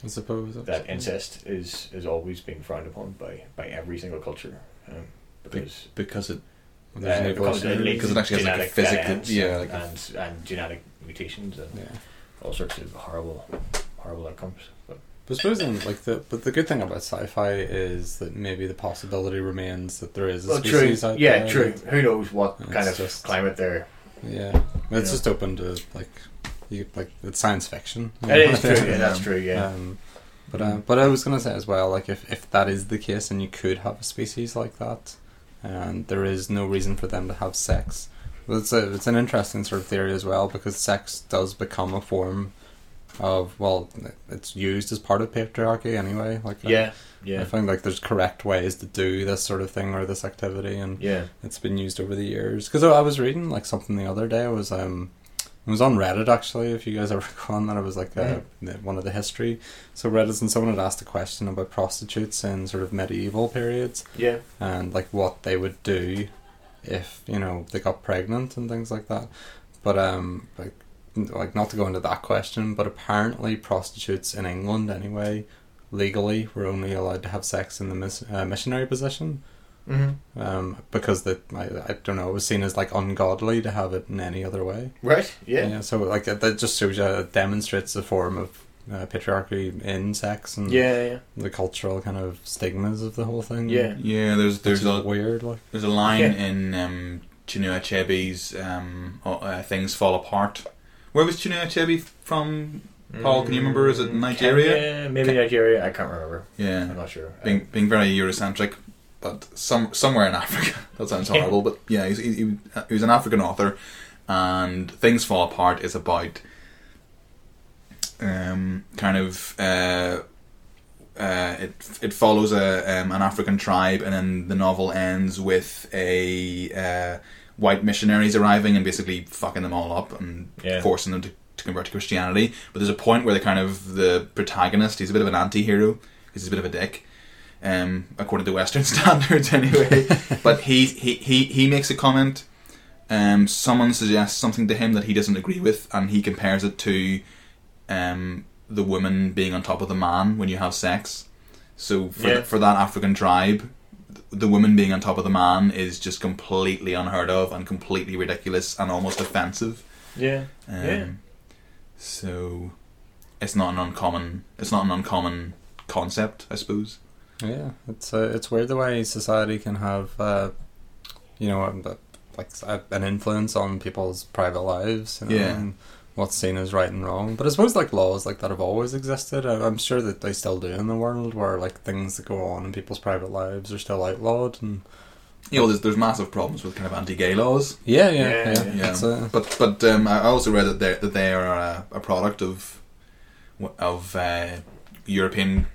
Speaker 5: I suppose.
Speaker 4: that incest is is always being frowned upon by by every single culture um, because
Speaker 3: Because it
Speaker 5: There's no
Speaker 4: it comes
Speaker 5: voice in
Speaker 4: to
Speaker 5: it,
Speaker 4: leads
Speaker 5: because it
Speaker 4: to
Speaker 3: actually has, like, a
Speaker 4: genetic
Speaker 3: physic-
Speaker 4: variants
Speaker 3: yeah, like a-
Speaker 4: and, and genetic mutations and
Speaker 5: Yeah.
Speaker 4: all sorts of horrible, horrible outcomes. But
Speaker 5: But supposing like the but the good thing about sci-fi is that maybe the possibility remains that there is a species out
Speaker 4: yeah,
Speaker 5: there.
Speaker 4: true. Who knows what
Speaker 5: It's
Speaker 4: kind of
Speaker 5: just-
Speaker 4: climate
Speaker 5: *laughs*
Speaker 4: there?
Speaker 5: Yeah, I mean, it's
Speaker 4: Yeah.
Speaker 5: just open to like you like it's science fiction.
Speaker 4: It
Speaker 5: *laughs*
Speaker 4: is true. Yeah, that's true. Yeah,
Speaker 5: Um, but um, but I was gonna say as well, like if if that is the case and you could have a species like that, and there is no reason for them to have sex, well, it's a, it's an interesting sort of theory as well because sex does become a form of well, it's used as part of patriarchy anyway. Like uh,
Speaker 4: yeah,
Speaker 5: I
Speaker 4: yeah,
Speaker 5: find like there's correct ways to do this sort of thing or this activity, and
Speaker 4: yeah.
Speaker 5: it's been used over the years. Because I was reading like something the other day. It was um, it was on Reddit actually. If you guys ever go on that, it was like uh the- one of the history. So Reddit and someone had asked a question about prostitutes in sort of medieval periods
Speaker 4: yeah.
Speaker 5: and like what they would do if you know they got pregnant and things like that. But um, like n- like not to go into that question, but apparently prostitutes in England anyway, legally, were only allowed to have sex in the mis- uh, missionary position
Speaker 4: Mm-hmm.
Speaker 5: um, because that I, I don't know it was seen as like ungodly to have it in any other way.
Speaker 4: Right. Yeah.
Speaker 5: Yeah. so like that that just shows you it demonstrates the form of uh, patriarchy in sex and
Speaker 4: Yeah. Yeah.
Speaker 5: the cultural kind of stigmas of the whole thing.
Speaker 4: Yeah.
Speaker 3: Yeah, there's
Speaker 5: there's
Speaker 3: there's a
Speaker 5: weird like
Speaker 3: there's a line
Speaker 4: Yeah.
Speaker 3: in um, Chinua Achebe's um, uh, uh, "Things Fall Apart." Where was Chinua Achebe from? Paul, can you remember? Is it
Speaker 4: Mm,
Speaker 3: Nigeria?
Speaker 4: Yeah, maybe Nigeria. I can't remember.
Speaker 3: Yeah.
Speaker 4: I'm not sure.
Speaker 3: being being very Eurocentric, but some somewhere in Africa. *laughs* That sounds horrible, but yeah, he's, he, he, he was an African author, and Things Fall Apart is about um, kind of uh, uh, it it follows a um, an African tribe, and then the novel ends with a uh, white missionaries arriving and basically fucking them all up and
Speaker 4: Yeah.
Speaker 3: forcing them to. To convert to Christianity, but there's a point where the kind of the protagonist, he's a bit of an anti-hero, 'cause he's a bit of a dick, um, according to Western *laughs* standards anyway. but he, he, he, he makes a comment. Um, someone suggests something to him that he doesn't agree with, and he compares it to um, the woman being on top of the man when you have sex. So for,
Speaker 4: Yeah.
Speaker 3: for that African tribe, th- the woman being on top of the man is just completely unheard of and completely ridiculous and almost offensive.
Speaker 4: yeah.
Speaker 3: Um,
Speaker 4: Yeah.
Speaker 3: So it's not an uncommon it's not an uncommon concept, I suppose.
Speaker 5: yeah, it's uh, it's weird the way society can have uh, you know um, but, like s- uh, an influence on people's private lives. You know,
Speaker 3: Yeah.
Speaker 5: And, What's seen as right and wrong, but I suppose like laws like that have always existed. I- I'm sure that they still do in the world, where like things that go on in people's private lives are still outlawed and
Speaker 3: you know, there's, there's massive problems with kind of anti-gay laws.
Speaker 5: Yeah, yeah,
Speaker 4: Yeah,
Speaker 5: yeah.
Speaker 4: yeah.
Speaker 3: Yeah,
Speaker 5: It's uh, a-
Speaker 3: but but um, I also read that they that they are a, a product of of uh, European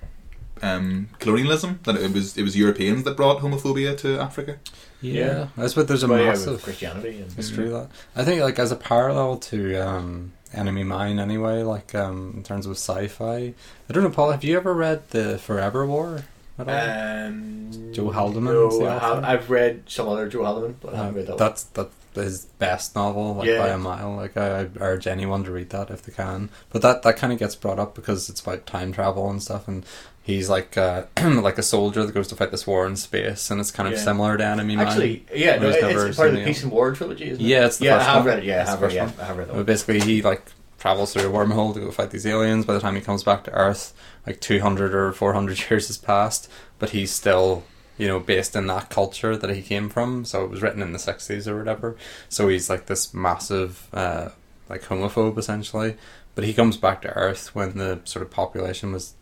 Speaker 3: um, colonialism. That it was it was Europeans that brought homophobia to Africa.
Speaker 4: Yeah.
Speaker 5: That's what there's a
Speaker 4: Well, yeah, with
Speaker 5: massive
Speaker 4: Christianity and
Speaker 5: history of that. I think like as a parallel to um, Enemy Mine, anyway. Like um, in terms of sci-fi, I don't know, Paul. Have you ever read the Forever War at all?
Speaker 4: um,
Speaker 5: Joe Haldeman
Speaker 4: No,
Speaker 5: is the
Speaker 4: I
Speaker 5: author?
Speaker 4: have, I've read some other Joe Haldeman, but I
Speaker 5: Uh,
Speaker 4: haven't read that. one.
Speaker 5: that's that his best novel, like
Speaker 4: Yeah.
Speaker 5: by a mile. Like I, I urge anyone to read that if they can. But that that kind of gets brought up because it's about time travel and stuff, and he's like uh, *clears throat* like a soldier that goes to fight this war in space, and it's kind of
Speaker 4: Yeah.
Speaker 5: similar to Enemy Mine.
Speaker 4: Actually, yeah, no,
Speaker 5: Whereas
Speaker 4: it's,
Speaker 5: never
Speaker 4: it's part of the
Speaker 5: seen
Speaker 4: Peace and War trilogy, isn't it?
Speaker 5: Yeah, it's the
Speaker 4: yeah,
Speaker 5: first
Speaker 4: I have
Speaker 5: one.
Speaker 4: read it. Yeah, I
Speaker 5: It's the
Speaker 4: have read,
Speaker 5: first
Speaker 4: yeah,
Speaker 5: one.
Speaker 4: I have read that
Speaker 5: But
Speaker 4: one.
Speaker 5: basically, he like travels through a wormhole to go fight these aliens. By the time he comes back to Earth, like two hundred or four hundred *laughs* years has passed, but he's still you know based in that culture that he came from. So it was written in the sixties or whatever. So he's like this massive uh, like homophobe essentially. But he comes back to Earth when the sort of population was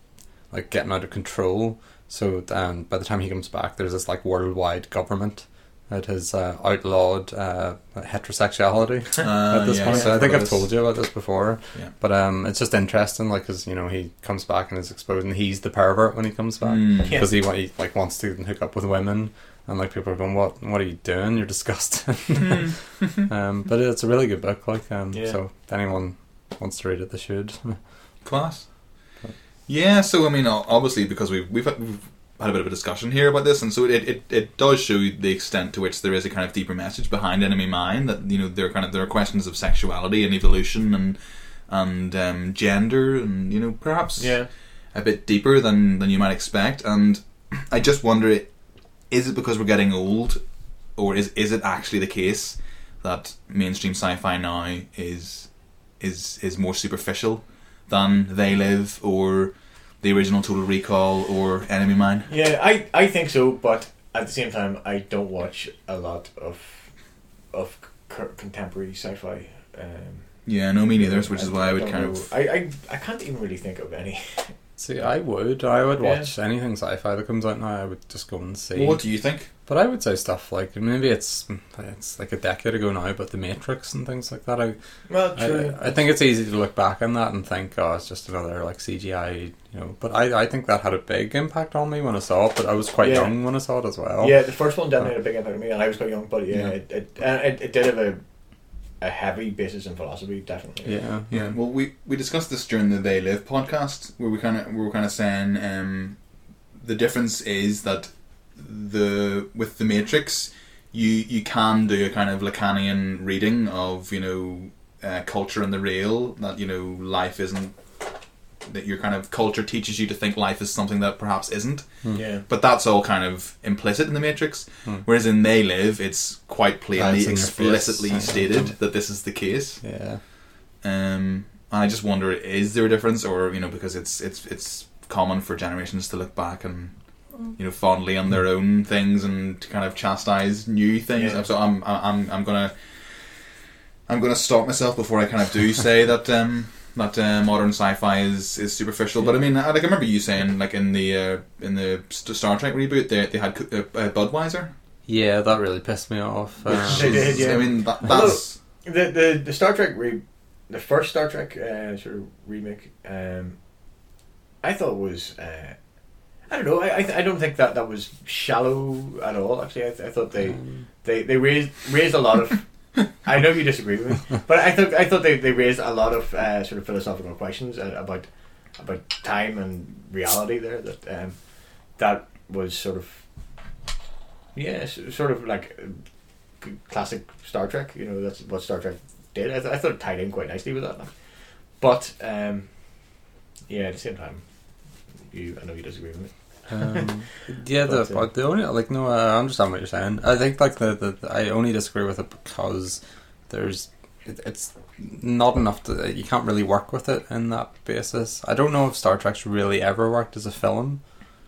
Speaker 5: like getting out of control. So um, by the time he comes back, there's this like worldwide government that has uh, outlawed uh,
Speaker 3: *laughs*
Speaker 5: heterosexuality
Speaker 3: Uh,
Speaker 5: at this
Speaker 3: yes,
Speaker 5: point. So I think
Speaker 3: but
Speaker 5: I've told you about this before,
Speaker 3: Yeah.
Speaker 5: but um, it's just interesting, like, because you know he comes back and is exposed, and he's the pervert when he comes back
Speaker 3: Mm.
Speaker 5: because he, wa- he like wants to hook up with women, and like people are going, "What? What are you doing? You're disgusting." *laughs* um, but it's a really good book, like, um,
Speaker 4: Yeah.
Speaker 5: so if anyone wants to read it, they should. *laughs*
Speaker 3: class. Yeah, so I mean, o- obviously, because we've we've had, we've had a bit of a discussion here about this, and so it, it, it does show you the extent to which there is a kind of deeper message behind Enemy Mine that you know there are kind of there are questions of sexuality and evolution and and um, gender and you know perhaps
Speaker 4: yeah,
Speaker 3: a bit deeper than than you might expect, and I just wonder, is it because we're getting old or is is it actually the case that mainstream sci-fi now is is is more superficial than They Live or the original Total Recall or Enemy Mine?
Speaker 4: Yeah, I, I think so, but at the same time, I don't watch a lot of of c- contemporary sci-fi. Um,
Speaker 3: Yeah, no, me neither. Which is
Speaker 4: I
Speaker 3: why I would
Speaker 4: don't
Speaker 3: kind
Speaker 4: know.
Speaker 3: of
Speaker 4: I, I I can't even really think of any. *laughs*
Speaker 5: See, I would. I would
Speaker 4: Yeah.
Speaker 5: watch anything sci fi that comes out now. I would just go and see.
Speaker 3: Well, what do you think?
Speaker 5: But I would say stuff like maybe it's it's like a decade ago now, but The Matrix and things like that. I
Speaker 4: Well, true.
Speaker 5: I, I think it's easy to look back on that and think, oh, it's just another like CGI, you know. But I, I think that had a big impact on me when I saw it. But I was quite
Speaker 4: Yeah.
Speaker 5: young when I saw it as well.
Speaker 4: yeah, the first one
Speaker 5: Oh.
Speaker 4: definitely had a big impact on me, and I was quite young. But yeah,
Speaker 3: Yeah.
Speaker 4: It, it, and it it did have a a heavy basis in philosophy, definitely.
Speaker 5: yeah,
Speaker 3: Yeah, well, we, we discussed this during the They Live podcast, where we kind of we were kind of saying um, the difference is that the with the Matrix, you you can do a kind of Lacanian reading of you know uh, culture and the real that you know life isn't that your kind of culture teaches you to think life is something that perhaps isn't,
Speaker 4: Yeah.
Speaker 3: but that's all kind of implicit in the Matrix. Whereas in They Live, it's quite plainly
Speaker 5: That's in your face.
Speaker 3: explicitly stated that this is the case.
Speaker 5: yeah.
Speaker 3: Um, and I just wonder, is there a difference, or you know, because it's it's it's common for generations to look back and you know fondly on their own things and to kind of chastise new things.
Speaker 4: Yeah.
Speaker 3: So I'm I'm I'm gonna I'm gonna stop myself before I kind of
Speaker 4: *laughs*
Speaker 3: do say that um that uh, modern sci-fi is is superficial. But I mean, I, like I remember you saying like in the uh, in the St- Star Trek reboot, they they had Cu- uh, uh, Budweiser.
Speaker 5: Yeah, that really pissed me off. Um,
Speaker 4: They did, yeah.
Speaker 3: I mean, that, that's
Speaker 4: The the the Star Trek re, the first Star Trek uh, sort of remake, um, I thought was. Uh, I don't know. I, I, th- I don't think that that was shallow at all. Actually, I, th- I thought they, they they raised raised a lot of. I know you disagree with me, but I thought I thought they, they raised a lot of uh, sort of philosophical questions uh, about about time and reality there that um, that was sort of yeah s- sort of like uh, c- classic Star Trek. You know that's what Star Trek did. I, th- I thought it tied in quite nicely with that. like. But um, yeah, at the same time, you I know you disagree with me.
Speaker 5: um, *laughs* yeah, the,
Speaker 4: But, uh,
Speaker 5: but the only like no, I understand what you're saying. I think like the, the, I only disagree with it because there's it, it's not enough to you can't really work with it in that basis. I don't know if Star Trek's really ever worked as a film.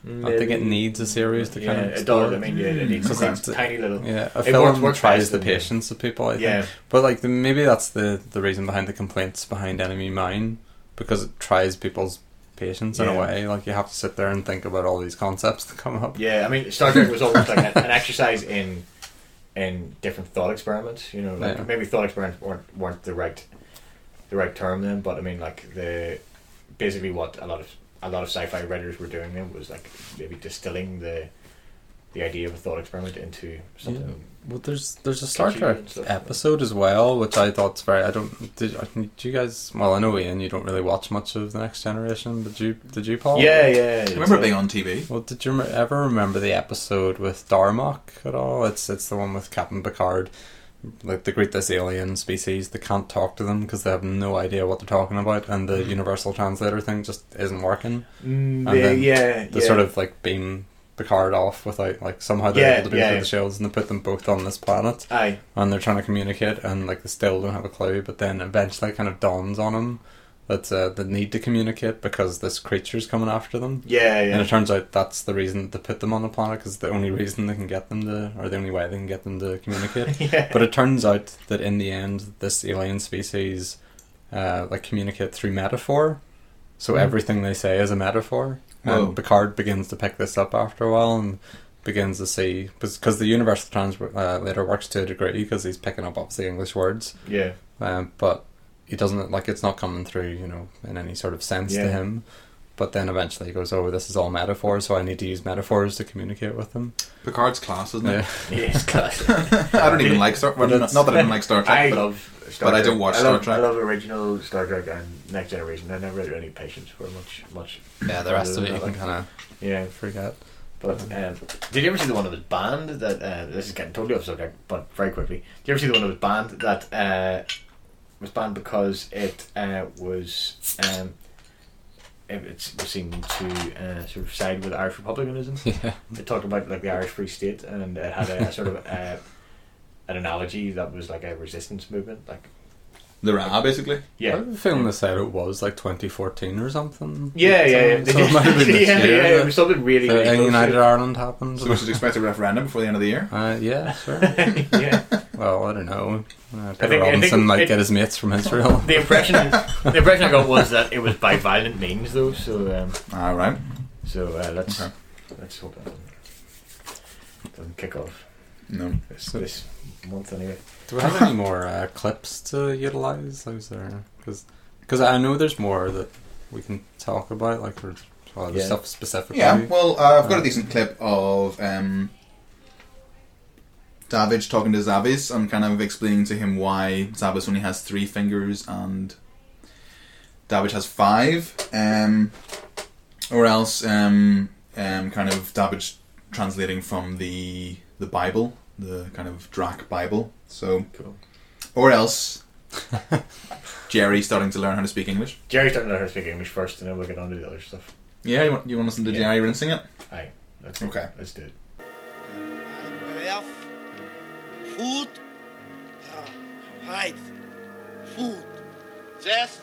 Speaker 5: I think it needs a series to
Speaker 4: Yeah,
Speaker 5: kind of
Speaker 4: it does.
Speaker 5: explore
Speaker 4: I mean, yeah, it needs
Speaker 5: Mm,
Speaker 4: something
Speaker 5: okay.
Speaker 4: tiny little.
Speaker 5: Yeah, a
Speaker 4: It
Speaker 5: film
Speaker 4: works- works
Speaker 5: tries
Speaker 4: best
Speaker 5: the
Speaker 4: in the-
Speaker 5: patience of people. I think.
Speaker 4: Yeah.
Speaker 5: but like the, maybe that's the the reason behind the complaints behind Enemy Mine because it tries people's patience in
Speaker 4: Yeah.
Speaker 5: a way. Like you have to sit there and think about all these concepts *laughs* that come up.
Speaker 4: Yeah, I mean, Star Trek was almost like a, an exercise in in different thought experiments. You know, like
Speaker 5: Yeah.
Speaker 4: maybe thought experiments weren't weren't the right the right term then, but I mean, like the basically what a lot of a lot of sci-fi writers were doing then was like maybe distilling the the idea of a thought experiment into something.
Speaker 5: Well, there's there's a Star
Speaker 4: Catchy
Speaker 5: Trek
Speaker 4: and stuff.
Speaker 5: episode as well, which I thought's very. I don't did, I think- do you guys? Well, I know Ian, you don't really watch much of the Next Generation, but you did you Paul?
Speaker 4: Yeah, yeah.
Speaker 3: I remember it being on TV.
Speaker 5: Well, did you rem- ever remember the episode with Darmok at all? It's it's the one with Captain Picard. Like they greet this alien species, they can't talk to them because they have no idea what they're talking about, and the universal translator thing just isn't working.
Speaker 4: Mm,
Speaker 5: And
Speaker 4: Mm-hmm. yeah,
Speaker 5: then
Speaker 4: yeah,
Speaker 5: They
Speaker 4: yeah.
Speaker 5: sort of like beam Picard off without like somehow they're
Speaker 4: Yeah,
Speaker 5: able to beam
Speaker 4: yeah.
Speaker 5: through the shields, and they put them both on this planet,
Speaker 4: Aye.
Speaker 5: and they're trying to communicate, and like they still don't have a clue. But then eventually, it kind of dawns on them that uh, they need to communicate because this creature's coming after them.
Speaker 4: Yeah, yeah.
Speaker 5: And it turns out that's the reason they put them on the planet because the only reason they can get them to, or the only way they can get them to
Speaker 4: *laughs*
Speaker 5: communicate.
Speaker 4: Yeah.
Speaker 5: But it turns out that in the end, this alien species uh, like communicate through metaphor.
Speaker 4: Hmm.
Speaker 5: So everything they say is a metaphor.
Speaker 3: Whoa.
Speaker 5: And Picard begins to pick this up after a while and begins to see because the universal translator uh, works to a degree because he's picking up obviously English words,
Speaker 4: yeah.
Speaker 5: um, but he doesn't like it's not coming through, you know, in any sort of sense
Speaker 4: Yeah.
Speaker 5: to him. But then eventually he goes, "Oh, this is all metaphors, so I need to use metaphors to communicate with them."
Speaker 3: Picard's class, isn't it?
Speaker 5: Yeah.
Speaker 4: Yes, classic. *laughs*
Speaker 3: *laughs* I don't even like Star. Well, not
Speaker 5: That's-
Speaker 3: not that *laughs* I don't like Star Trek.
Speaker 4: I
Speaker 3: but
Speaker 4: love Star
Speaker 3: but I
Speaker 4: Trek.
Speaker 3: don't watch
Speaker 4: I
Speaker 3: Star
Speaker 4: love,
Speaker 3: Trek.
Speaker 4: I love original Star Trek and Next Generation. I never had any patience for much, much.
Speaker 5: yeah, the rest of it you
Speaker 4: Like-
Speaker 5: can kind
Speaker 4: Yeah,
Speaker 5: of forget.
Speaker 4: but um, did you ever see the one that was banned? That uh, this is getting totally off subject, but very quickly. Did you ever see the one that was banned? That uh, was banned because it uh, was um, it, it's- it seemed to uh, sort of side with Irish republicanism.
Speaker 5: *laughs* Yeah, *laughs*
Speaker 4: It talked about like the Irish Free State, and it had a, sort of uh, an analogy that was like a resistance movement. Like,
Speaker 3: The Ra, basically.
Speaker 5: I
Speaker 4: yeah,
Speaker 5: have a feeling they said it was like 2014 or something.
Speaker 4: yeah, yeah, yeah. *laughs*
Speaker 5: So it might have been this
Speaker 4: yeah,
Speaker 5: year,
Speaker 4: yeah,
Speaker 5: yeah.
Speaker 4: It was something really,
Speaker 5: The
Speaker 4: really close to
Speaker 5: United
Speaker 4: it.
Speaker 5: Ireland
Speaker 3: *laughs*
Speaker 5: happened.
Speaker 3: So we should expect a referendum before the end of the year.
Speaker 5: Uh, yeah, sure.
Speaker 4: *laughs* *laughs* yeah.
Speaker 5: Well, I don't know. Uh, Peter
Speaker 4: think- I
Speaker 5: Robinson
Speaker 4: think
Speaker 5: might
Speaker 4: it-
Speaker 5: get his mates
Speaker 4: *laughs*
Speaker 5: from Israel.
Speaker 4: The impression, the impression I got was that it was by violent means, though. So, um,
Speaker 3: All right.
Speaker 4: so uh, let's
Speaker 3: Okay.
Speaker 4: let's hope that doesn't, doesn't kick off
Speaker 3: No.
Speaker 4: this, this month anyway.
Speaker 5: Do we have any more uh, clips to utilize? Like, is there? Because I know there's more that we can talk about. Like, there's well, there's
Speaker 4: Yeah.
Speaker 5: stuff specifically.
Speaker 3: Yeah, well, uh, I've got a decent clip of um, Davidge talking to Zavis and kind of explaining to him why Zavis only has three fingers and Davidge has five. Um, or else, um, um, kind of Davidge translating from the the Bible, the kind of Drac Bible. So,
Speaker 4: Cool.
Speaker 3: or else *laughs* Jerry starting to learn how to speak English.
Speaker 4: Jerry's starting to learn how to speak English first, and then we'll get on to the other stuff.
Speaker 3: Yeah, you want, you want to listen to
Speaker 4: Yeah.
Speaker 3: Jerry rinsing it?
Speaker 4: Aye, let's
Speaker 3: Okay.
Speaker 4: Let's do it.
Speaker 8: Werf food Ah, right food. This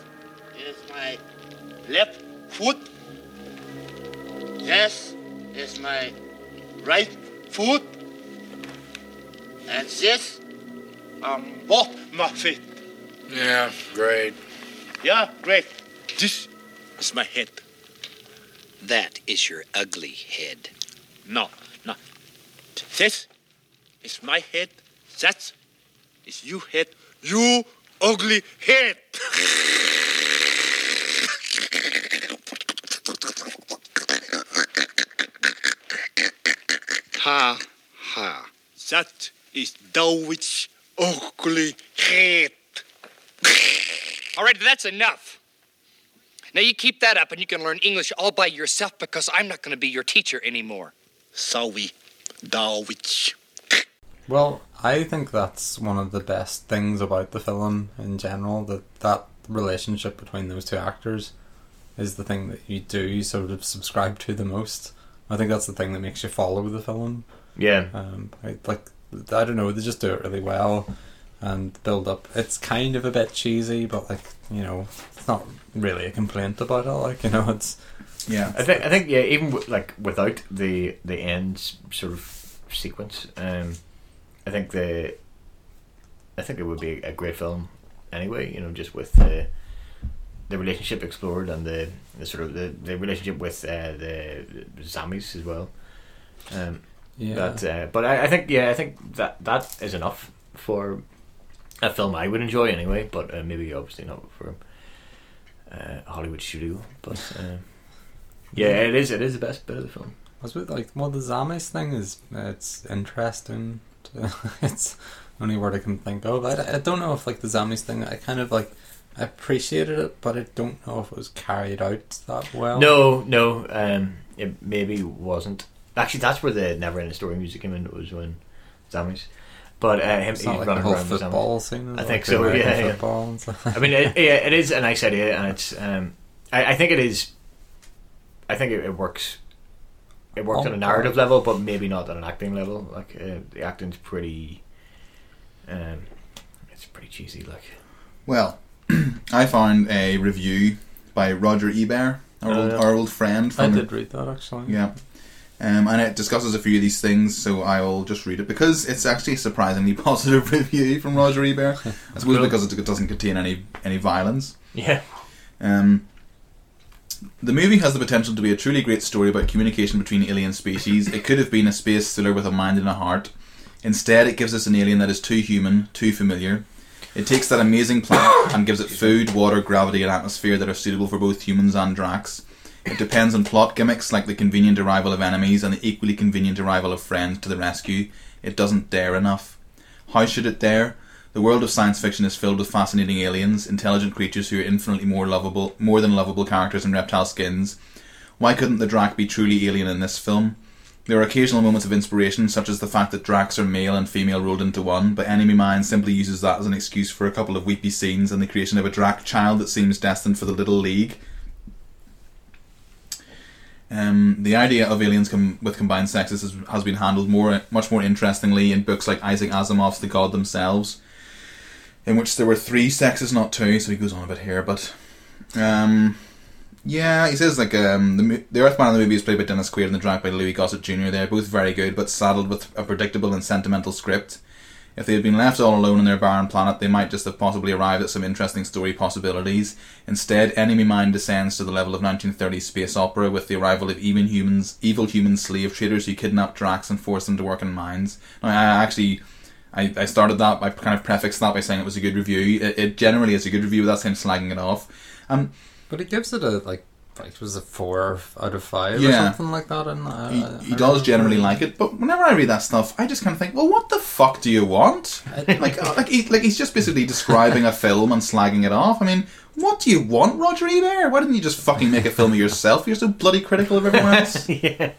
Speaker 8: is my left foot. This is my right foot. And this are both my feet.
Speaker 6: Yeah, great.
Speaker 8: Yeah, great. This is my head.
Speaker 9: That is your ugly head.
Speaker 8: No, no. This is my head. That is you head. You ugly head.
Speaker 6: Ha, ha.
Speaker 8: That is Dowitch ugly head.
Speaker 2: All right, that's enough. Now you keep that up and you can learn English all by yourself because I'm not going to be your teacher anymore.
Speaker 8: Sorry, Dowitch.
Speaker 5: Well, I think that's one of the best things about the film in general. That that relationship between those two actors is the thing that you do sort of subscribe to the most. I think that's the thing that makes you follow the film.
Speaker 4: Yeah,
Speaker 5: Um, I, like I don't know, they just do it really well and build up. It's kind of a bit cheesy, but like you know, it's not really a complaint about it. Like you know, it's
Speaker 3: Yeah.
Speaker 4: I think I think yeah, even w- like without the the end s- sort of sequence, um, I think the I think it would be a great film anyway. You know, just with the the relationship explored and the, the sort of the, the relationship with uh, the the zombies as well. Um,
Speaker 5: yeah.
Speaker 4: But uh, but I, I think yeah, I think that that is enough for a film I would enjoy anyway. But uh, maybe obviously not for uh, Hollywood studio. But uh, yeah, it is. It is the best bit of the film.
Speaker 5: I was with like well, the zombies thing is it's interesting. to- *laughs* it's the only word I can think of. I, I don't know if like the zombies thing. I kind of like I appreciated it, but I don't know if it was carried out that well.
Speaker 4: No, no, um, it maybe wasn't. Actually, that's where the Never Ending Story music came in. It was when zombies. But uh, him
Speaker 5: it's not
Speaker 4: he's
Speaker 5: like the
Speaker 4: running
Speaker 5: whole
Speaker 4: around with zombies.
Speaker 5: football scene.
Speaker 4: I
Speaker 5: like,
Speaker 4: think
Speaker 5: the
Speaker 4: so,
Speaker 5: American
Speaker 4: yeah, yeah.
Speaker 5: football and stuff.
Speaker 4: I mean, it, yeah, it is a nice idea, and it's. Um, I, I think it is. I think it, it works. It works on a narrative level, but maybe not on an acting level. Like uh, the acting's pretty. Um, it's pretty cheesy. Like *laughs*
Speaker 3: Well, *clears throat* I found a review by Roger Ebert, our,
Speaker 4: Oh,
Speaker 3: old,
Speaker 4: yeah.
Speaker 3: our old friend.
Speaker 5: *laughs* I
Speaker 3: From
Speaker 5: did read that actually.
Speaker 3: Yeah. Um, and it discusses a few of these things, so I'll just read it because it's actually a surprisingly *laughs* positive review from Roger Ebert. I suppose
Speaker 4: Cool.
Speaker 3: because it doesn't contain any, any violence.
Speaker 4: yeah,
Speaker 3: Um, the movie has the potential to be a truly great story about communication between alien species. It could have been a space thriller with a mind and a heart. Instead, it gives us an alien that is too human, too familiar. It takes that amazing planet and gives it food, water, gravity, and atmosphere that are suitable for both humans and Drax. It depends on plot gimmicks like the convenient arrival of enemies and the equally convenient arrival of friends to the rescue. It doesn't dare enough. How should it dare? The world of science fiction is filled with fascinating aliens, intelligent creatures who are infinitely more lovable, more than lovable characters in reptile skins. Why couldn't the Drac be truly alien in this film? There are occasional moments of inspiration, such as the fact that Dracs are male and female rolled into one, but Enemy Mine simply uses that as an excuse for a couple of weepy scenes and the creation of a Drac child that seems destined for the Little League. Um, the idea of aliens com- with combined sexes has, has been handled more, much more interestingly in books like Isaac Asimov's *The God Themselves*, in which there were three sexes, not two. So he goes on a bit here, but um, yeah, he says like um, the mo- the Earthman in the movie is played by Dennis Quaid and the drag by Louis Gossett Jr. They're both very good, but saddled with a predictable and sentimental script. If they had been left all alone on their barren planet, they might just have possibly arrived at some interesting story possibilities. Instead, Enemy Mine descends to the level of 1930s space opera with the arrival of even humans, evil human slave traders who kidnap Drax and force them to work in mines. Now, I actually, I, I started that, I kind of prefixed that by saying it was a good review. It, it generally is a good review, that's him slagging it off. Um,
Speaker 5: But he gives it a like, like it was a four out of five or
Speaker 3: Yeah.
Speaker 5: something like that. And uh,
Speaker 3: he,
Speaker 5: I
Speaker 3: he
Speaker 5: don't
Speaker 3: does generally
Speaker 5: know.
Speaker 3: like it, but whenever I read that stuff, I just kind of think, well, what the fuck do you *laughs* want? like, uh, like, he, like he's just basically describing a film and slagging it off. I mean, what do you want, Roger Ebert? Why didn't you just fucking make a film of yourself? You're so bloody critical of everyone *laughs* else.
Speaker 4: yeah,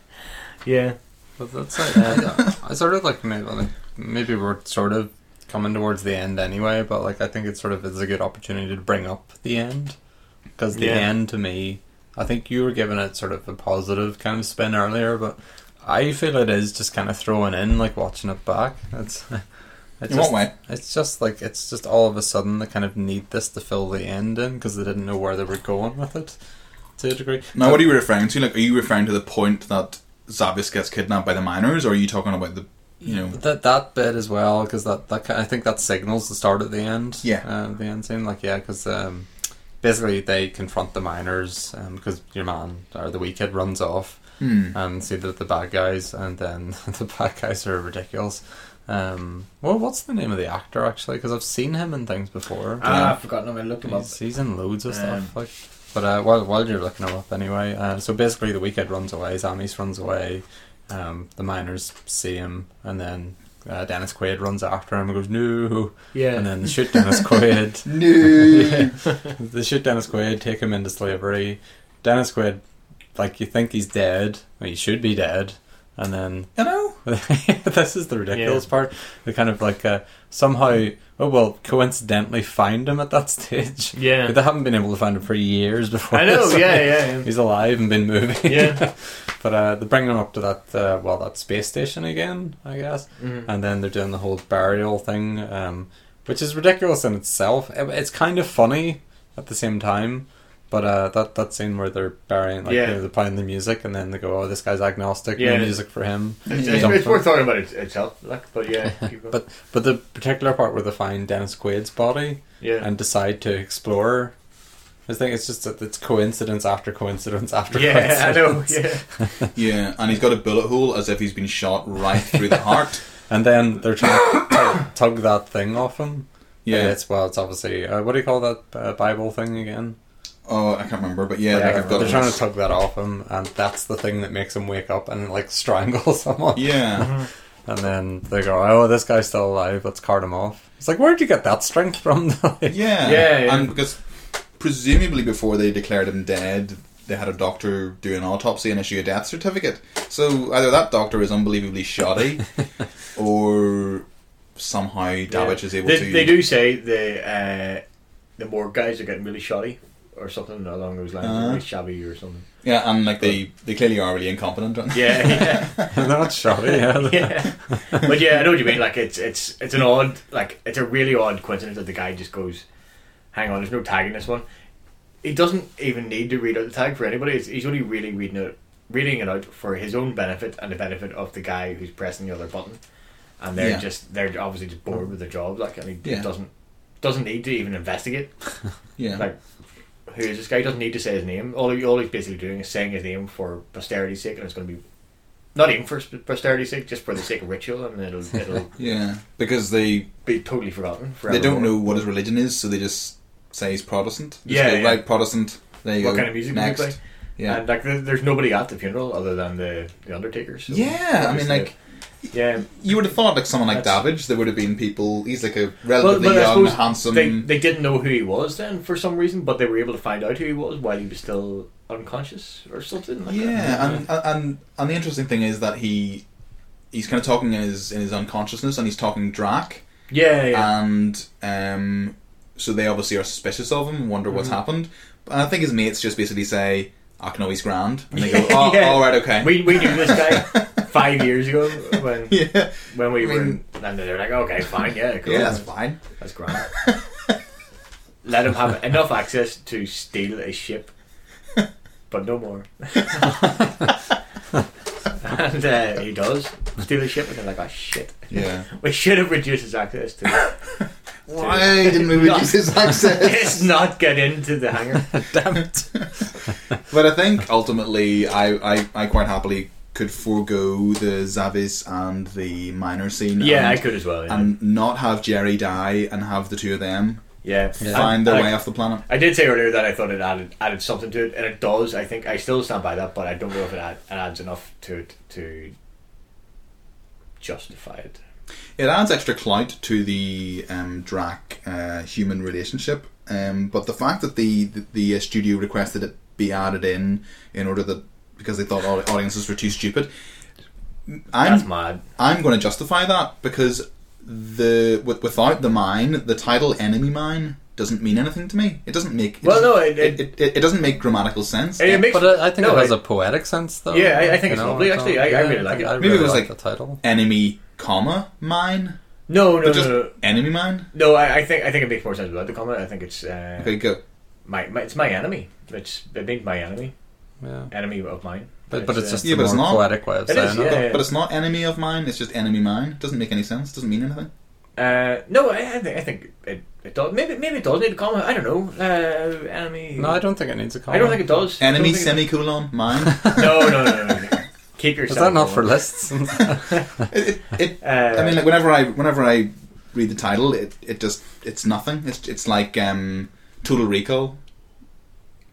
Speaker 4: yeah.
Speaker 5: But that's it. I, I sort of like maybe like, maybe we're sort of coming towards the end anyway. But like I think it sort of is a good opportunity to bring up the end because the
Speaker 4: Yeah.
Speaker 5: end to me, I think you were giving it sort of a positive kind of spin earlier, but I feel it is just kind of throwing in like watching it back. It's. *laughs* It's
Speaker 3: In what
Speaker 5: just,
Speaker 3: way?
Speaker 5: it's just like it's just all of a sudden they kind of need this to fill the end in because they didn't know where they were going with it to a degree.
Speaker 3: now, what are you referring to? Like, are you referring to the point that Zabius gets kidnapped by the miners, or are you talking about the, you know?
Speaker 5: that that bit as well because that that ki- I think that signals the start at the end.
Speaker 3: Yeah.
Speaker 5: uh, the end scene, like yeah, because um, basically they confront the miners because your man or the wee kid runs off
Speaker 3: Hmm.
Speaker 5: and see that the bad guys, and then *laughs* the bad guys are ridiculous. Um, well, what's the name of the actor actually? Because I've seen him in things before.
Speaker 4: Ah, I've forgotten him. I looked him up.
Speaker 5: He's, he's in loads of
Speaker 4: Um,
Speaker 5: stuff. Like, but uh, while while you're looking him up anyway, uh, so basically the weekend runs away, Zamis runs away, um, the miners see him, and then uh, Dennis Quaid runs after him and goes no,
Speaker 4: Yeah.
Speaker 5: and then they shoot
Speaker 4: *laughs*
Speaker 5: Dennis Quaid. *laughs*
Speaker 3: No.
Speaker 5: they shoot Dennis Quaid, take him into slavery. Dennis Quaid, like you think he's dead, well, he should be dead,
Speaker 4: *laughs*
Speaker 5: and then
Speaker 3: You know?
Speaker 5: *laughs* this is the ridiculous part. They kind of like uh, somehow, oh well, coincidentally find him at that *laughs* stage.
Speaker 4: Yeah.
Speaker 5: but they haven't been able to find him for years *laughs* before.
Speaker 4: I know.
Speaker 5: this.
Speaker 4: Yeah, yeah, yeah.
Speaker 5: he's alive and been moving.
Speaker 4: Yeah.
Speaker 5: *laughs* but uh, they bring him up to that uh, well, that space station again, I guess,
Speaker 4: Mhm.
Speaker 5: and then they're doing the whole burial thing, um, which is ridiculous in itself. It- it's kind of funny at the same time. But uh, that that scene where they're burying, like
Speaker 4: Yeah.
Speaker 5: they're playing the music, and then they go, "Oh, this guy's
Speaker 4: *laughs*
Speaker 5: agnostic.
Speaker 4: Yeah.
Speaker 5: No music for him."
Speaker 4: It's,
Speaker 5: Yeah.
Speaker 4: it's,
Speaker 5: Dump
Speaker 4: it's
Speaker 5: him.
Speaker 4: worth talking about it, itself, like, but *laughs* yeah, keep going.
Speaker 5: But but the particular part where they find Dennis Quaid's body
Speaker 4: yeah,
Speaker 5: and decide to explore, I think it's just that it's coincidence after coincidence after
Speaker 4: yeah, *laughs* I know.
Speaker 5: coincidence.
Speaker 4: Yeah,
Speaker 3: Yeah, and he's got a bullet hole as if he's been shot right through the heart.
Speaker 5: And then
Speaker 4: *coughs*
Speaker 5: they're trying to tug, tug that thing off him.
Speaker 3: *laughs* Yeah.
Speaker 5: it's well, it's obviously uh, what do you call that uh, Bible thing again?
Speaker 3: Oh, I can't remember, but yeah,
Speaker 5: Yeah,
Speaker 3: like I've got
Speaker 5: they're
Speaker 3: it.
Speaker 5: trying to tug that off him, and that's the thing that makes him wake up and like *laughs* strangle someone.
Speaker 3: Yeah.
Speaker 5: And then they go, "Oh, this guy's still alive. Let's cart him off." It's like, where'd you get that strength from? *laughs*
Speaker 3: Yeah.
Speaker 4: Yeah, yeah.
Speaker 3: And because presumably before they declared him dead, they had a doctor do an autopsy and issue a death certificate. So either that doctor is unbelievably shoddy, or somehow Davich is able
Speaker 4: they,
Speaker 3: to.
Speaker 4: they do say the uh, the more guys are getting really shoddy or something along those lines,
Speaker 3: Uh-huh.
Speaker 4: or really shabby or something.
Speaker 3: Yeah, and like they, they clearly are really incompetent. aren't they?
Speaker 4: Yeah, yeah. *laughs*
Speaker 5: they're not shoddy. Yeah,
Speaker 4: yeah. But yeah, I know what you mean. Like it's it's it's an odd like it's a really odd coincidence that the guy just goes, "Hang on, there's no tag in this one." He doesn't even need to read out the tag for anybody. It's, he's only really reading it, reading it out for his own benefit and the benefit of the guy who's pressing the other button. And they're
Speaker 3: Yeah.
Speaker 4: just they're obviously just bored with their job. Like, and he
Speaker 3: Yeah.
Speaker 4: doesn't doesn't need to even investigate.
Speaker 3: Yeah.
Speaker 4: Like, who is this guy? He doesn't need to say his name. All, he, all he's basically doing is saying his name for posterity's sake, and it's going to be not even for sp- posterity's sake, just for the sake of ritual, and it'll it'll
Speaker 3: yeah, because they
Speaker 4: be totally forgotten. Forever
Speaker 3: they don't know what his religion is, so they just say he's Protestant. Just
Speaker 4: Yeah,
Speaker 3: go,
Speaker 4: yeah.
Speaker 3: right, Protestant. There you
Speaker 4: what
Speaker 3: go.
Speaker 4: kind of music do they
Speaker 3: next?
Speaker 4: play.
Speaker 3: Yeah,
Speaker 4: And like, there- there's nobody at the funeral other than the the undertakers. so-
Speaker 3: yeah. I mean, like
Speaker 4: yeah.
Speaker 3: You would have thought like someone like
Speaker 4: That's-
Speaker 3: Davidge, there would have been people. He's like a
Speaker 4: But,
Speaker 3: relatively
Speaker 4: but I
Speaker 3: young,
Speaker 4: suppose
Speaker 3: handsome.
Speaker 4: they, they didn't know who he was then for some reason, but they were able to find out who he was while he was still unconscious or something. Like
Speaker 3: yeah,
Speaker 4: that.
Speaker 3: and, and and the interesting thing is that he he's kind of talking in his in his unconsciousness, and he's talking Drac,
Speaker 4: yeah, yeah,
Speaker 3: and Mm-hmm. um, so they obviously are suspicious of him, and wonder what's happened. And I think his mates just basically say, Akinoi's grand. And *laughs* they go,
Speaker 4: *laughs*
Speaker 3: oh, all right, okay.
Speaker 4: We, we knew this guy five years ago when
Speaker 3: *laughs* yeah.
Speaker 4: when we
Speaker 3: I mean-
Speaker 4: were, and they're like, okay, fine, yeah, cool,
Speaker 3: Yeah, that's
Speaker 4: that's,
Speaker 3: fine.
Speaker 4: that's grand. Let him have enough access to steal a ship, but no more. and uh, he does steal a ship, and they're like, oh shit,
Speaker 3: Yeah.
Speaker 4: we should have reduced his access *laughs* to.
Speaker 3: Why didn't we reduce his *laughs*
Speaker 4: Let's
Speaker 3: access?
Speaker 4: not get into the
Speaker 3: Um,
Speaker 4: hangar. *laughs*
Speaker 5: Damn it.
Speaker 3: But I think ultimately, I, I, I quite happily could forego the Zavis and the minor scene. and,
Speaker 4: Yeah, I could as well. Yeah,
Speaker 3: And not have Jerry die and have the two of them
Speaker 4: yeah.
Speaker 3: find
Speaker 4: I-
Speaker 3: their
Speaker 4: I-
Speaker 3: way off the planet.
Speaker 4: I did say earlier that I thought it added added something to it, and it does. I think I still stand by that, but I don't know if it, add, it adds enough to it to justify it.
Speaker 3: It adds extra clout to the um, Drac uh, human relationship, um, but the fact that the the, the uh, studio requested it be added in in order that because they thought all audiences were too stupid,
Speaker 4: That's
Speaker 3: I'm
Speaker 4: mad.
Speaker 3: I'm going to justify that because the with, without the mine, the title enemy mine doesn't mean anything to me. It doesn't make it
Speaker 4: Well, no,
Speaker 3: doesn't-
Speaker 4: it-
Speaker 3: it, it, it doesn't make grammatical sense.
Speaker 4: It makes,
Speaker 5: But uh, I, I think
Speaker 4: no,
Speaker 5: it has
Speaker 4: I-
Speaker 5: a poetic sense, though.
Speaker 4: Yeah, I- I think
Speaker 5: You
Speaker 4: it's
Speaker 5: know,
Speaker 4: lovely,
Speaker 5: don't-
Speaker 4: actually. I- I
Speaker 5: yeah,
Speaker 4: really like
Speaker 5: think-
Speaker 4: it.
Speaker 5: I
Speaker 4: Maybe
Speaker 3: it
Speaker 5: really
Speaker 3: was like-
Speaker 5: the title.
Speaker 3: enemy, comma mine,
Speaker 4: no, no,
Speaker 3: but
Speaker 4: no,
Speaker 3: just
Speaker 4: no,
Speaker 3: enemy mine.
Speaker 4: no. I, I think I think it makes more sense without the comment. I think it's uh,
Speaker 3: Okay, go.
Speaker 4: my, my it's my enemy. It's it means my enemy,
Speaker 5: Yeah.
Speaker 4: enemy of mine.
Speaker 5: But, but it's just
Speaker 3: Yeah,
Speaker 5: a
Speaker 3: but it's
Speaker 5: more
Speaker 3: not.
Speaker 5: poetic way of
Speaker 4: It
Speaker 5: saying
Speaker 4: is,
Speaker 5: it.
Speaker 4: yeah.
Speaker 3: But it's not enemy of mine. It's just enemy mine. Doesn't make any sense. Doesn't mean anything.
Speaker 4: Uh, no, I, I think I think it, it does. Maybe maybe it does need a comment. I don't know. Uh, enemy.
Speaker 5: No, I don't think it needs a comment.
Speaker 4: I don't think it does.
Speaker 3: Enemy
Speaker 4: Don't think it-
Speaker 3: semicolon mine.
Speaker 4: *laughs* No, no, no, no. no.
Speaker 5: *laughs*
Speaker 4: Keep
Speaker 5: Is
Speaker 4: yourself.
Speaker 5: that not for
Speaker 4: *laughs*
Speaker 5: lists?
Speaker 3: *laughs* it, it, it,
Speaker 4: Uh,
Speaker 3: I mean, like whenever I whenever I read the title, it, it just it's nothing. It's it's like um, Total Recall.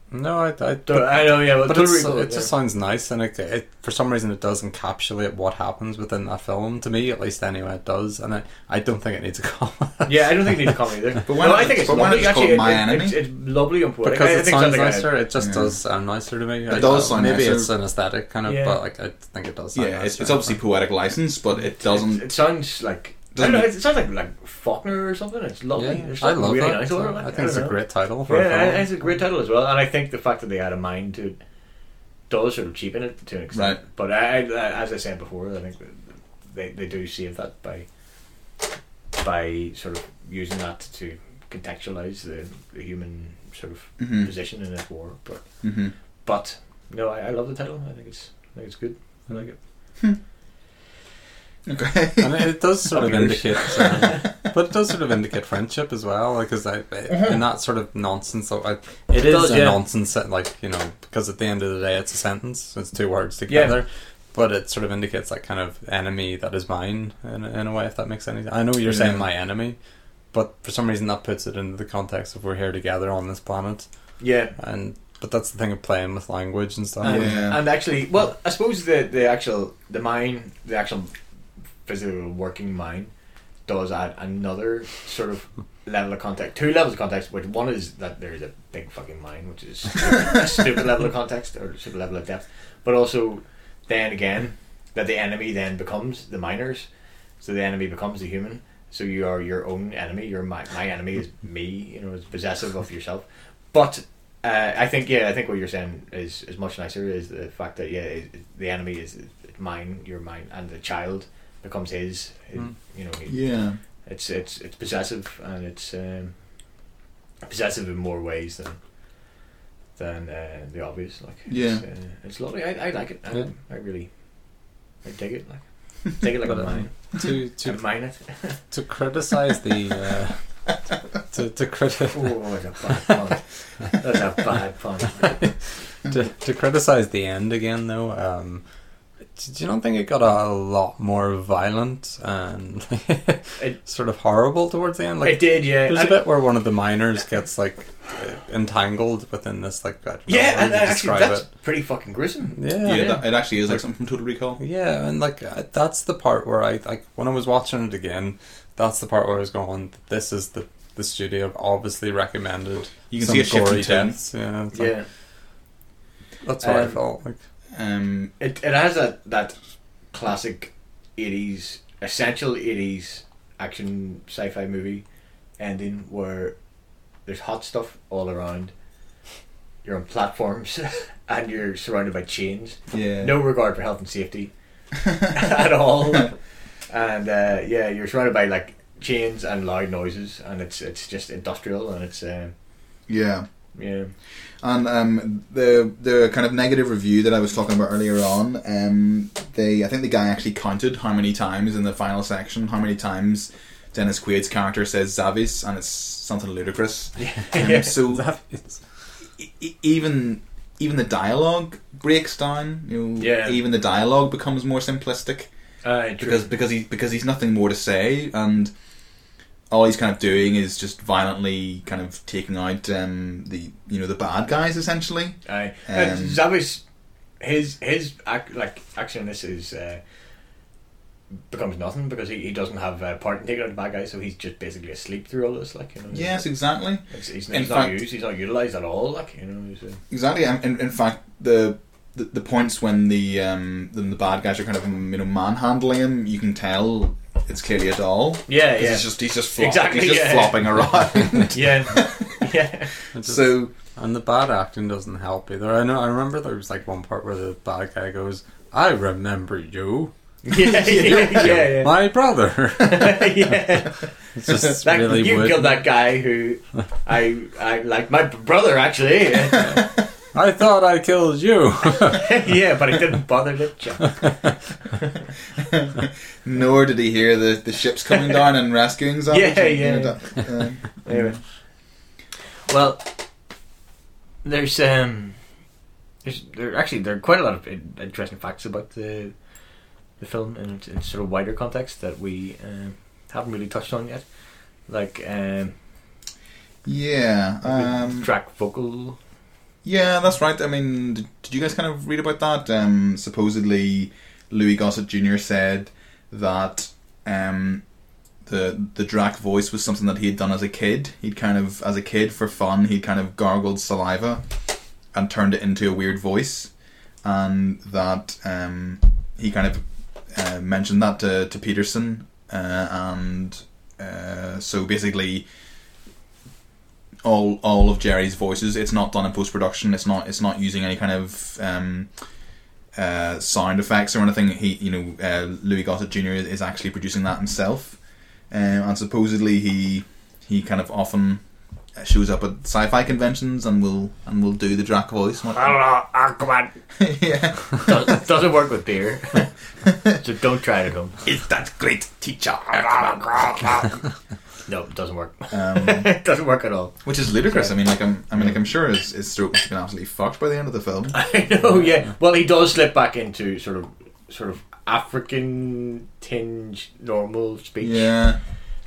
Speaker 5: no, I, I
Speaker 4: So, I know, yeah, but,
Speaker 5: But
Speaker 4: don't
Speaker 5: it's,
Speaker 4: recall
Speaker 5: it just sounds nice, and it, it for some reason it does encapsulate what happens within that film. To me, at least, anyway, it does, and I, I don't think it needs a comment.
Speaker 4: yeah, I don't think it needs
Speaker 5: *laughs*
Speaker 4: a comedy either.
Speaker 3: why
Speaker 4: no,
Speaker 3: not
Speaker 4: I
Speaker 3: just-
Speaker 4: think it's
Speaker 3: but why not
Speaker 4: lovely.
Speaker 3: just call
Speaker 4: Actually,
Speaker 3: it My
Speaker 4: it- it-
Speaker 3: Enemy?
Speaker 4: it's, it's lovely and poetic.
Speaker 5: because
Speaker 4: I, I
Speaker 5: it
Speaker 4: think
Speaker 5: sounds
Speaker 4: something I-
Speaker 5: nicer. It just does sound nicer to me. It
Speaker 3: does sound
Speaker 5: Maybe
Speaker 3: nicer.
Speaker 5: it's an aesthetic kind of,
Speaker 4: Yeah.
Speaker 5: but like I think it does. Sound
Speaker 3: Yeah, it's,
Speaker 5: nicer.
Speaker 3: it's obviously poetic license, but it doesn't.
Speaker 4: It sounds like I
Speaker 3: Doesn't
Speaker 4: don't know.
Speaker 3: it-
Speaker 4: It sounds like like Faulkner or something. It's lovely.
Speaker 5: Yeah,
Speaker 4: There's
Speaker 5: I
Speaker 4: something
Speaker 5: love
Speaker 4: really
Speaker 5: that.
Speaker 4: Nice over it, like,
Speaker 5: I
Speaker 4: don't
Speaker 5: think it's a
Speaker 4: know.
Speaker 5: great title for
Speaker 4: Yeah,
Speaker 5: a
Speaker 4: I-
Speaker 5: film.
Speaker 4: it's a great title as well, and I think the fact that they had a mind to it does sort of cheapen it to an extent.
Speaker 3: Right.
Speaker 4: But I, I, as I said before, I think that they they do save that by by sort of using that to contextualize the, the human sort of
Speaker 3: Mhm.
Speaker 4: position in this war. But
Speaker 3: Mhm.
Speaker 4: but no, I, I love the title. I think it's I think it's good. I like it.
Speaker 3: *laughs* Okay.
Speaker 5: and it, it does sort of
Speaker 4: Obvious.
Speaker 5: indicate, uh, but it does sort of indicate friendship as well, because like, I, in that sort of nonsense, so I, it is
Speaker 4: does,
Speaker 5: a
Speaker 4: yeah.
Speaker 5: nonsense, sen- like you know, because at the end of the day, it's a sentence, so it's two words together. But it sort of indicates that kind of enemy that is mine in, a- in a way, if that makes any. I know you're saying
Speaker 3: Yeah.
Speaker 5: my enemy, but for some reason that puts it into the context of we're here together on this planet,
Speaker 4: Yeah.
Speaker 5: and but that's the thing of playing with language and stuff.
Speaker 4: And,
Speaker 3: Yeah.
Speaker 4: and actually, well, I suppose the the actual the mine, the actual physical working mine, does add another sort of level of context, two levels of context. Which one is that there is a big fucking mine, which is a stupid level of context or stupid level of depth, but also then again that the enemy then becomes the miners, so the enemy becomes the human. So you are your own enemy. You're my my enemy is me. You know, is possessive of yourself. But uh, I think yeah, I think what you're saying is is much nicer. Is the fact that yeah, it, it- the enemy is mine, your mine, and the child becomes his. his- You know,
Speaker 3: *laughs*
Speaker 4: he-
Speaker 3: Yeah.
Speaker 4: it's it's it's possessive and it's um, possessive in more ways than than uh, the obvious. Like
Speaker 3: Yeah.
Speaker 4: it's, uh, it's lovely. I, I like it. I,
Speaker 5: Yeah.
Speaker 4: I really I dig it. Like dig it like
Speaker 5: But,
Speaker 4: a
Speaker 5: um,
Speaker 4: mine.
Speaker 5: to
Speaker 4: I
Speaker 5: to
Speaker 4: mine it. *laughs*
Speaker 5: to criticize the uh, to to criticize.
Speaker 4: oh,
Speaker 5: *laughs*
Speaker 4: that's a bad pun. That's a bad pun.
Speaker 5: *laughs* to, to criticize the end again though um d- do you not think it got a lot more violent and *laughs*
Speaker 4: It-
Speaker 5: sort of horrible towards the end like
Speaker 4: it did, yeah.
Speaker 5: there's a
Speaker 4: And-
Speaker 5: bit where one of the miners gets like uh, entangled within this like I don't know
Speaker 4: Yeah,
Speaker 5: how
Speaker 4: and
Speaker 5: you
Speaker 4: actually,
Speaker 5: describe
Speaker 4: that's
Speaker 5: it.
Speaker 4: pretty fucking gruesome.
Speaker 5: yeah,
Speaker 3: Yeah,
Speaker 5: yeah.
Speaker 3: That, it actually is like something from Total Recall.
Speaker 5: and like uh, that's the part where I like when I was watching it again. That's the part where I was going. This is the the studio obviously recommended.
Speaker 3: You can
Speaker 5: some
Speaker 3: see a shift
Speaker 5: gory
Speaker 3: in tone.
Speaker 5: deaths. Yeah, it's like-
Speaker 4: Yeah,
Speaker 5: that's what I
Speaker 4: Um,
Speaker 5: felt like.
Speaker 3: Um,
Speaker 4: it it has that that classic eighties, essential eighties action sci-fi movie ending where there's hot stuff all around. you're on platforms, *laughs* and you're surrounded by chains.
Speaker 3: Yeah.
Speaker 4: No regard for health
Speaker 3: *laughs*
Speaker 4: and safety at all. And uh, yeah, you're surrounded by like chains and loud noises, and it's it's just industrial, and it's um
Speaker 3: Yeah.
Speaker 4: yeah.
Speaker 3: And um, the the kind of negative review that I was talking about earlier on, um, they I think the guy actually counted how many times in the final section, how many times Dennis Quaid's character says Zavis, and it's something ludicrous. Um, so e- e- even even the dialogue breaks down. You know,
Speaker 4: Yeah.
Speaker 3: Even the dialogue becomes more simplistic
Speaker 4: Uh,
Speaker 3: because because he because he's nothing more to say, and all he's kind of doing is just violently kind of taking out um, the you know the bad guys essentially.
Speaker 4: Aye.
Speaker 3: Um,
Speaker 4: Um, Zavis, his his ac- like action in this is uh, becomes nothing because he, he doesn't have uh, part in taking out the bad guy, so he's just basically asleep through all this. Like you know,
Speaker 3: Yes, exactly,
Speaker 4: It's, he's,
Speaker 3: In
Speaker 4: he's not
Speaker 3: fact-
Speaker 4: used. He's not utilized at all. Like you know, he's, uh,
Speaker 3: exactly. And in, in fact, the, the the points when the um when the bad guys are kind of you know manhandling him, you can tell it's clearly a doll.
Speaker 4: yeah,
Speaker 3: 'Cause
Speaker 4: yeah,
Speaker 3: He's just he's just flopping,
Speaker 4: Exactly,
Speaker 3: he's just
Speaker 4: yeah.
Speaker 3: flopping
Speaker 4: *laughs*
Speaker 3: around.
Speaker 4: yeah, yeah.
Speaker 3: so *laughs*
Speaker 5: And the bad acting doesn't help either. I know. I remember there was like one part where the bad guy goes, "I remember you,
Speaker 4: yeah, *laughs* yeah, yeah, yeah.
Speaker 5: my brother."
Speaker 4: *laughs*
Speaker 5: *laughs*
Speaker 4: yeah.
Speaker 5: It's just
Speaker 4: That,
Speaker 5: really
Speaker 4: you
Speaker 5: wooden.
Speaker 4: killed that guy who I I like my brother *laughs* actually. Yeah,
Speaker 5: I thought I
Speaker 4: *laughs*
Speaker 5: killed you. *laughs*
Speaker 4: yeah but I didn't bother to check.
Speaker 3: nor did he hear the, the ships coming down and rescuing Zavis.
Speaker 4: Yeah,
Speaker 3: and, you
Speaker 4: yeah.
Speaker 3: know, that- um,
Speaker 4: Anyway. Mm-hmm. Well, there's um, there's there actually there are quite a lot of in- interesting facts about the the film in, in sort of wider context that we um, haven't really touched on yet, like um,
Speaker 3: yeah. Um,
Speaker 4: the track vocal.
Speaker 3: Yeah, that's right. I mean, did, did you guys kind of read about that? Um, supposedly, Louis Gossett Jr. said that um, the the Drac voice was something that he had done as a kid. He'd kind of, as a kid, for fun, he'd kind of gargled saliva and turned it into a weird voice, and that um, he kind of uh, mentioned that to, to Peterson, uh, and uh, so basically all all of Jerry's voices. It's not done in post production. It's not it's not using any kind of um, uh, sound effects or anything. He you know uh, Louis Gossett Jr. is actually producing that himself, um, and supposedly he he kind of often uh, shows up at sci-fi conventions and will and will do the Drac voice.
Speaker 4: Hello,
Speaker 3: Ah,
Speaker 4: Aquaman.
Speaker 3: *laughs* yeah,
Speaker 4: Does, doesn't work with beer, *laughs* so don't try it at home.
Speaker 3: is that great teacher? Ah,
Speaker 4: *laughs* No, it doesn't work.
Speaker 3: Um, *laughs*
Speaker 4: *laughs* it doesn't work at all.
Speaker 3: which is ludicrous. I mean, like I'm, I mean, like I'm sure his, his throat must have been absolutely fucked by the end of the
Speaker 4: *laughs*
Speaker 3: film.
Speaker 4: I know, yeah. Well, he does slip back into sort of sort of African tinge normal speech.
Speaker 3: Yeah,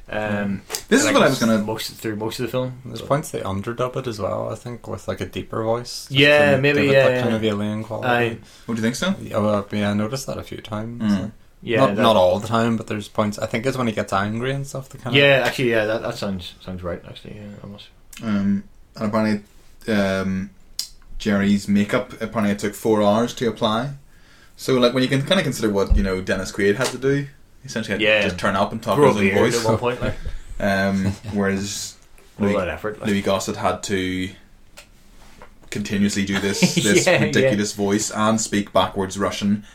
Speaker 4: Um,
Speaker 3: this is
Speaker 4: like
Speaker 3: what I was gonna
Speaker 4: most through most of the film.
Speaker 5: There's points they underdub it as well. I think with like a deeper voice. just
Speaker 4: Yeah,
Speaker 5: to
Speaker 4: maybe,
Speaker 5: Give it
Speaker 4: yeah,
Speaker 5: that kind
Speaker 4: yeah.
Speaker 5: of alien
Speaker 4: I
Speaker 5: quality.
Speaker 3: What do you think, so?
Speaker 5: Yeah, well, yeah, I noticed that a few times.
Speaker 3: Mm.
Speaker 4: yeah,
Speaker 5: not,
Speaker 4: that-
Speaker 5: not all the time, but there's points. I think it's when he gets angry and stuff. The kind
Speaker 4: Yeah, actually, yeah, that, that sounds sounds right. Actually, yeah, almost.
Speaker 3: Um, and apparently, um, Jerry's makeup apparently it took four hours to apply. So, like, when you can kind of consider what you know Dennis Quaid had to do, essentially, had to
Speaker 4: Yeah.
Speaker 3: just turn up and talk in
Speaker 4: Grow
Speaker 3: his
Speaker 4: a
Speaker 3: own
Speaker 4: beard
Speaker 3: voice.
Speaker 4: at one point, like
Speaker 3: Um,
Speaker 4: *laughs*
Speaker 3: whereas
Speaker 4: all
Speaker 3: Louis,
Speaker 4: that effort. Like,
Speaker 3: Louis Gossett had to continuously do
Speaker 4: *laughs*
Speaker 3: this this
Speaker 4: Yeah, yeah.
Speaker 3: ridiculous voice and speak backwards Russian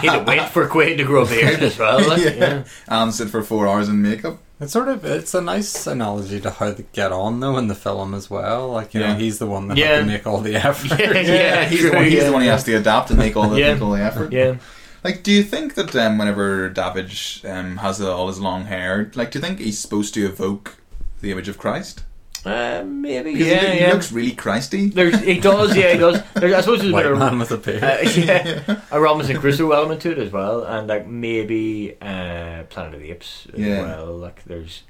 Speaker 4: he had to wait for Quaid to grow a beard as well.
Speaker 5: *laughs*
Speaker 4: Like, yeah.
Speaker 3: *laughs* Yeah. and sit for four hours in makeup.
Speaker 5: It's sort of it's a nice analogy to how they get on though in the film as well. Like you
Speaker 3: Yeah.
Speaker 5: know, he's the one that
Speaker 4: Yeah.
Speaker 5: had to make all the effort.
Speaker 4: *laughs* Yeah,
Speaker 5: *laughs*
Speaker 4: yeah,
Speaker 3: he's,
Speaker 4: true,
Speaker 3: the one, he's
Speaker 4: yeah.
Speaker 3: the one who has to adapt and make all the,
Speaker 4: Yeah.
Speaker 3: make all the effort.
Speaker 4: Yeah,
Speaker 3: Like, do you think that um, whenever Davidge um, has all his long hair, like, do you think he's supposed to evoke the image of Christ?
Speaker 4: uh, maybe.
Speaker 3: Because
Speaker 4: Yeah,
Speaker 3: he,
Speaker 4: yeah.
Speaker 3: he looks really Christy.
Speaker 4: There's, he does. Yeah, he does. There's, I suppose there's a bit
Speaker 5: White
Speaker 4: of-
Speaker 5: man with a beard.
Speaker 4: uh, *laughs* yeah, a Robinson Crusoe element to it as well, and like maybe uh, Planet of the Apes as
Speaker 3: Yeah.
Speaker 4: well. Like there's,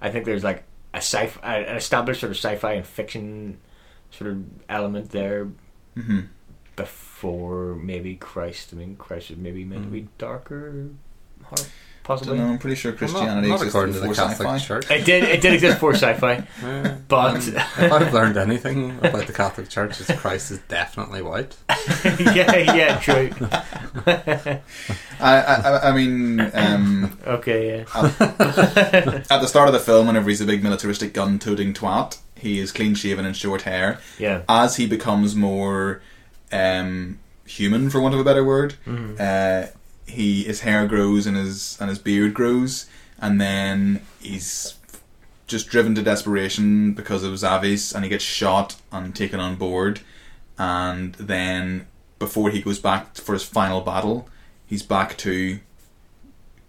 Speaker 4: I think there's like a sci an established sort of sci-fi and fiction sort of element there Mm-hmm.
Speaker 3: hmm
Speaker 4: before maybe Christ. I mean, Christ was maybe meant to be darker, hor-
Speaker 3: I don't
Speaker 4: possibly.
Speaker 3: know. I'm pretty sure
Speaker 5: Well, not-
Speaker 3: Christianity
Speaker 5: not,
Speaker 3: exists
Speaker 5: according to the
Speaker 3: before
Speaker 5: Catholic
Speaker 3: sci-fi.
Speaker 5: Church.
Speaker 4: It did. It did exist before *laughs* sci-fi,
Speaker 5: Yeah.
Speaker 4: but
Speaker 5: if *laughs* I've learned anything about the Catholic Church, is Christ is definitely white.
Speaker 4: *laughs* yeah, yeah, true.
Speaker 3: I, I, I- I mean, um,
Speaker 4: *laughs* Okay, yeah.
Speaker 3: at the start of the film, whenever he's a big militaristic gun-toting twat, He is clean shaven and short hair.
Speaker 4: Yeah.
Speaker 3: As he becomes more um, human, for want of a better word,
Speaker 4: Mm-hmm.
Speaker 3: uh, he his hair grows and his and his beard grows, and then he's just driven to desperation because of Zavis, and he gets shot and taken on board. And then before he goes back for his final battle, he's back to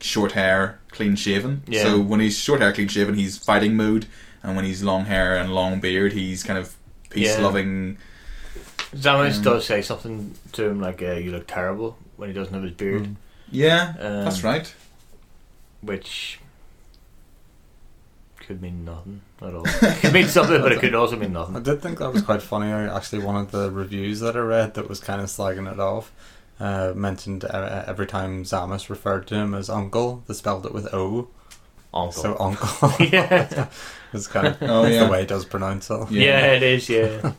Speaker 3: short hair, clean shaven.
Speaker 4: Yeah.
Speaker 3: So when he's short hair, clean shaven, he's fighting mood, and when he's long hair and long beard, he's kind of peace loving.
Speaker 4: Zamis does say something to him like, uh, "You look terrible" when he doesn't have his beard,
Speaker 3: Yeah,
Speaker 4: Um,
Speaker 3: that's right.
Speaker 4: which could mean nothing at all. It could mean something, but it could also mean
Speaker 5: I *laughs*
Speaker 4: nothing.
Speaker 5: did think that was quite funny. I actually, one of the reviews that I read that was kind of slagging it off uh, mentioned uh, every time Zamus referred to him as uncle, they spelled it with O.
Speaker 4: Uncle.
Speaker 5: So uncle.
Speaker 4: *laughs* yeah.
Speaker 5: *laughs* it's kind of
Speaker 3: Oh,
Speaker 5: that's
Speaker 3: yeah.
Speaker 5: the way it does pronounce it.
Speaker 3: Yeah.
Speaker 4: yeah, it is. Yeah,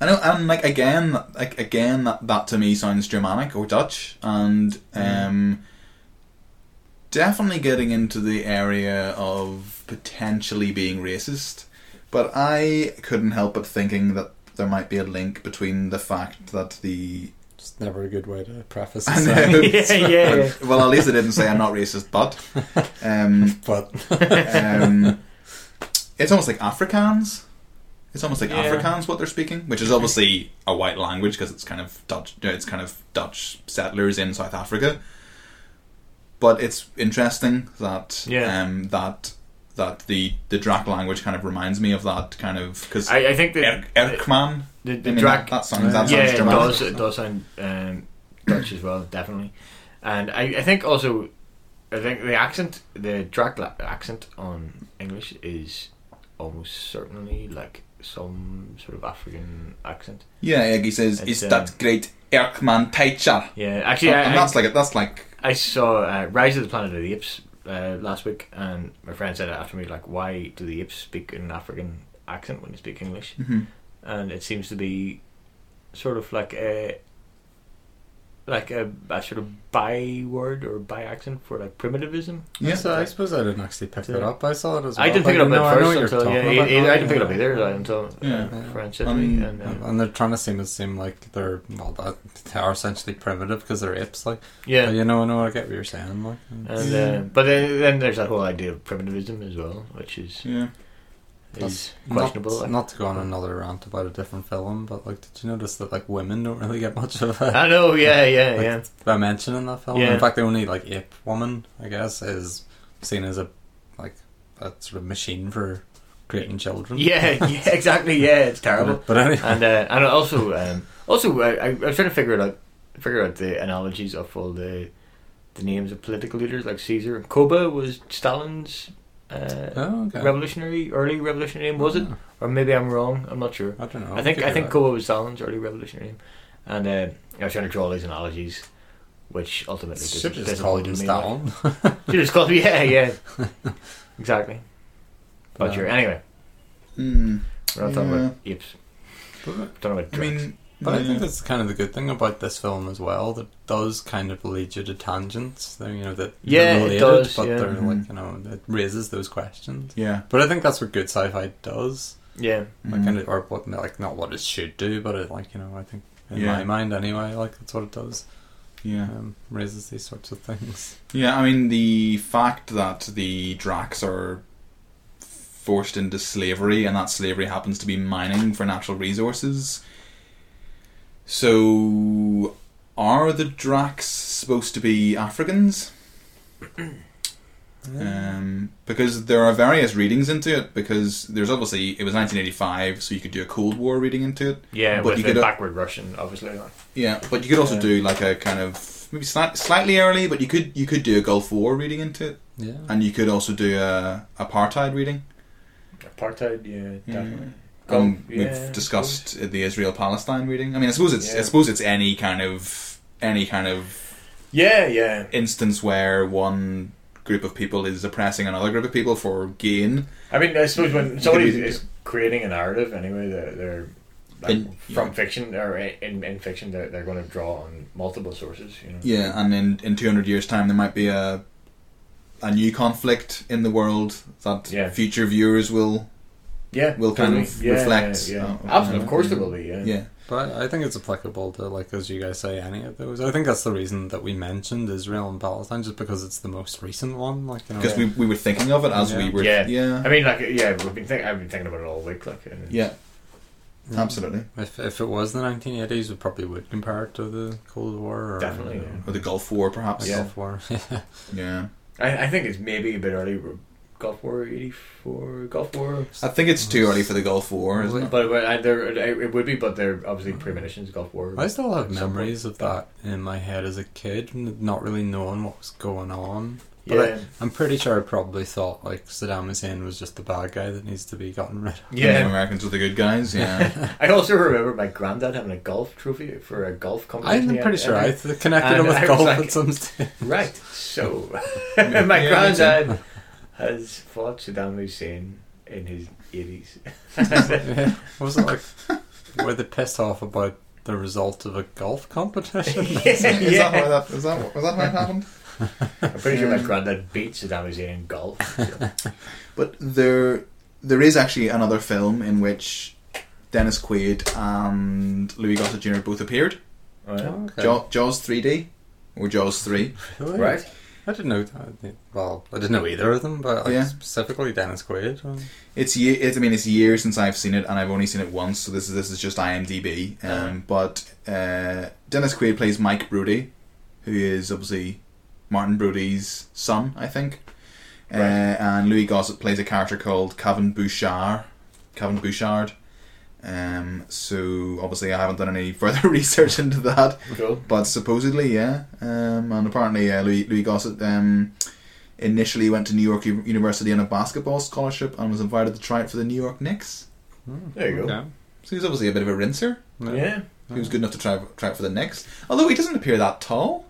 Speaker 3: I know, and like again, like again, that, that to me sounds Germanic or Dutch, and
Speaker 4: Mm.
Speaker 3: um, definitely getting into the area of potentially being racist. But I couldn't help but thinking that there might be a link between the fact that the
Speaker 5: It's never a good way to preface
Speaker 3: I
Speaker 5: it.
Speaker 3: *laughs* know.
Speaker 4: *laughs* yeah, yeah.
Speaker 3: well, at least I didn't say I'm not racist, but um,
Speaker 5: *laughs* But
Speaker 3: um, it's almost like Afrikaans. It's almost like
Speaker 4: Yeah.
Speaker 3: Afrikaans what they're speaking, which is obviously a white language because it's kind of Dutch. you know, It's kind of Dutch settlers in South Africa. But it's interesting that
Speaker 4: Yeah.
Speaker 3: um, that that the the Drac language kind of reminds me of that kind kind of because
Speaker 4: I, I think that
Speaker 3: Erk, Erkman.
Speaker 4: the,
Speaker 3: I
Speaker 4: the
Speaker 3: mean,
Speaker 4: Drac
Speaker 3: that, that sounds that
Speaker 4: yeah,
Speaker 3: sounds
Speaker 4: it
Speaker 3: Germanic.
Speaker 4: does. It does sound um, Dutch as well, definitely. And I, I think also, I think the accent, the Drac la- accent on English is almost certainly like some sort of African accent.
Speaker 3: Yeah, Eggy says,
Speaker 4: It's, uh,
Speaker 3: "Is that great Erkman teacher?"
Speaker 4: Yeah, actually, I,
Speaker 3: and
Speaker 4: I,
Speaker 3: that's like that's like
Speaker 4: I saw uh, Rise of the Planet of the Apes uh, last week, and my friend said it after me, like, why do the apes speak in an African accent when they speak English?
Speaker 5: Mm-hmm.
Speaker 3: Mhm.
Speaker 4: And it seems to be sort of like a like a, a sort of byword or by accent for like primitivism.
Speaker 5: *laughs* yeah, so I suppose I didn't actually pick that up. I saw it as well.
Speaker 4: I didn't
Speaker 5: but
Speaker 4: pick it up
Speaker 5: no, I
Speaker 4: at
Speaker 5: know
Speaker 4: first
Speaker 5: what you're
Speaker 4: until yeah,
Speaker 5: talking
Speaker 4: I-
Speaker 5: about now,
Speaker 4: I, I didn't pick it up
Speaker 5: yeah.
Speaker 4: either like, until
Speaker 3: Yeah.
Speaker 4: uh, my friend said to
Speaker 3: Um,
Speaker 4: me, and, uh,
Speaker 5: And they're trying to seem to seem like they're well, that- they are essentially primitive because they're apes. Like,
Speaker 4: yeah.
Speaker 5: But, you know, I know, I get what you're saying. Like,
Speaker 4: And uh, but then, then there's that whole idea of primitivism as well, which is
Speaker 3: yeah.
Speaker 4: is
Speaker 5: Not-
Speaker 4: questionable.
Speaker 5: Not, to go on another rant about a different film, but like, did you notice that like women don't really get much
Speaker 4: *laughs*
Speaker 5: of a
Speaker 4: I know, yeah, yeah,
Speaker 5: Like,
Speaker 4: yeah.
Speaker 5: by mentioning that film?
Speaker 4: Yeah.
Speaker 5: In fact, the only like ape woman, I guess, is seen as a like a sort of machine for creating children. *laughs*
Speaker 4: Yeah, yeah, exactly. Yeah, it's terrible.
Speaker 5: But anyway,
Speaker 4: And uh, and also um, also I, I, I'm trying to figure it out figure out the analogies of all the the names of political leaders like Caesar and Koba was Stalin's uh,
Speaker 5: Oh, okay.
Speaker 4: revolutionary early revolutionary name was it? Or maybe I'm wrong. I'm not sure.
Speaker 5: I don't know.
Speaker 4: I think
Speaker 5: Could
Speaker 4: I
Speaker 5: be
Speaker 4: think
Speaker 5: right.
Speaker 4: Koba was Stalin's early revolutionary name, and uh, I was trying to draw all these analogies, which ultimately
Speaker 5: Should
Speaker 4: dis-
Speaker 5: just call him
Speaker 4: disappointed me, like-
Speaker 5: Stalin. *laughs*
Speaker 4: Should just call him-
Speaker 3: *laughs*
Speaker 4: Yeah, yeah. exactly. But
Speaker 5: No.
Speaker 4: you're anyway.
Speaker 3: Mm,
Speaker 4: We're not talking about apes.
Speaker 5: But-
Speaker 4: Don't know about
Speaker 3: uh, I
Speaker 4: drugs.
Speaker 3: mean,
Speaker 5: But I
Speaker 3: yeah.
Speaker 5: think that's kind of the good thing about this film as well. That does kind of lead you to tangents. They're, you know that they're
Speaker 4: Yeah, it
Speaker 5: related,
Speaker 4: does,
Speaker 5: but
Speaker 4: yeah.
Speaker 5: they're like
Speaker 3: Mhm.
Speaker 5: you know it raises those questions.
Speaker 3: yeah.
Speaker 5: But I think that's what good sci-fi does.
Speaker 4: yeah,
Speaker 5: Like,
Speaker 3: Mhm.
Speaker 5: kind of, or what like not what it should do, but it like you know I think in
Speaker 3: Yeah.
Speaker 5: my mind anyway, like that's what it does.
Speaker 3: Yeah.
Speaker 5: Um, raises these sorts of
Speaker 4: *laughs*
Speaker 5: things.
Speaker 3: Yeah, I mean the fact that the Dracs are forced into slavery and that slavery happens to be mining for natural resources. So are the Dracs supposed to be Africans? Um, because there are various readings into it. Because there's obviously it was 1985, so you could do a Cold War reading into it.
Speaker 4: yeah,
Speaker 3: but
Speaker 4: with
Speaker 3: you
Speaker 4: the
Speaker 3: could al-
Speaker 4: backward Russian, obviously. like.
Speaker 3: yeah, but you could also do like a kind of maybe slight, slightly early, but you could you could do a Gulf War reading into it.
Speaker 5: Yeah.
Speaker 3: And you could also do a apartheid reading.
Speaker 4: Apartheid, yeah, definitely.
Speaker 3: Um,
Speaker 4: Oh, yeah,
Speaker 3: Mm. we've discussed the Israel Palestine reading. I mean, I suppose it's I
Speaker 4: Yeah.
Speaker 3: suppose it's any kind of any kind of
Speaker 4: Yeah, yeah.
Speaker 3: instance where one group of people is oppressing another group of people for gain.
Speaker 4: I mean, I suppose when somebody
Speaker 3: could-
Speaker 4: is creating a narrative, anyway, they're, they're like,
Speaker 3: In-
Speaker 4: from
Speaker 3: yeah.
Speaker 4: fiction or in, in fiction, they're, they're going to draw on multiple sources. You know.
Speaker 3: Yeah, and in in two hundred years' time, there might be a a new conflict in the world that
Speaker 4: Yeah.
Speaker 3: future viewers will
Speaker 4: Yeah,
Speaker 3: will kind
Speaker 4: totally.
Speaker 3: of
Speaker 4: Yeah,
Speaker 3: reflect.
Speaker 4: Yeah,
Speaker 3: on-
Speaker 4: Absolutely, of course it will be. Yeah,
Speaker 3: Yeah.
Speaker 5: But I I think it's applicable to like as you guys say any of those. I think that's the reason that we mentioned Israel and Palestine, just because it's the most recent one. Like you know,
Speaker 3: Because we, we were thinking of it as we
Speaker 5: Yeah.
Speaker 3: were.
Speaker 4: yeah,
Speaker 3: Yeah.
Speaker 4: I mean, like, yeah, we've been think- I've been thinking about it all week, like, and
Speaker 3: yeah. Absolutely.
Speaker 5: if if it was the 1980s, we probably would compare it to the Cold War. Or,
Speaker 4: Definitely,
Speaker 5: you know,
Speaker 4: yeah.
Speaker 3: Or the Gulf War,
Speaker 5: the
Speaker 3: perhaps.
Speaker 4: Yeah.
Speaker 5: Gulf War. *laughs* yeah.
Speaker 3: Yeah.
Speaker 4: I, I think it's maybe a bit early. we're- Gulf War '84, Gulf War.
Speaker 3: I think it's too early for the Gulf War, isn't it?
Speaker 4: But, but I, there, it would be, but they're obviously premonitions. Gulf War.
Speaker 5: I still have
Speaker 4: Some
Speaker 5: memories of that in my head as a kid, n- not really knowing what was going on. But
Speaker 4: Yeah.
Speaker 5: I, I'm pretty sure I probably thought like Saddam Hussein was just the bad guy that needs to be gotten rid of.
Speaker 3: The
Speaker 4: Yeah,
Speaker 3: Americans were the good guys. Yeah.
Speaker 4: I also remember my granddad having a golf trophy for a golf competition.
Speaker 5: I'm
Speaker 4: he had
Speaker 5: pretty sure I
Speaker 4: entered.
Speaker 5: th- connected
Speaker 4: And
Speaker 5: it with
Speaker 4: I was
Speaker 5: golf
Speaker 4: like-
Speaker 5: at some stage.
Speaker 4: Right. So,
Speaker 3: Yeah,
Speaker 4: *laughs* my
Speaker 3: me
Speaker 4: granddad has fought Saddam Hussein in his
Speaker 5: *laughs*
Speaker 4: 80s.
Speaker 5: Yeah. Was it like were they pissed off about the result of a golf competition?
Speaker 3: Is that
Speaker 4: *laughs* *laughs* yeah.
Speaker 3: how that, is that, was that how it happened?
Speaker 4: I'm pretty sure my granddad beat Saddam Hussein in golf.
Speaker 5: *laughs*
Speaker 4: So.
Speaker 3: *laughs* But there, there is actually another film in which Dennis Quaid and Louis Gossett Jr. both appeared.
Speaker 4: Right.
Speaker 5: Okay.
Speaker 3: Jaw Jaws 3D or Jaws 3.
Speaker 5: Really?
Speaker 4: right.
Speaker 5: I didn't know. Well, I didn't know either of them, but like
Speaker 3: Yeah.
Speaker 5: specifically Dennis Quaid. um,
Speaker 3: It's ye- it, I mean it's years since I've seen it, and I've only seen it once, so this is this is just IMDb.
Speaker 4: Uh-huh.
Speaker 3: Um, but uh, Dennis Quaid plays Mike Brody, who is obviously Martin Brody's son, I think. Uh, and Louis Gossett plays a character called Kevin Bouchard. Kevin Bouchard. Um, so obviously I haven't done any *laughs* further research into that.
Speaker 4: Cool.
Speaker 3: But supposedly, yeah. Um, and apparently, uh, Louis, Louis Gossett um, initially went to New York U- University on a basketball scholarship and was invited to try it for the New York Knicks.
Speaker 4: There you go.
Speaker 5: okay.
Speaker 3: So he was obviously a bit of a rinser.
Speaker 4: Yeah.
Speaker 3: He was good enough to try, try it for the Knicks. Although he doesn't appear that tall.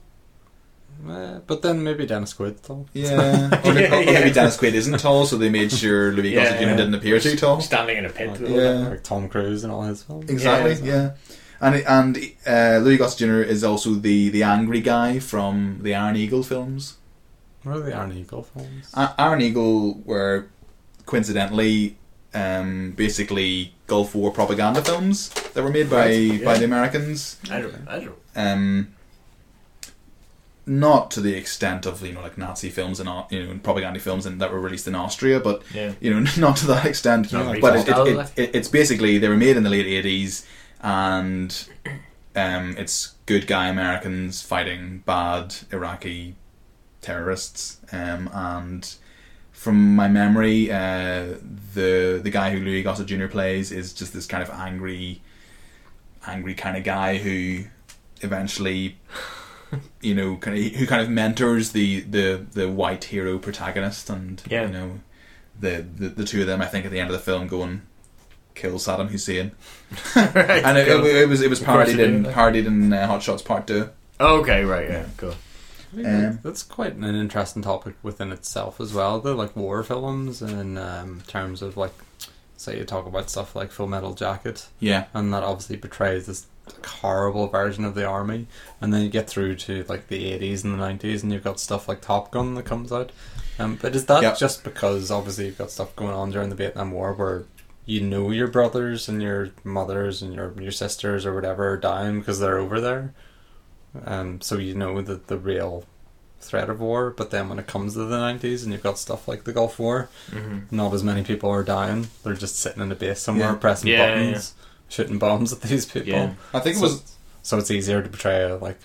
Speaker 5: Uh, but then maybe Dennis Quaid though.
Speaker 3: *laughs* Yeah. or, maybe- or
Speaker 4: Yeah, yeah.
Speaker 3: maybe Dennis Quaid isn't tall, so they made sure Louis
Speaker 4: Yeah,
Speaker 3: Gossett Jr.
Speaker 4: yeah.
Speaker 3: didn't appear too tall.
Speaker 4: Standing in a pit.
Speaker 5: Yeah.
Speaker 3: Yeah.
Speaker 5: Like Tom Cruise and all his films.
Speaker 3: Exactly. Yeah. And and uh, Louis Gossett Jr. is also the, the angry guy from the Iron Eagle films.
Speaker 5: What are the Iron Eagle films?
Speaker 3: A- Iron Eagle were coincidentally um, basically Gulf War propaganda films that were made by,
Speaker 4: Right, yeah.
Speaker 3: by the Americans.
Speaker 4: I don't, I
Speaker 3: *laughs*
Speaker 4: don't.
Speaker 3: Um, not to the extent of you know like Nazi films and au- you know and propaganda films and that were released in Austria, but
Speaker 4: Yeah.
Speaker 3: you know *laughs* not to that extent.
Speaker 4: Not really
Speaker 3: but it,
Speaker 4: hostile,
Speaker 3: it,
Speaker 4: like.
Speaker 3: it, it, it's basically they were made in the late eighties, and um, it's good guy Americans fighting bad Iraqi terrorists. Um, and from my memory, uh, the the guy who Louis Gossett Jr. plays is just this kind of angry, angry kind of guy who eventually, you know, kind of, who kind of mentors the, the, the white hero protagonist, and
Speaker 4: Yeah.
Speaker 3: you know, the, the the two of them, I think, at the end of the film, go and kill Saddam Hussein, and it, it, was it was
Speaker 4: course they
Speaker 3: parodied in
Speaker 4: did.
Speaker 3: parodied in uh, Hot Shots Part Two.
Speaker 4: okay, right, yeah, cool.
Speaker 5: I think
Speaker 3: Um,
Speaker 5: that's- that's quite an interesting topic within itself as well. They're like war films in um, terms of like, say you talk about stuff like Full Metal Jacket,
Speaker 3: Yeah,
Speaker 5: and that obviously portrays this like, horrible version of the army, and then you get through to like the eighties and the nineties, and you've got stuff like Top Gun that comes out. Um, but is that
Speaker 3: Yep.
Speaker 5: just because obviously you've got stuff going on during the Vietnam War where you know your brothers and your mothers and your your sisters or whatever are dying because they're over there? Um, so you know that the real threat of war, but then when it comes to the 90s and you've got stuff like the Gulf War, not as many people are dying. They're just sitting in a base somewhere,
Speaker 3: Yeah.
Speaker 5: pressing
Speaker 4: Yeah, yeah,
Speaker 5: buttons, shooting bombs at these people.
Speaker 4: Yeah.
Speaker 3: I think it
Speaker 5: So,
Speaker 3: was
Speaker 5: so it's easier to portray a, like,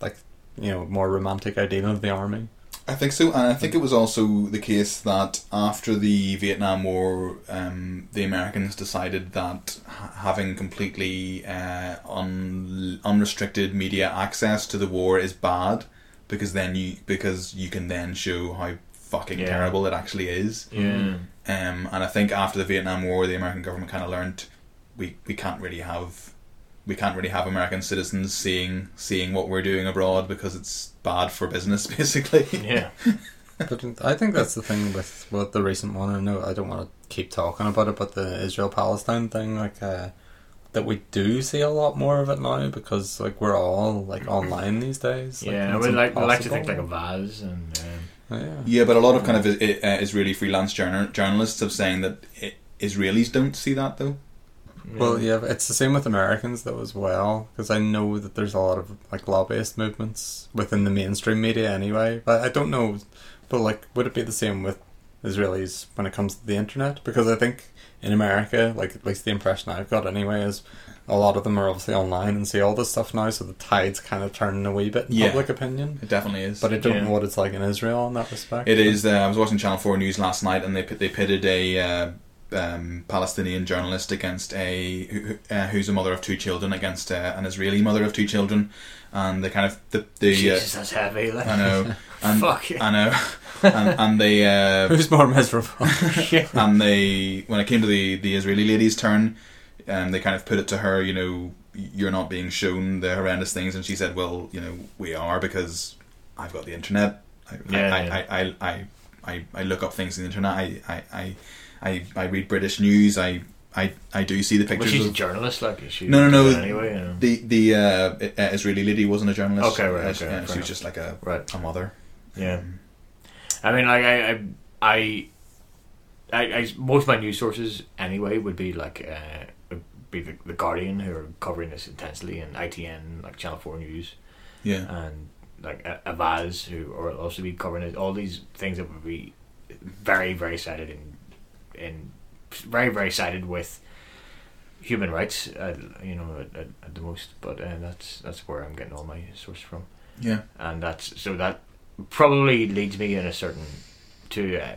Speaker 5: like you know, more romantic ideal of the army.
Speaker 3: I think so, and I think it was also the case that after the Vietnam War, um, the Americans decided that ha- having completely uh, un- unrestricted media access to the war is bad because then you because you can then show how fucking
Speaker 4: Yeah.
Speaker 3: terrible it actually is.
Speaker 4: Yeah.
Speaker 3: Um, and I think after the Vietnam War, the American government kind of learned we, we can't really have we can't really have American citizens seeing seeing what we're doing abroad because it's bad for business, *laughs* basically.
Speaker 4: Yeah.
Speaker 5: But I think that's the thing with, with the recent one. I know I don't want to keep talking about it, but the Israel Palestine thing, like uh, that we do see a lot more of it now because like we're all like online these days.
Speaker 4: Yeah,
Speaker 5: it's
Speaker 4: we like, we like to
Speaker 5: impossible.
Speaker 4: think like a vase and um,
Speaker 5: yeah.
Speaker 3: Yeah, but a lot of kind of uh, Israeli freelance journal- journalists have saying that it, Israelis don't see that though.
Speaker 5: Well, yeah, but it's the same with Americans though as well, because I know that there's a lot of like lobbyist movements within the mainstream media anyway. But I don't know, but like, would it be the same with Israelis when it comes to the internet? Because I think in America, like at least the impression I've got anyway, is a lot of them are obviously online and see all this stuff now, so the tide's kind of turning a wee bit in
Speaker 3: Yeah.
Speaker 5: public opinion.
Speaker 3: It definitely is.
Speaker 5: But I don't
Speaker 4: Yeah.
Speaker 5: know what it's like in Israel in that respect.
Speaker 3: It is. Uh, I was watching Channel Four News last night, and they pit- they pitted a uh, um, Palestinian journalist against a who, who- uh, who's a mother of two children against uh, an Israeli mother of two children, and they kind of the the uh,
Speaker 4: Jesus, that's heavy. Like.
Speaker 3: I
Speaker 4: *laughs*
Speaker 3: know and
Speaker 4: Fuck it.
Speaker 3: I know *laughs* and, and they uh,
Speaker 5: *laughs* Who's
Speaker 3: *laughs*
Speaker 5: more miserable?
Speaker 4: Shit.
Speaker 3: and they when it came to the the Israeli lady's turn, um, they kind of put it to her, you know, you're not being shown the horrendous things, and she said, well, you know, we are because I've got the internet. I,
Speaker 4: Yeah,
Speaker 3: I,
Speaker 4: yeah.
Speaker 3: I, I, I, I, I look up things on the internet. I, I, I, I, I read British news. I, I, I do see the
Speaker 4: But
Speaker 3: pictures.
Speaker 4: she's a
Speaker 3: of,
Speaker 4: journalist, like she.
Speaker 3: no, no, no.
Speaker 4: Anyway, you know.
Speaker 3: The the uh, I- uh, Israeli lady wasn't a journalist.
Speaker 4: Okay, right,
Speaker 3: Uh,
Speaker 4: okay,
Speaker 3: she, uh,
Speaker 4: fair
Speaker 3: she
Speaker 4: enough.
Speaker 3: was just like a
Speaker 4: Right.
Speaker 3: a mother.
Speaker 4: Yeah. I mean, like I, I, I, I, I most of my news sources anyway would be like uh, would be the, the Guardian who are covering this intensely, and ITN like Channel Four News,
Speaker 3: Yeah.
Speaker 4: and like A- Avaz who are also be covering it. All these things that would be very very sided in, in very very sided with human rights. Uh, you know, at, at, at the most, but uh, that's that's where I'm getting all my sources from
Speaker 3: yeah.
Speaker 4: and that's so that probably leads me in a certain to uh,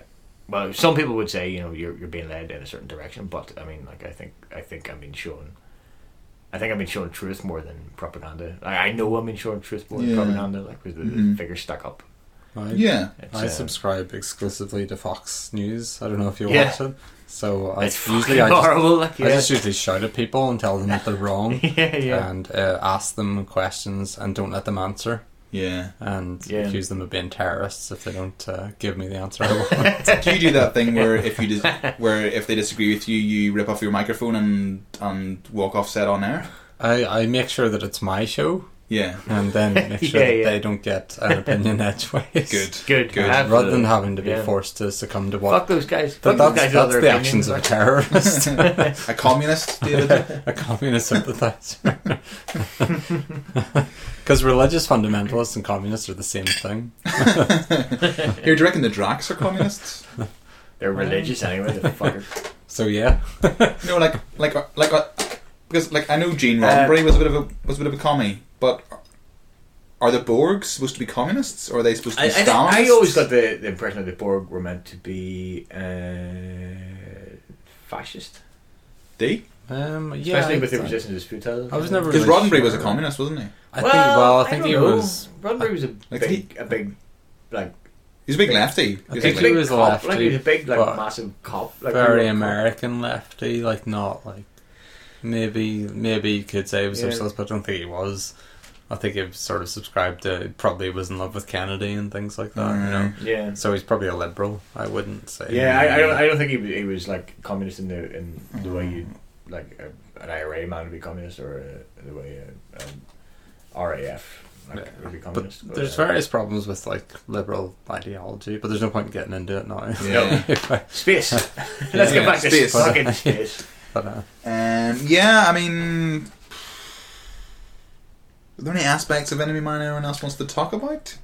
Speaker 4: well some people would say you know you're, you're being led in a certain direction but i mean like i think i think i've been shown i think i've been shown truth more than propaganda i, I know i'm been shown truth more
Speaker 3: Yeah.
Speaker 4: than propaganda like because the,
Speaker 3: Mhm.
Speaker 5: Mm-hmm.
Speaker 4: the figures stack up
Speaker 5: Right?
Speaker 3: Yeah.
Speaker 4: It's,
Speaker 5: I
Speaker 4: uh,
Speaker 5: subscribe exclusively to Fox News. I don't know if you
Speaker 4: Yeah.
Speaker 5: watch it. So
Speaker 4: *laughs*
Speaker 5: I
Speaker 4: it's
Speaker 5: usually
Speaker 4: usually
Speaker 5: I just,
Speaker 4: horrible like yeah.
Speaker 5: I just usually shout at people and tell them that they're wrong
Speaker 4: *laughs* yeah yeah
Speaker 5: and uh, ask them questions and don't let them answer
Speaker 3: Yeah.
Speaker 5: and
Speaker 4: Yeah.
Speaker 5: accuse them of being terrorists if they don't uh, give me the answer I want.
Speaker 4: *laughs*
Speaker 3: Do you do that thing where if you dis- where if they disagree with you, you rip off your microphone and and walk off set on air?
Speaker 5: I, I make sure that it's my show
Speaker 3: Yeah,
Speaker 5: and then make sure
Speaker 4: *laughs* Yeah,
Speaker 5: that
Speaker 4: yeah.
Speaker 5: they don't get an
Speaker 4: *laughs*
Speaker 5: opinion edgeways.
Speaker 3: good.
Speaker 4: good
Speaker 3: Good.
Speaker 4: Have
Speaker 5: Rather
Speaker 4: the-
Speaker 5: than having to be
Speaker 4: yeah.
Speaker 5: forced to succumb to
Speaker 4: fuck
Speaker 5: what.
Speaker 4: those guys
Speaker 5: That,
Speaker 4: fuck those
Speaker 5: that's
Speaker 4: guys
Speaker 5: that's
Speaker 4: other
Speaker 5: the actions of a
Speaker 4: *laughs*
Speaker 5: terrorist,
Speaker 3: A communist, David.
Speaker 5: a communist sympathizer. *laughs* Because religious fundamentalists and communists are the same thing.
Speaker 3: Here, do you reckon the Drax are communists?
Speaker 4: they're religious anyway the fucker
Speaker 5: *laughs* So yeah,
Speaker 3: No, like like like uh, because like I know Gene
Speaker 4: Uh,
Speaker 3: Roddenberry was a bit of a was a bit of a commie, but are the Borg supposed to be communists or are they supposed to
Speaker 4: I, I,
Speaker 3: be
Speaker 4: think-
Speaker 3: Stalinists?
Speaker 4: I always got the, the impression that the Borg were meant to be uh, fascist,
Speaker 3: they
Speaker 5: um, yeah.
Speaker 4: especially
Speaker 5: I,
Speaker 4: with the
Speaker 5: I,
Speaker 4: resistance is futile.
Speaker 5: I was never
Speaker 3: because
Speaker 5: really
Speaker 3: Roddenberry was a
Speaker 4: uh,
Speaker 5: sure.
Speaker 3: communist, wasn't he?
Speaker 5: I think. Well, I think
Speaker 4: don't
Speaker 5: he
Speaker 4: know.
Speaker 5: was.
Speaker 4: Roddenberry was a
Speaker 3: Like,
Speaker 4: big, a big, like,
Speaker 3: He's a big lefty.
Speaker 5: I
Speaker 3: He's
Speaker 5: think
Speaker 3: like-
Speaker 5: he was a
Speaker 4: cop,
Speaker 5: lefty,
Speaker 4: like he was a big,
Speaker 5: but
Speaker 4: like, massive cop, like
Speaker 5: Very
Speaker 4: he was a cop.
Speaker 5: American lefty, like not like maybe maybe you could say he was
Speaker 4: Yeah.
Speaker 5: socialist, but I don't think he was. I think he sort of subscribed to probably was in love with Kennedy and things like that. You know,
Speaker 4: Mm. Yeah,
Speaker 5: so he's probably a liberal. I wouldn't say.
Speaker 4: yeah. I, I don't, I don't think he was, he was like communist in the in the way you like a, an IRA man would be communist or uh, the way uh, um, RAF like, would be
Speaker 5: But
Speaker 4: communist.
Speaker 5: there's
Speaker 4: uh,
Speaker 5: various problems with like liberal ideology, but there's no point in getting into it now. *laughs*
Speaker 3: Yeah.
Speaker 4: Space. *laughs* Let's
Speaker 3: Yeah,
Speaker 4: get back to
Speaker 3: space.
Speaker 4: space. Fucking space.
Speaker 5: but, uh,
Speaker 3: Um, yeah, I mean, are there any aspects of Enemy Mine anyone else wants to talk about?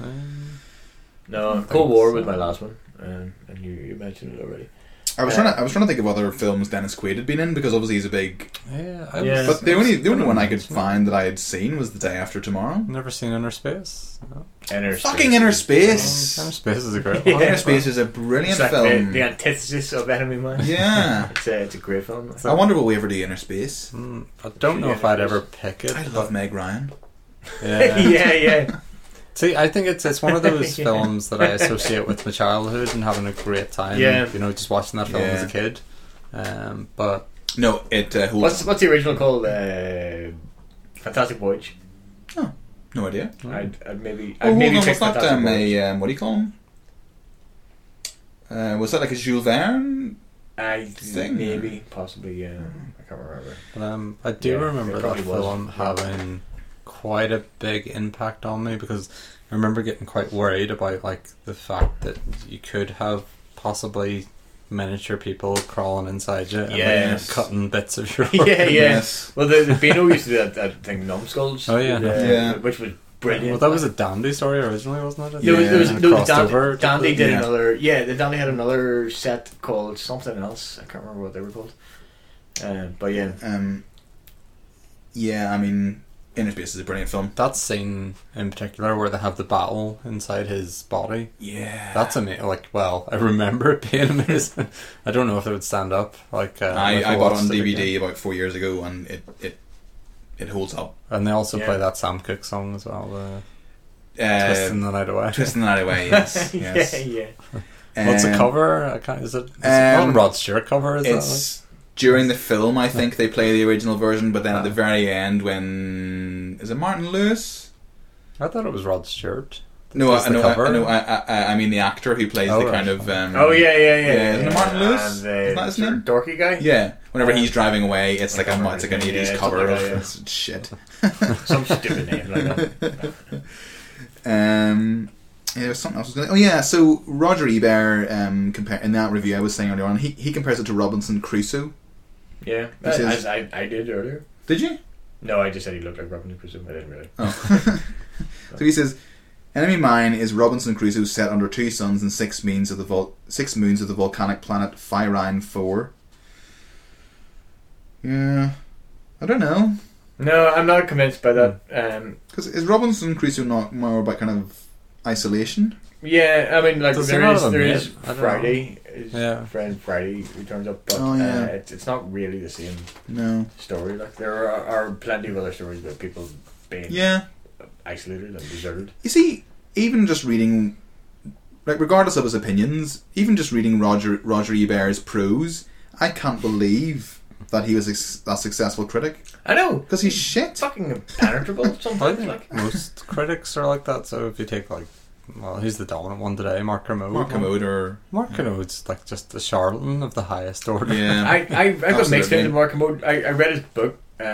Speaker 5: um,
Speaker 4: No,
Speaker 5: think
Speaker 4: Cold War
Speaker 5: so.
Speaker 4: was my last one, um, and you, you mentioned it already.
Speaker 3: I was trying to I was trying to think of other films Dennis Quaid had been in because obviously he's a big.
Speaker 5: yeah, I
Speaker 4: Yeah.
Speaker 5: was-
Speaker 3: But the only the only
Speaker 5: don't
Speaker 3: one I
Speaker 5: know.
Speaker 3: could find that I had seen was The Day After Tomorrow.
Speaker 5: Never seen Inner Space. No.
Speaker 4: Inner
Speaker 3: Fucking Inner
Speaker 5: Um, Inner
Speaker 3: Space.
Speaker 5: Space is
Speaker 3: *laughs*
Speaker 5: a great
Speaker 4: Yeah.
Speaker 5: one.
Speaker 3: Inner Space is a brilliant
Speaker 4: It's like the,
Speaker 3: film.
Speaker 4: the antithesis of Enemy Mine.
Speaker 3: Yeah, Oh,
Speaker 4: It's a, it's a great film. *laughs*
Speaker 3: I wonder will we ever do Inner Space.
Speaker 5: Mm, I don't know if I'd ever pick it.
Speaker 3: I love Meg Ryan. *laughs*
Speaker 5: Yeah.
Speaker 4: yeah, yeah.
Speaker 5: See, I think it's it's one of those *laughs*
Speaker 4: Yeah.
Speaker 5: films that I associate with my childhood and having a great time.
Speaker 4: Yeah.
Speaker 5: You know, just watching that film
Speaker 3: Yeah.
Speaker 5: as a kid. Um, but
Speaker 3: No, it uh, holds.
Speaker 4: What's what's the original called? Uh, Fantastic Voyage.
Speaker 3: No idea.
Speaker 4: I'd, I'd maybe.
Speaker 3: Oh,
Speaker 4: I'd
Speaker 3: hold
Speaker 4: Uh, maybe
Speaker 3: on.
Speaker 4: pick
Speaker 3: Was that
Speaker 4: Fantastic
Speaker 3: um,
Speaker 4: Voyage.
Speaker 3: a um, what do you call him? Uh, was that like a Jules Verne
Speaker 4: I
Speaker 3: uh, thing?
Speaker 4: maybe possibly. Yeah, I
Speaker 3: *laughs*
Speaker 4: can't remember. *laughs*
Speaker 5: um, I do
Speaker 4: Yeah,
Speaker 5: remember
Speaker 4: it
Speaker 5: that
Speaker 4: probably was.
Speaker 5: film
Speaker 4: Yeah.
Speaker 5: having quite a big impact on me because I remember getting quite worried about like the fact that you could have possibly miniature people crawling inside you and
Speaker 4: Yes.
Speaker 5: then cutting
Speaker 4: *laughs*
Speaker 5: bits of your
Speaker 4: yeah, yeah.
Speaker 3: Yes.
Speaker 4: Well, the, the Beano used to do that, that thing, numbskulls.
Speaker 5: Oh, yeah.
Speaker 4: uh,
Speaker 3: Yeah.
Speaker 4: Which was brilliant.
Speaker 5: Well, that was a Dandy story originally, wasn't it?
Speaker 4: There was, there was,
Speaker 5: And
Speaker 4: there was
Speaker 5: crossed over
Speaker 4: Dandy,
Speaker 5: to
Speaker 4: Dandy
Speaker 5: the-
Speaker 4: did
Speaker 3: yeah.
Speaker 4: another. Yeah, the Dandy had another set called something else. I can't remember what they were called. Uh, but yeah,
Speaker 3: Um, yeah, I mean, Inner Space is a brilliant film.
Speaker 5: That scene in particular where they have the battle inside his body.
Speaker 3: Yeah,
Speaker 4: *sighs*
Speaker 5: That's amazing. Like, well, I remember it
Speaker 4: *laughs*
Speaker 5: being amazing. I don't know if it would stand up. Like, uh, if
Speaker 3: I, I bought it
Speaker 5: watched
Speaker 3: on
Speaker 5: it
Speaker 3: DVD
Speaker 5: again.
Speaker 3: about four years ago, and it it it holds up.
Speaker 5: and they also
Speaker 4: Yeah.
Speaker 5: play that Sam Cooke song as well. The
Speaker 3: Uh,
Speaker 5: twisting the night away.
Speaker 3: Twisting the Night Away. Yes, yes.
Speaker 4: *laughs* yeah, yeah.
Speaker 5: *laughs* What's the
Speaker 3: Um,
Speaker 5: cover? I can't, is it, is it not
Speaker 3: um,
Speaker 5: a Rod Stewart cover? Is that
Speaker 3: It's during the film. I think they play the original version, but then
Speaker 5: Ah.
Speaker 3: at the very end, when is it Martin Lewis?
Speaker 5: like? I thought it was Rod Stewart.
Speaker 3: No,
Speaker 5: Is
Speaker 3: I,
Speaker 5: the
Speaker 3: no, I,
Speaker 5: cover?
Speaker 3: I, no I, I, I mean the actor who plays
Speaker 5: Oh,
Speaker 3: the
Speaker 5: right.
Speaker 3: kind of. Um,
Speaker 4: Oh yeah, yeah, yeah.
Speaker 3: Yeah, isn't it Martin Lewis?
Speaker 4: And, uh,
Speaker 3: Isn't that his name?
Speaker 4: Dorky guy.
Speaker 3: Yeah, whenever he's driving away, it's
Speaker 4: I
Speaker 3: like a
Speaker 4: can't
Speaker 3: it's like an
Speaker 4: remember.
Speaker 3: eighties
Speaker 4: Yeah,
Speaker 3: cover of
Speaker 4: something like
Speaker 3: *laughs*
Speaker 4: that,
Speaker 3: shit.
Speaker 4: Some stupid
Speaker 5: *laughs*
Speaker 4: name like that.
Speaker 3: *laughs*
Speaker 4: *laughs*
Speaker 3: Um, yeah, there was something else. I was gonna, oh yeah, so Roger Ebert um, compare in that review I was saying earlier on, he, he compares it to Robinson Crusoe.
Speaker 4: Yeah,
Speaker 3: This
Speaker 4: I,
Speaker 3: is-
Speaker 4: I, I did earlier.
Speaker 3: Did you?
Speaker 4: No, I just said he looked like Robin Crusoe. I didn't really.
Speaker 3: Oh. *laughs* so he says, "Enemy Mine is Robinson Crusoe set under two suns and six moons of the vol- six moons of the volcanic planet Phyrine Four. Yeah, I don't know
Speaker 4: No, I'm not convinced by that. Um,
Speaker 3: because is Robinson Crusoe not more about kind of isolation?
Speaker 4: yeah, I mean, like
Speaker 5: Does
Speaker 4: there
Speaker 5: it
Speaker 4: is
Speaker 5: not
Speaker 4: there
Speaker 5: admit?
Speaker 4: is
Speaker 5: I don't know.
Speaker 4: Friday, is
Speaker 5: Yeah.
Speaker 4: friend Friday who turns up, but
Speaker 3: Oh, yeah.
Speaker 4: uh, it's, it's not really the same
Speaker 3: No.
Speaker 4: story. Like there are, are plenty of other stories about people being
Speaker 3: Yeah,
Speaker 4: isolated and deserted.
Speaker 3: you see, even just reading, like regardless of his opinions, even just reading Roger Roger Ebert's prose, I can't believe that he was a, a successful critic
Speaker 4: I know.
Speaker 3: because he's shit.
Speaker 4: Fucking impenetrable
Speaker 5: I *laughs*
Speaker 4: sometimes. like *laughs*
Speaker 5: think most critics are like that. So if you take like, well, he's the dominant one today, Mark Kermode.
Speaker 3: Mark Kermode or
Speaker 5: Mark Kermode's like just a charlatan of the highest order.
Speaker 3: yeah,
Speaker 4: *laughs* I, I, I got mixed
Speaker 3: Absolutely.
Speaker 4: into Mark Kermode. I, I read his book uh,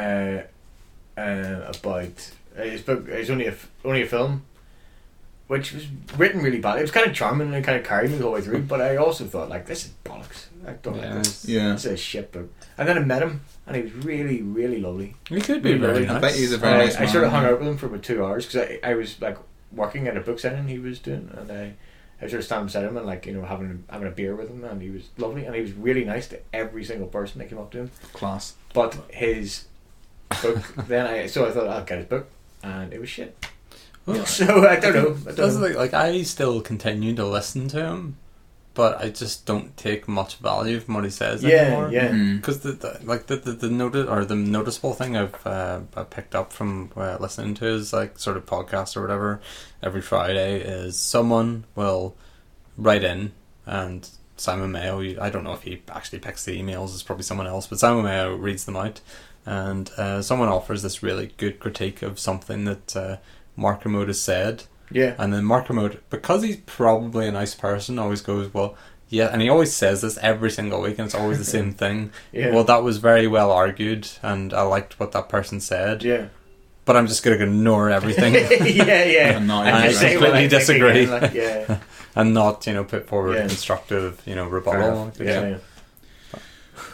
Speaker 4: uh, about uh, his book. It's only a f- only a film, which was written really bad. It was kind of charming and kind of carried me the whole way through. But I also thought like this is bollocks. I don't like
Speaker 5: Yeah,
Speaker 4: this.
Speaker 5: he's-
Speaker 3: yeah.
Speaker 4: This is a shit book. And then I met him, and he was really really lovely.
Speaker 5: *laughs* he could
Speaker 4: Really
Speaker 5: be very
Speaker 4: lovely.
Speaker 5: nice.
Speaker 3: I bet he's a very
Speaker 4: I-
Speaker 3: nice
Speaker 4: I, sort of
Speaker 3: man.
Speaker 4: hung out with him for about two hours because I, I was like working at a book signing he was doing, and I, I sort of standing beside him and like you know having having a beer with him, and he was lovely, and he was really nice to every single person that came up to him.
Speaker 3: class.
Speaker 4: But his *laughs* book, then I so I thought I'll get his book, and it was shit.
Speaker 5: Well,
Speaker 4: *laughs* So I don't know. I
Speaker 5: That's
Speaker 4: don't
Speaker 5: the
Speaker 4: know.
Speaker 5: thing, like I still continue to listen to him, but I just don't take much value from what he says
Speaker 4: Yeah,
Speaker 5: anymore.
Speaker 4: yeah.
Speaker 5: Because the, the like the the, the noted or the noticeable thing I've uh, I picked up from uh, listening to his like sort of podcast or whatever every Friday is someone will write in and Simon Mayo I don't know if he actually picks the emails it's probably someone else but Simon Mayo reads them out and uh, someone offers this really good critique of something that uh, Mark Kermode has said
Speaker 4: Yeah.
Speaker 5: and then Mark Kermode, because he's probably a nice person, always goes, Well, yeah, and he always says this every single week, and it's always
Speaker 4: *laughs*
Speaker 5: the same thing.
Speaker 4: Yeah.
Speaker 5: Well, that was very well argued, and I liked what that person said,
Speaker 4: Yeah.
Speaker 5: but I'm just going to ignore everything
Speaker 4: *laughs*
Speaker 5: *laughs*
Speaker 4: yeah, yeah. *laughs*
Speaker 3: And not
Speaker 4: I
Speaker 5: even
Speaker 4: just say
Speaker 5: completely
Speaker 4: what I think
Speaker 5: disagree.
Speaker 4: again, like, yeah,
Speaker 5: and not, you know, put forward a
Speaker 4: Yeah.
Speaker 5: constructive, you know,
Speaker 4: Fair
Speaker 5: rebuttal.
Speaker 4: enough. yeah, yeah.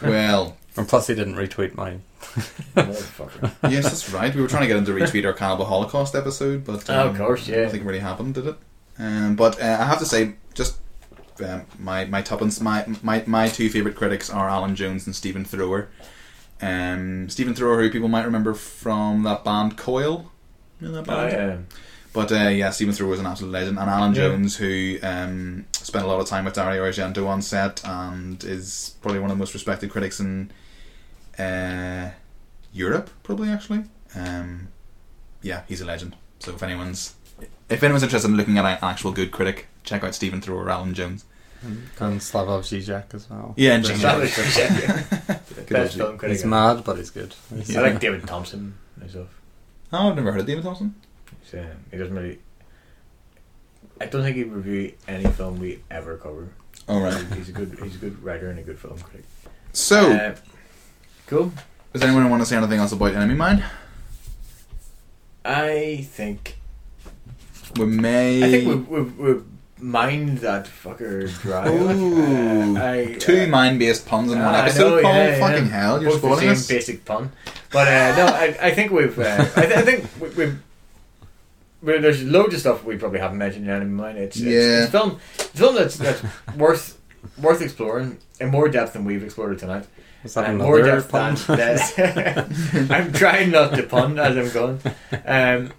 Speaker 3: Well,
Speaker 5: And plus, he didn't retweet mine.
Speaker 4: *laughs* Motherfucker.
Speaker 3: yes, that's right. We were trying to get him to retweet our Cannibal Holocaust episode, but um,
Speaker 4: Oh, of course, yeah.
Speaker 3: nothing really happened, did it? Um, but uh, I have to say, just um, my my tuppence, my my my two favorite critics are Alan Jones and Stephen Thrower. Um, Stephen Thrower, who people might remember from that band Coil. You know that
Speaker 4: Oh,
Speaker 3: band?
Speaker 4: yeah.
Speaker 3: But uh, yeah, Stephen Thrower was an absolute legend, and Alan
Speaker 4: Yeah.
Speaker 3: Jones, who um, spent a lot of time with Dario Argento on set, and is probably one of the most respected critics in uh, Europe, probably actually. Um, yeah, he's a legend. So if anyone's if anyone's interested in looking at an actual good critic, check out Stephen Thrower or Alan Jones.
Speaker 5: And Slavov Zizek as well. uh,
Speaker 3: Yeah, and
Speaker 4: That
Speaker 3: James.
Speaker 4: was *laughs* yeah. best film critic.
Speaker 5: He's mad, but he's good. He's-
Speaker 4: I like David Thompson myself.
Speaker 3: Oh, I've never heard of David Thompson.
Speaker 4: He's, uh, he doesn't really. I don't think he'd review any film we ever cover.
Speaker 3: All right.
Speaker 4: He's a good, he's a good writer and a good film critic.
Speaker 3: So,
Speaker 4: Uh, cool.
Speaker 3: does anyone want to say anything else about Enemy Mine?
Speaker 4: I think
Speaker 3: We may. Eh.
Speaker 4: I think we've, we've, we've mind that fucker dry.
Speaker 3: Ooh.
Speaker 4: Uh, I,
Speaker 3: Two
Speaker 4: uh,
Speaker 3: mind-based puns in one
Speaker 4: I
Speaker 3: episode.
Speaker 4: know,
Speaker 3: Paul,
Speaker 4: yeah, yeah.
Speaker 3: fucking hell, you're
Speaker 4: Both the
Speaker 3: spoiling
Speaker 4: same
Speaker 3: us.
Speaker 4: basic pun. But uh, no, I, I think we've. Uh, I, th- I think we, we've. we there's loads of stuff we probably haven't mentioned in any mind. It's, it's,
Speaker 3: Yeah.
Speaker 4: it's a film. It's a film that's that's worth worth exploring in more depth than we've explored it tonight.
Speaker 5: Is that
Speaker 4: And more
Speaker 5: another
Speaker 4: depth
Speaker 5: pun?
Speaker 4: than that. *laughs* I'm trying not to pun as I'm going, um,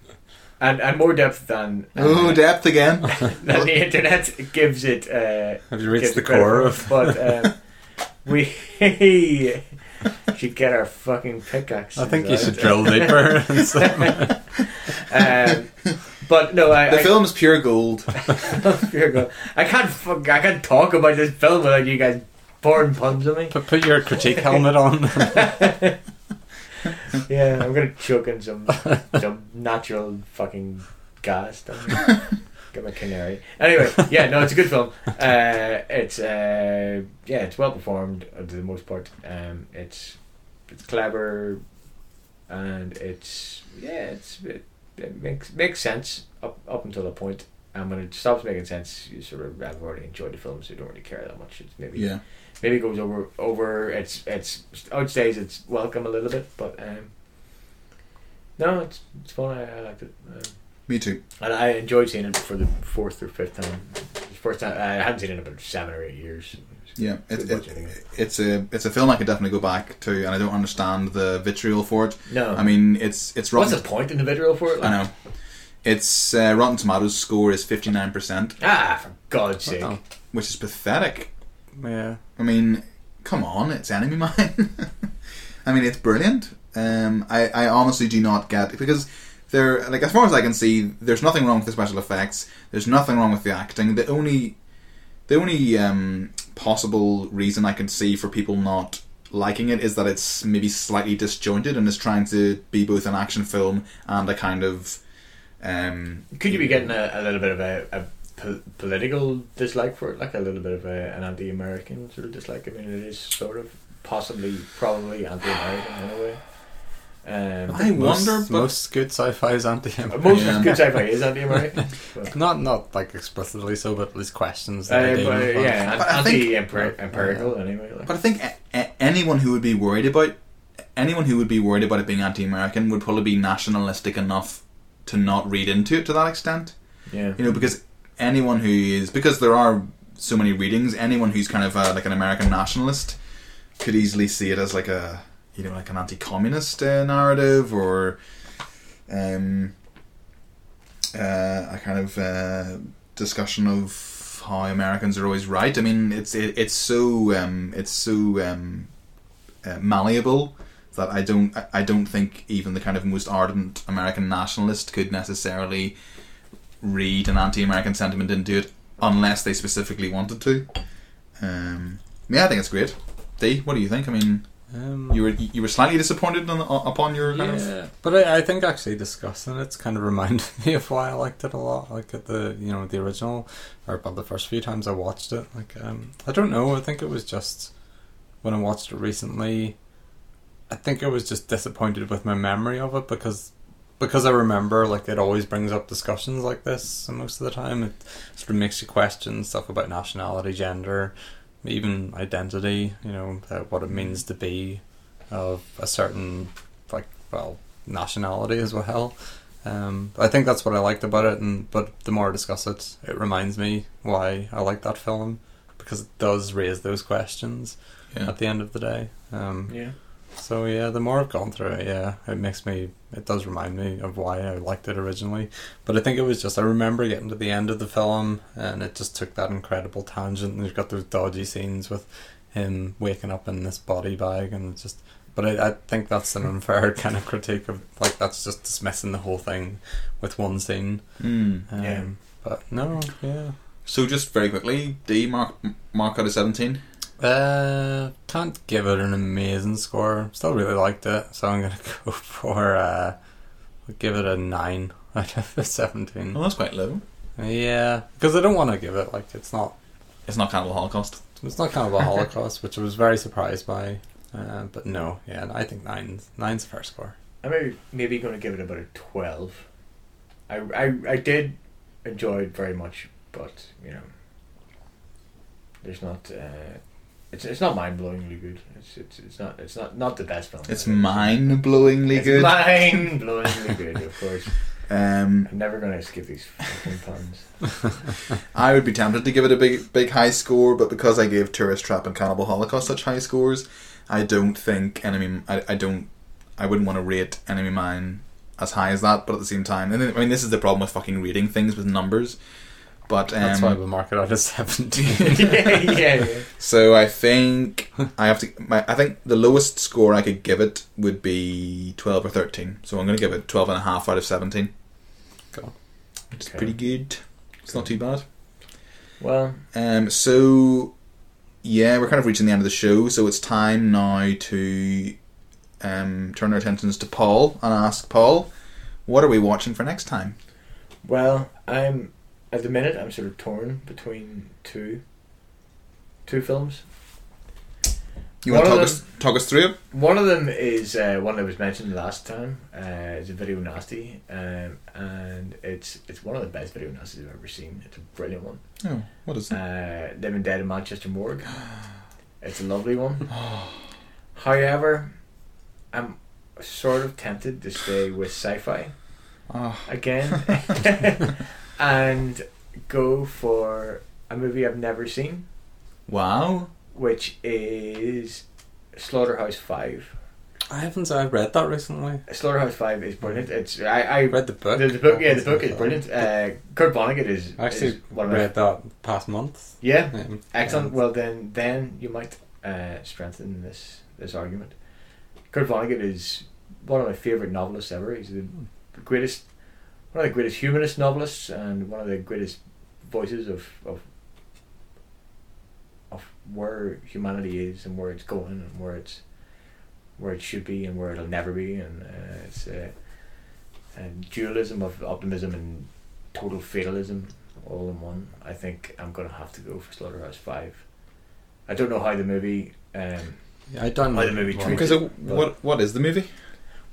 Speaker 4: and and more depth than uh,
Speaker 3: Ooh, depth again.
Speaker 4: than the internet gives it. Uh,
Speaker 5: Have you
Speaker 4: gives
Speaker 5: reached the
Speaker 4: it credit for.
Speaker 5: core of? *laughs*
Speaker 4: But um, we *laughs* should get our fucking pickaxe.
Speaker 5: *laughs* I think you should drill deeper.
Speaker 4: *laughs*
Speaker 5: and stuff.
Speaker 4: Um, but no, I.
Speaker 3: The
Speaker 4: I,
Speaker 3: film is pure gold.
Speaker 4: *laughs* Here we go. I can't. Fuck, I can't talk about this film without you guys pouring puns on me.
Speaker 5: *laughs* Put, put your critique helmet on. *laughs*
Speaker 4: *laughs* Yeah, I'm gonna choke in some some natural fucking gas. down here. Get my canary. Anyway, yeah, no, it's a good film. Uh, it's uh, yeah, it's well performed uh, to the most part. Um, it's it's clever, and it's yeah, it's it, it makes makes sense up up until a point. And when it stops making sense, you sort of have already enjoyed the film, so you don't really care that much. It's maybe
Speaker 3: Yeah.
Speaker 4: maybe it goes over over it's it's outstays its welcome a little bit but um no it's it's fun I, I liked it um,
Speaker 3: Me too.
Speaker 4: and I enjoyed seeing it for the fourth or fifth time first time I hadn't seen it in about seven or eight years
Speaker 3: Yeah, it,
Speaker 4: Good watch,
Speaker 3: it,
Speaker 4: I think.
Speaker 3: it's a it's a film I could definitely go back to, and I don't understand the vitriol for it.
Speaker 4: no
Speaker 3: I mean, it's it's
Speaker 4: what's
Speaker 3: rotten.
Speaker 4: the point in the video for it
Speaker 3: I know. It's uh, Rotten Tomatoes score is fifty nine percent,
Speaker 4: ah for god's sake
Speaker 5: Oh.
Speaker 3: which is pathetic.
Speaker 5: yeah.
Speaker 3: I mean, come on, it's Enemy *laughs* Mine. I mean, it's brilliant. Um, I, I honestly do not get because they're like as far as I can see, there's nothing wrong with the special effects. There's nothing wrong with the acting. The only the only um, possible reason I can see for people not liking it is that it's maybe slightly disjointed and is trying to be both an action film and a kind of um,
Speaker 4: could you be getting a, a little bit of a, a po- political dislike for it like a little bit of a, an anti-American sort of dislike I mean it is sort of possibly probably anti-American in a way um,
Speaker 3: I wonder,
Speaker 5: most,
Speaker 3: but-
Speaker 5: most good sci-fi is anti
Speaker 4: Uh, Most
Speaker 3: Yeah.
Speaker 4: good sci-fi is anti-American.
Speaker 5: Not not like explicitly so, but at least questions.
Speaker 4: Uh,
Speaker 5: that are deemed
Speaker 4: but,
Speaker 5: fun.
Speaker 4: yeah,
Speaker 3: But I think-
Speaker 4: anti-empirical anyway. Like.
Speaker 3: But I think a- a- anyone who would be worried about anyone who would be worried about it being anti-American would probably be nationalistic enough to not read into it to that extent.
Speaker 4: yeah,
Speaker 3: You know, because anyone who is because there are so many readings, anyone who's kind of uh, like an American nationalist could easily see it as like a you know like an anti-communist uh, narrative or um, uh, a kind of uh, discussion of how Americans are always right. I mean, it's it, it's so um, it's so um, uh, malleable that I don't I- I don't think even the kind of most ardent American nationalist could necessarily read an anti-American sentiment into it unless they specifically wanted to. Um, yeah, I think it's great. D, what do you think? I mean,
Speaker 5: Um,
Speaker 3: you were you were slightly disappointed on, uh, upon your kind of
Speaker 5: Yeah, but I, I think actually discussing it's kind of reminded *laughs* me of why I liked it a lot. Like at the you know the original, or about the first few times I watched it. Like um, I don't know. I think it was just when I watched it recently. I think I was just disappointed with my memory of it because because I remember like it always brings up discussions like this and most of the time. It sort of makes you question stuff about nationality, gender, even identity. You know uh, what it means to be of a certain like well nationality as well. Um, I think that's what I liked about it, and but the more I discuss it, it reminds me why I like that film because it does raise those questions
Speaker 3: Yeah.
Speaker 5: at the end of the day. Um,
Speaker 4: yeah.
Speaker 5: So yeah, the more I've gone through it, yeah, it makes me. It does remind me of why I liked it originally, but I think it was just I remember getting to the end of the film, and it just took that incredible tangent. And you've got those dodgy scenes with him waking up in this body bag, and it's just. But I, I think that's an unfair *laughs* kind of critique of like that's just dismissing the whole thing with one scene.
Speaker 3: Mm.
Speaker 5: Um,
Speaker 4: Yeah.
Speaker 5: But no, yeah.
Speaker 3: So just very quickly, D mark mark out of seventeen.
Speaker 5: Uh, can't give it an amazing score. Still really liked it, so I'm gonna *laughs* go for uh, I'll give it a nine *laughs* out of a seventeen.
Speaker 3: Oh, that's quite low.
Speaker 5: Yeah, because I don't want to give it like it's not
Speaker 3: It's not Cannibal Holocaust.
Speaker 5: it's not kind
Speaker 4: *laughs*
Speaker 5: of a holocaust, which I was very surprised by. Uh, but no, yeah, I think nine's nine's a fair score.
Speaker 4: I'm maybe, maybe going to give it about a twelve. I, I, I did enjoy it very much, but you know, there's not. Uh, it's it's not mind blowingly good. It's it's it's not it's not not the best film.
Speaker 3: It's mind-blowingly good.
Speaker 4: Mind blowingly good, of
Speaker 3: *laughs*
Speaker 4: course.
Speaker 3: um,
Speaker 4: I'm never gonna skip these fucking
Speaker 3: *laughs*
Speaker 4: puns. *laughs*
Speaker 3: I would be tempted to give it a big, big high score, but because I gave Tourist Trap and Cannibal Holocaust such high scores, I don't think Enemy. I, I don't. I wouldn't want to rate Enemy Mine as high as that. But at the same time, and then- I mean, this is the problem with fucking rating things with numbers. But um,
Speaker 5: That's why we mark it out as *laughs* 17.
Speaker 4: *laughs* yeah, yeah, yeah.
Speaker 3: So I think I have to. My, I think the lowest score I could give it would be twelve or thirteen. So I'm going to give it 12 and a half out of seventeen.
Speaker 5: Cool.
Speaker 3: It's
Speaker 4: Okay.
Speaker 3: pretty good. It's not too bad.
Speaker 4: Well,
Speaker 3: Um. So yeah, we're kind of reaching the end of the show. So it's time now to um turn our attentions to Paul and ask Paul, what are we watching for next time?
Speaker 4: well, I'm at the minute I'm sort of torn between two two films.
Speaker 3: You want to
Speaker 4: One of
Speaker 3: talk us talk us through it?
Speaker 4: One of them is uh, one that was mentioned last time. Uh, it's a video nasty, um, and it's it's one of the best video nasties I've ever seen. It's a brilliant one.
Speaker 3: Oh, what is it?
Speaker 4: Uh, Living Dead in Manchester
Speaker 5: *gasps*
Speaker 4: Morgue. It's a lovely one. However, I'm sort of tempted to stay with sci-fi
Speaker 3: Ah.
Speaker 5: *laughs*
Speaker 4: again *laughs* and go for a movie I've never seen,
Speaker 3: Wow.
Speaker 4: which is Slaughterhouse Five.
Speaker 5: I haven't I read that recently.
Speaker 4: Slaughterhouse Five is brilliant. It's I, I
Speaker 5: Read the book.
Speaker 4: The, the book, yeah, the
Speaker 5: That's
Speaker 4: book
Speaker 5: not
Speaker 4: is
Speaker 5: bad.
Speaker 4: brilliant. Uh, Kurt Vonnegut is
Speaker 5: I
Speaker 4: is
Speaker 5: actually
Speaker 4: one of my-
Speaker 5: read that past month.
Speaker 4: yeah,
Speaker 5: Um,
Speaker 4: excellent.
Speaker 5: and-
Speaker 4: Well, then, then you might uh, strengthen this this argument. Kurt Vonnegut is one of my favorite novelists ever. He's the greatest, one of the greatest humanist novelists, and one of the greatest voices of of of where humanity is and where it's going and where it's where it should be and where it'll never be, and uh, it's uh, and dualism of optimism and total fatalism all in one. I think I'm gonna have to go for Slaughterhouse Five. I don't know how the movie. Um,
Speaker 5: I don't
Speaker 4: By the movie
Speaker 5: well,
Speaker 4: Trees.
Speaker 3: Okay, so what what is the movie?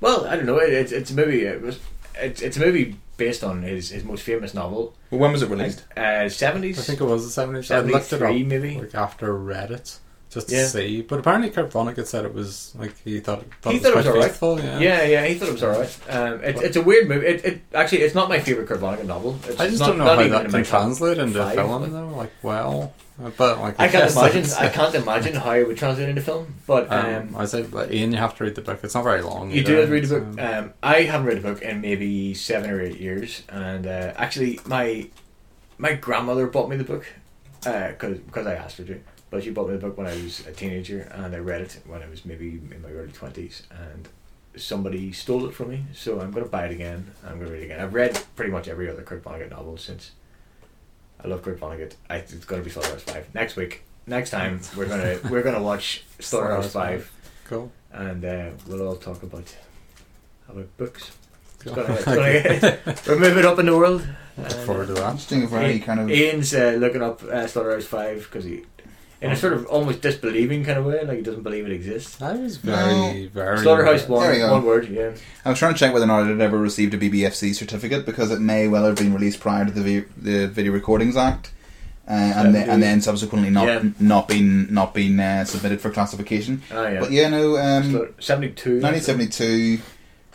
Speaker 4: well, I don't know. It, it's it's a movie. It was it's, it's a movie based on his, his most famous novel. uh,
Speaker 3: Well, when was it released?
Speaker 4: Seventies.
Speaker 5: I think it was the 70s. I looked it up
Speaker 4: 73 maybe?
Speaker 5: like, after I read it just to
Speaker 4: Yeah.
Speaker 5: see. But apparently Kurt Vonnegut said it was like he thought, thought
Speaker 4: He
Speaker 5: it
Speaker 4: thought
Speaker 5: was
Speaker 4: it was
Speaker 5: quite
Speaker 4: alright.
Speaker 5: faithful. Yeah.
Speaker 4: yeah, yeah, he thought it was alright. Um, it's it's a weird movie. It, it actually it's not my favorite Kurt Vonnegut novel. It's
Speaker 5: I just
Speaker 4: not-
Speaker 5: don't know
Speaker 4: not
Speaker 5: how
Speaker 4: even
Speaker 5: that
Speaker 4: in
Speaker 5: can
Speaker 4: my top
Speaker 5: translate into
Speaker 4: five,
Speaker 5: film
Speaker 4: like-
Speaker 5: though. Like well, but like
Speaker 4: I can't
Speaker 5: *laughs* guess
Speaker 4: imagine.
Speaker 5: that's-
Speaker 4: I can't imagine how it would translate into film. But
Speaker 5: Um,
Speaker 4: um,
Speaker 5: I say, like, Ian, you have to read the book. It's not very long.
Speaker 4: you
Speaker 5: either,
Speaker 4: do have to read the
Speaker 5: so-
Speaker 4: book. Um, I haven't read a book in maybe seven or eight years, and uh, actually, my my grandmother bought me the book because because I asked her to. But she bought me the book when I was a teenager, and I read it when I was maybe in my early twenties, and somebody stole it from me. So I'm going to buy it again. and I'm going to read it again. I've read pretty much every other Kurt Vonnegut novel since. I love Kurt Vonnegut. I, it's going to be Slaughterhouse Five next week. Next time we're gonna we're gonna watch Slaughterhouse
Speaker 5: Slaughterhouse
Speaker 4: Five
Speaker 5: cool.
Speaker 4: and uh, we'll all talk about about books. It's
Speaker 3: *laughs*
Speaker 5: Cool.
Speaker 4: gonna,
Speaker 5: *laughs*
Speaker 4: it's gonna, we're moving up in the world.
Speaker 5: Look forward to that.
Speaker 3: Interesting, very kind of.
Speaker 4: Ian's uh, looking up uh, Slaughterhouse Five because he, in a sort of almost disbelieving kind of way, like he doesn't believe it exists.
Speaker 5: I was very, very.
Speaker 4: Slaughterhouse
Speaker 3: There we
Speaker 4: One,
Speaker 3: go.
Speaker 4: one word, yeah.
Speaker 3: I was trying to check whether or not it had ever received a BBFC certificate because it may well have been released prior to the vi- the Video Recordings Act, uh, and then, and then subsequently not
Speaker 4: Yeah.
Speaker 3: not been not been uh, submitted for classification.
Speaker 4: Oh yeah.
Speaker 3: But yeah, no, um,
Speaker 4: Slaughter- Seventy-two.
Speaker 3: 1972,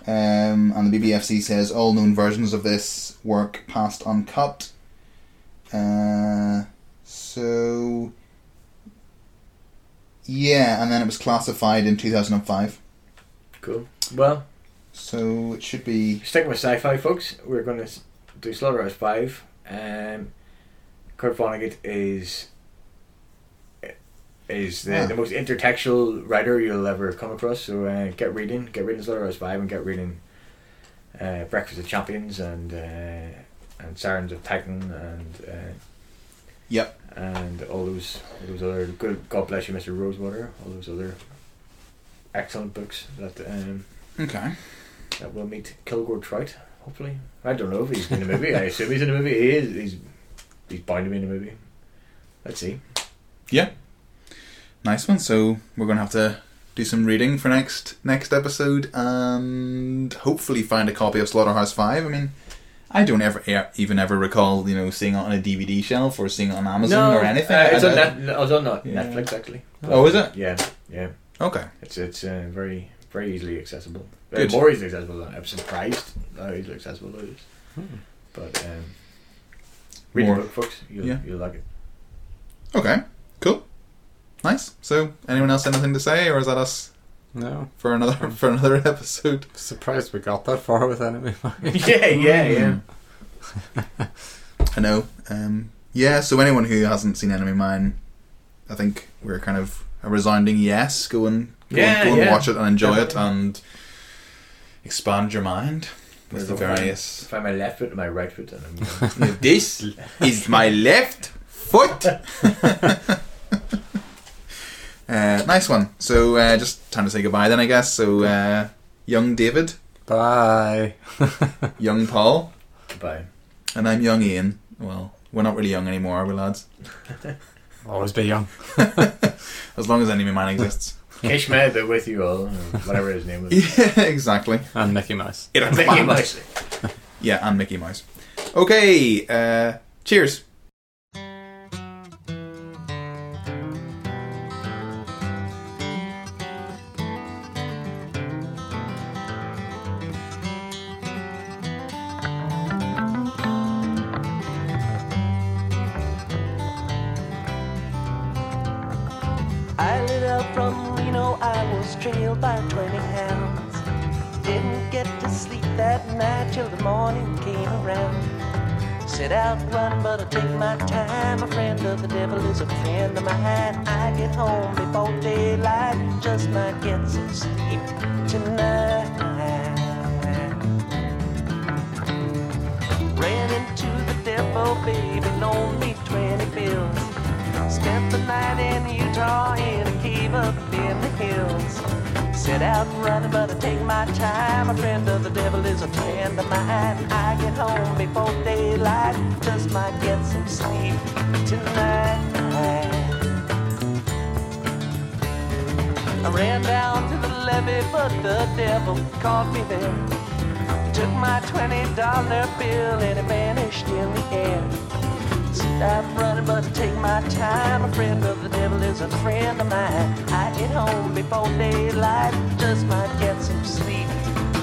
Speaker 3: um, and the BBFC says all known versions of this work passed uncut. Uh, so yeah, and then it was classified in 2005.
Speaker 4: Cool. Well,
Speaker 3: So it should be
Speaker 4: sticking with sci-fi, folks, we're going to do Slaughterhouse Five. Um, Kurt Vonnegut is eh, is the,
Speaker 3: Yeah.
Speaker 4: the most intertextual writer you'll ever come across. So uh, get reading, get reading Slaughterhouse Five, and get reading uh, Breakfast of Champions and uh, and Sirens of Titan and uh,
Speaker 3: Yep.
Speaker 4: and all those all those other good God bless you, Mister Rosewater, all those other excellent books that. Um,
Speaker 3: okay.
Speaker 4: that we'll meet Kilgore Trout, hopefully. I don't know if he's in the movie. I assume he's in the movie. He is. He's, he's bound to be in the movie. Let's see.
Speaker 3: Nice one. So we're gonna have to do some reading for next next episode, and hopefully find a copy of Slaughterhouse Five. I mean, I don't ever e- even ever recall, you know, seeing it on a DVD shelf or seeing it on Amazon or anything.
Speaker 4: Uh, it's
Speaker 3: I
Speaker 4: on
Speaker 3: don't-
Speaker 4: Net- I was on Net-
Speaker 3: Yeah.
Speaker 4: Netflix actually.
Speaker 3: Oh, is it?
Speaker 4: Yeah, yeah.
Speaker 3: Okay.
Speaker 4: It's it's uh, very very easily accessible. Uh,
Speaker 3: Good.
Speaker 4: More easily accessible. Than, I'm surprised how easily accessible it is. But um, read
Speaker 3: More-
Speaker 4: the book, folks. You'll,
Speaker 3: yeah.
Speaker 4: you'll like it. *laughs*
Speaker 3: Okay. Cool. Nice. So, anyone else anything to say, or is that us
Speaker 5: No.
Speaker 3: for another *laughs* for another episode?
Speaker 5: Surprised we got that far with Enemy Mine.
Speaker 4: yeah, yeah,
Speaker 3: Hmm.
Speaker 4: yeah.
Speaker 3: I know. Um, yeah. So, anyone who hasn't seen Enemy Mine, I think we're kind of a resounding yes. Go and go,
Speaker 4: Yeah,
Speaker 3: and, go and
Speaker 4: yeah.
Speaker 3: watch it and enjoy it
Speaker 4: Definitely.
Speaker 3: and expand your mind with the
Speaker 4: If I-
Speaker 3: various. *laughs*
Speaker 4: If I'm my left foot and my right foot, and I'm *laughs*
Speaker 3: this is my left foot. uh, nice one. So uh, just time to say goodbye then, I guess. So uh, young David,
Speaker 5: *laughs* Bye. *laughs*
Speaker 3: young Paul,
Speaker 4: goodbye.
Speaker 3: and I'm young Ian. Well, we're not really young anymore, are we, lads? *laughs*
Speaker 5: Always be young.
Speaker 3: As long as enemy man exists.
Speaker 4: Ishmael, be with you all, or whatever his name
Speaker 3: *laughs*
Speaker 4: was.
Speaker 3: yeah, exactly.
Speaker 5: And Mickey Mouse.
Speaker 4: Mickey Mouse.
Speaker 3: Yeah, and Mickey Mouse. Okay. Uh, cheers.
Speaker 10: I lit up from Reno, I was trailed by 20 hounds. Didn't get to sleep that night till the morning came around. Set out run, but I take my time. A friend of the devil is a friend of mine. I get home before daylight, just might get some sleep tonight. Ran into the depot, baby, loaned me 20 bills. Spent the night in Utah in a cave up in the hills. Set out running, but I take my time. A friend of the devil is a friend of mine. I get home before daylight, just might get some sleep tonight. I ran down to the levee, but the devil caught me there. Took my twenty dollar bill and it vanished in the air. Stop running, but I take my time. A friend of the devil is a friend of mine. I get home before daylight, just might get some sleep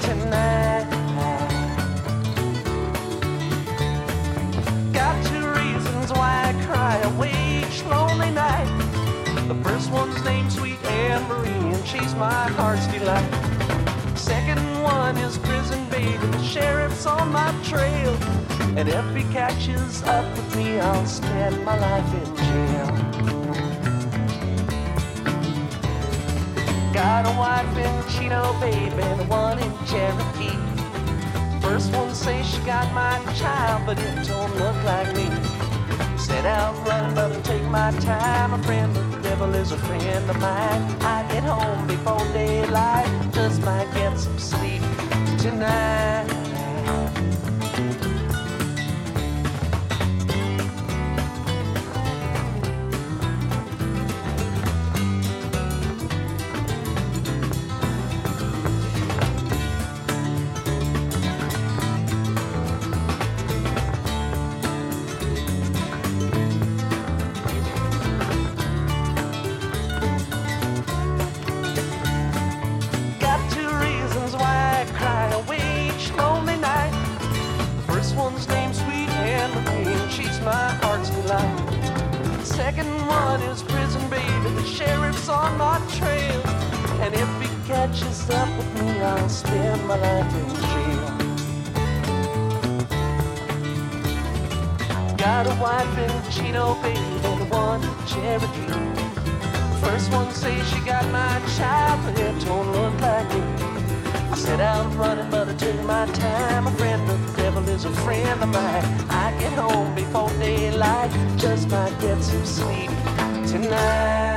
Speaker 10: tonight. Got two reasons why I cry away each lonely night. The first one's named Sweet Anne Marie, and she's my heart's delight. Second one is prison baby, the sheriff's on my trail. And if he catches up with me, I'll spend my life in jail. Got a wife in Chino, baby, and one in Cherokee. First one says she got my child, but it don't look like me. Set out running, but I take my time. A friend of the devil is a friend of mine. I get home before daylight, just might get some sleep tonight. Got two reasons why I cry away each lonely night. First one's named Sweet Anne Marie, and she's my heart's delight. Second one is prison baby, the sheriff's on my trail. And if he catches up with me, I'll spend my life in jail. Got a wife in Chino, baby, and one in Cherokee. First one say she got my child, but it don't look like it. I said I'm running, but I took my time. A friend of the devil is a friend of mine. I get home before daylight, just might get some sleep tonight.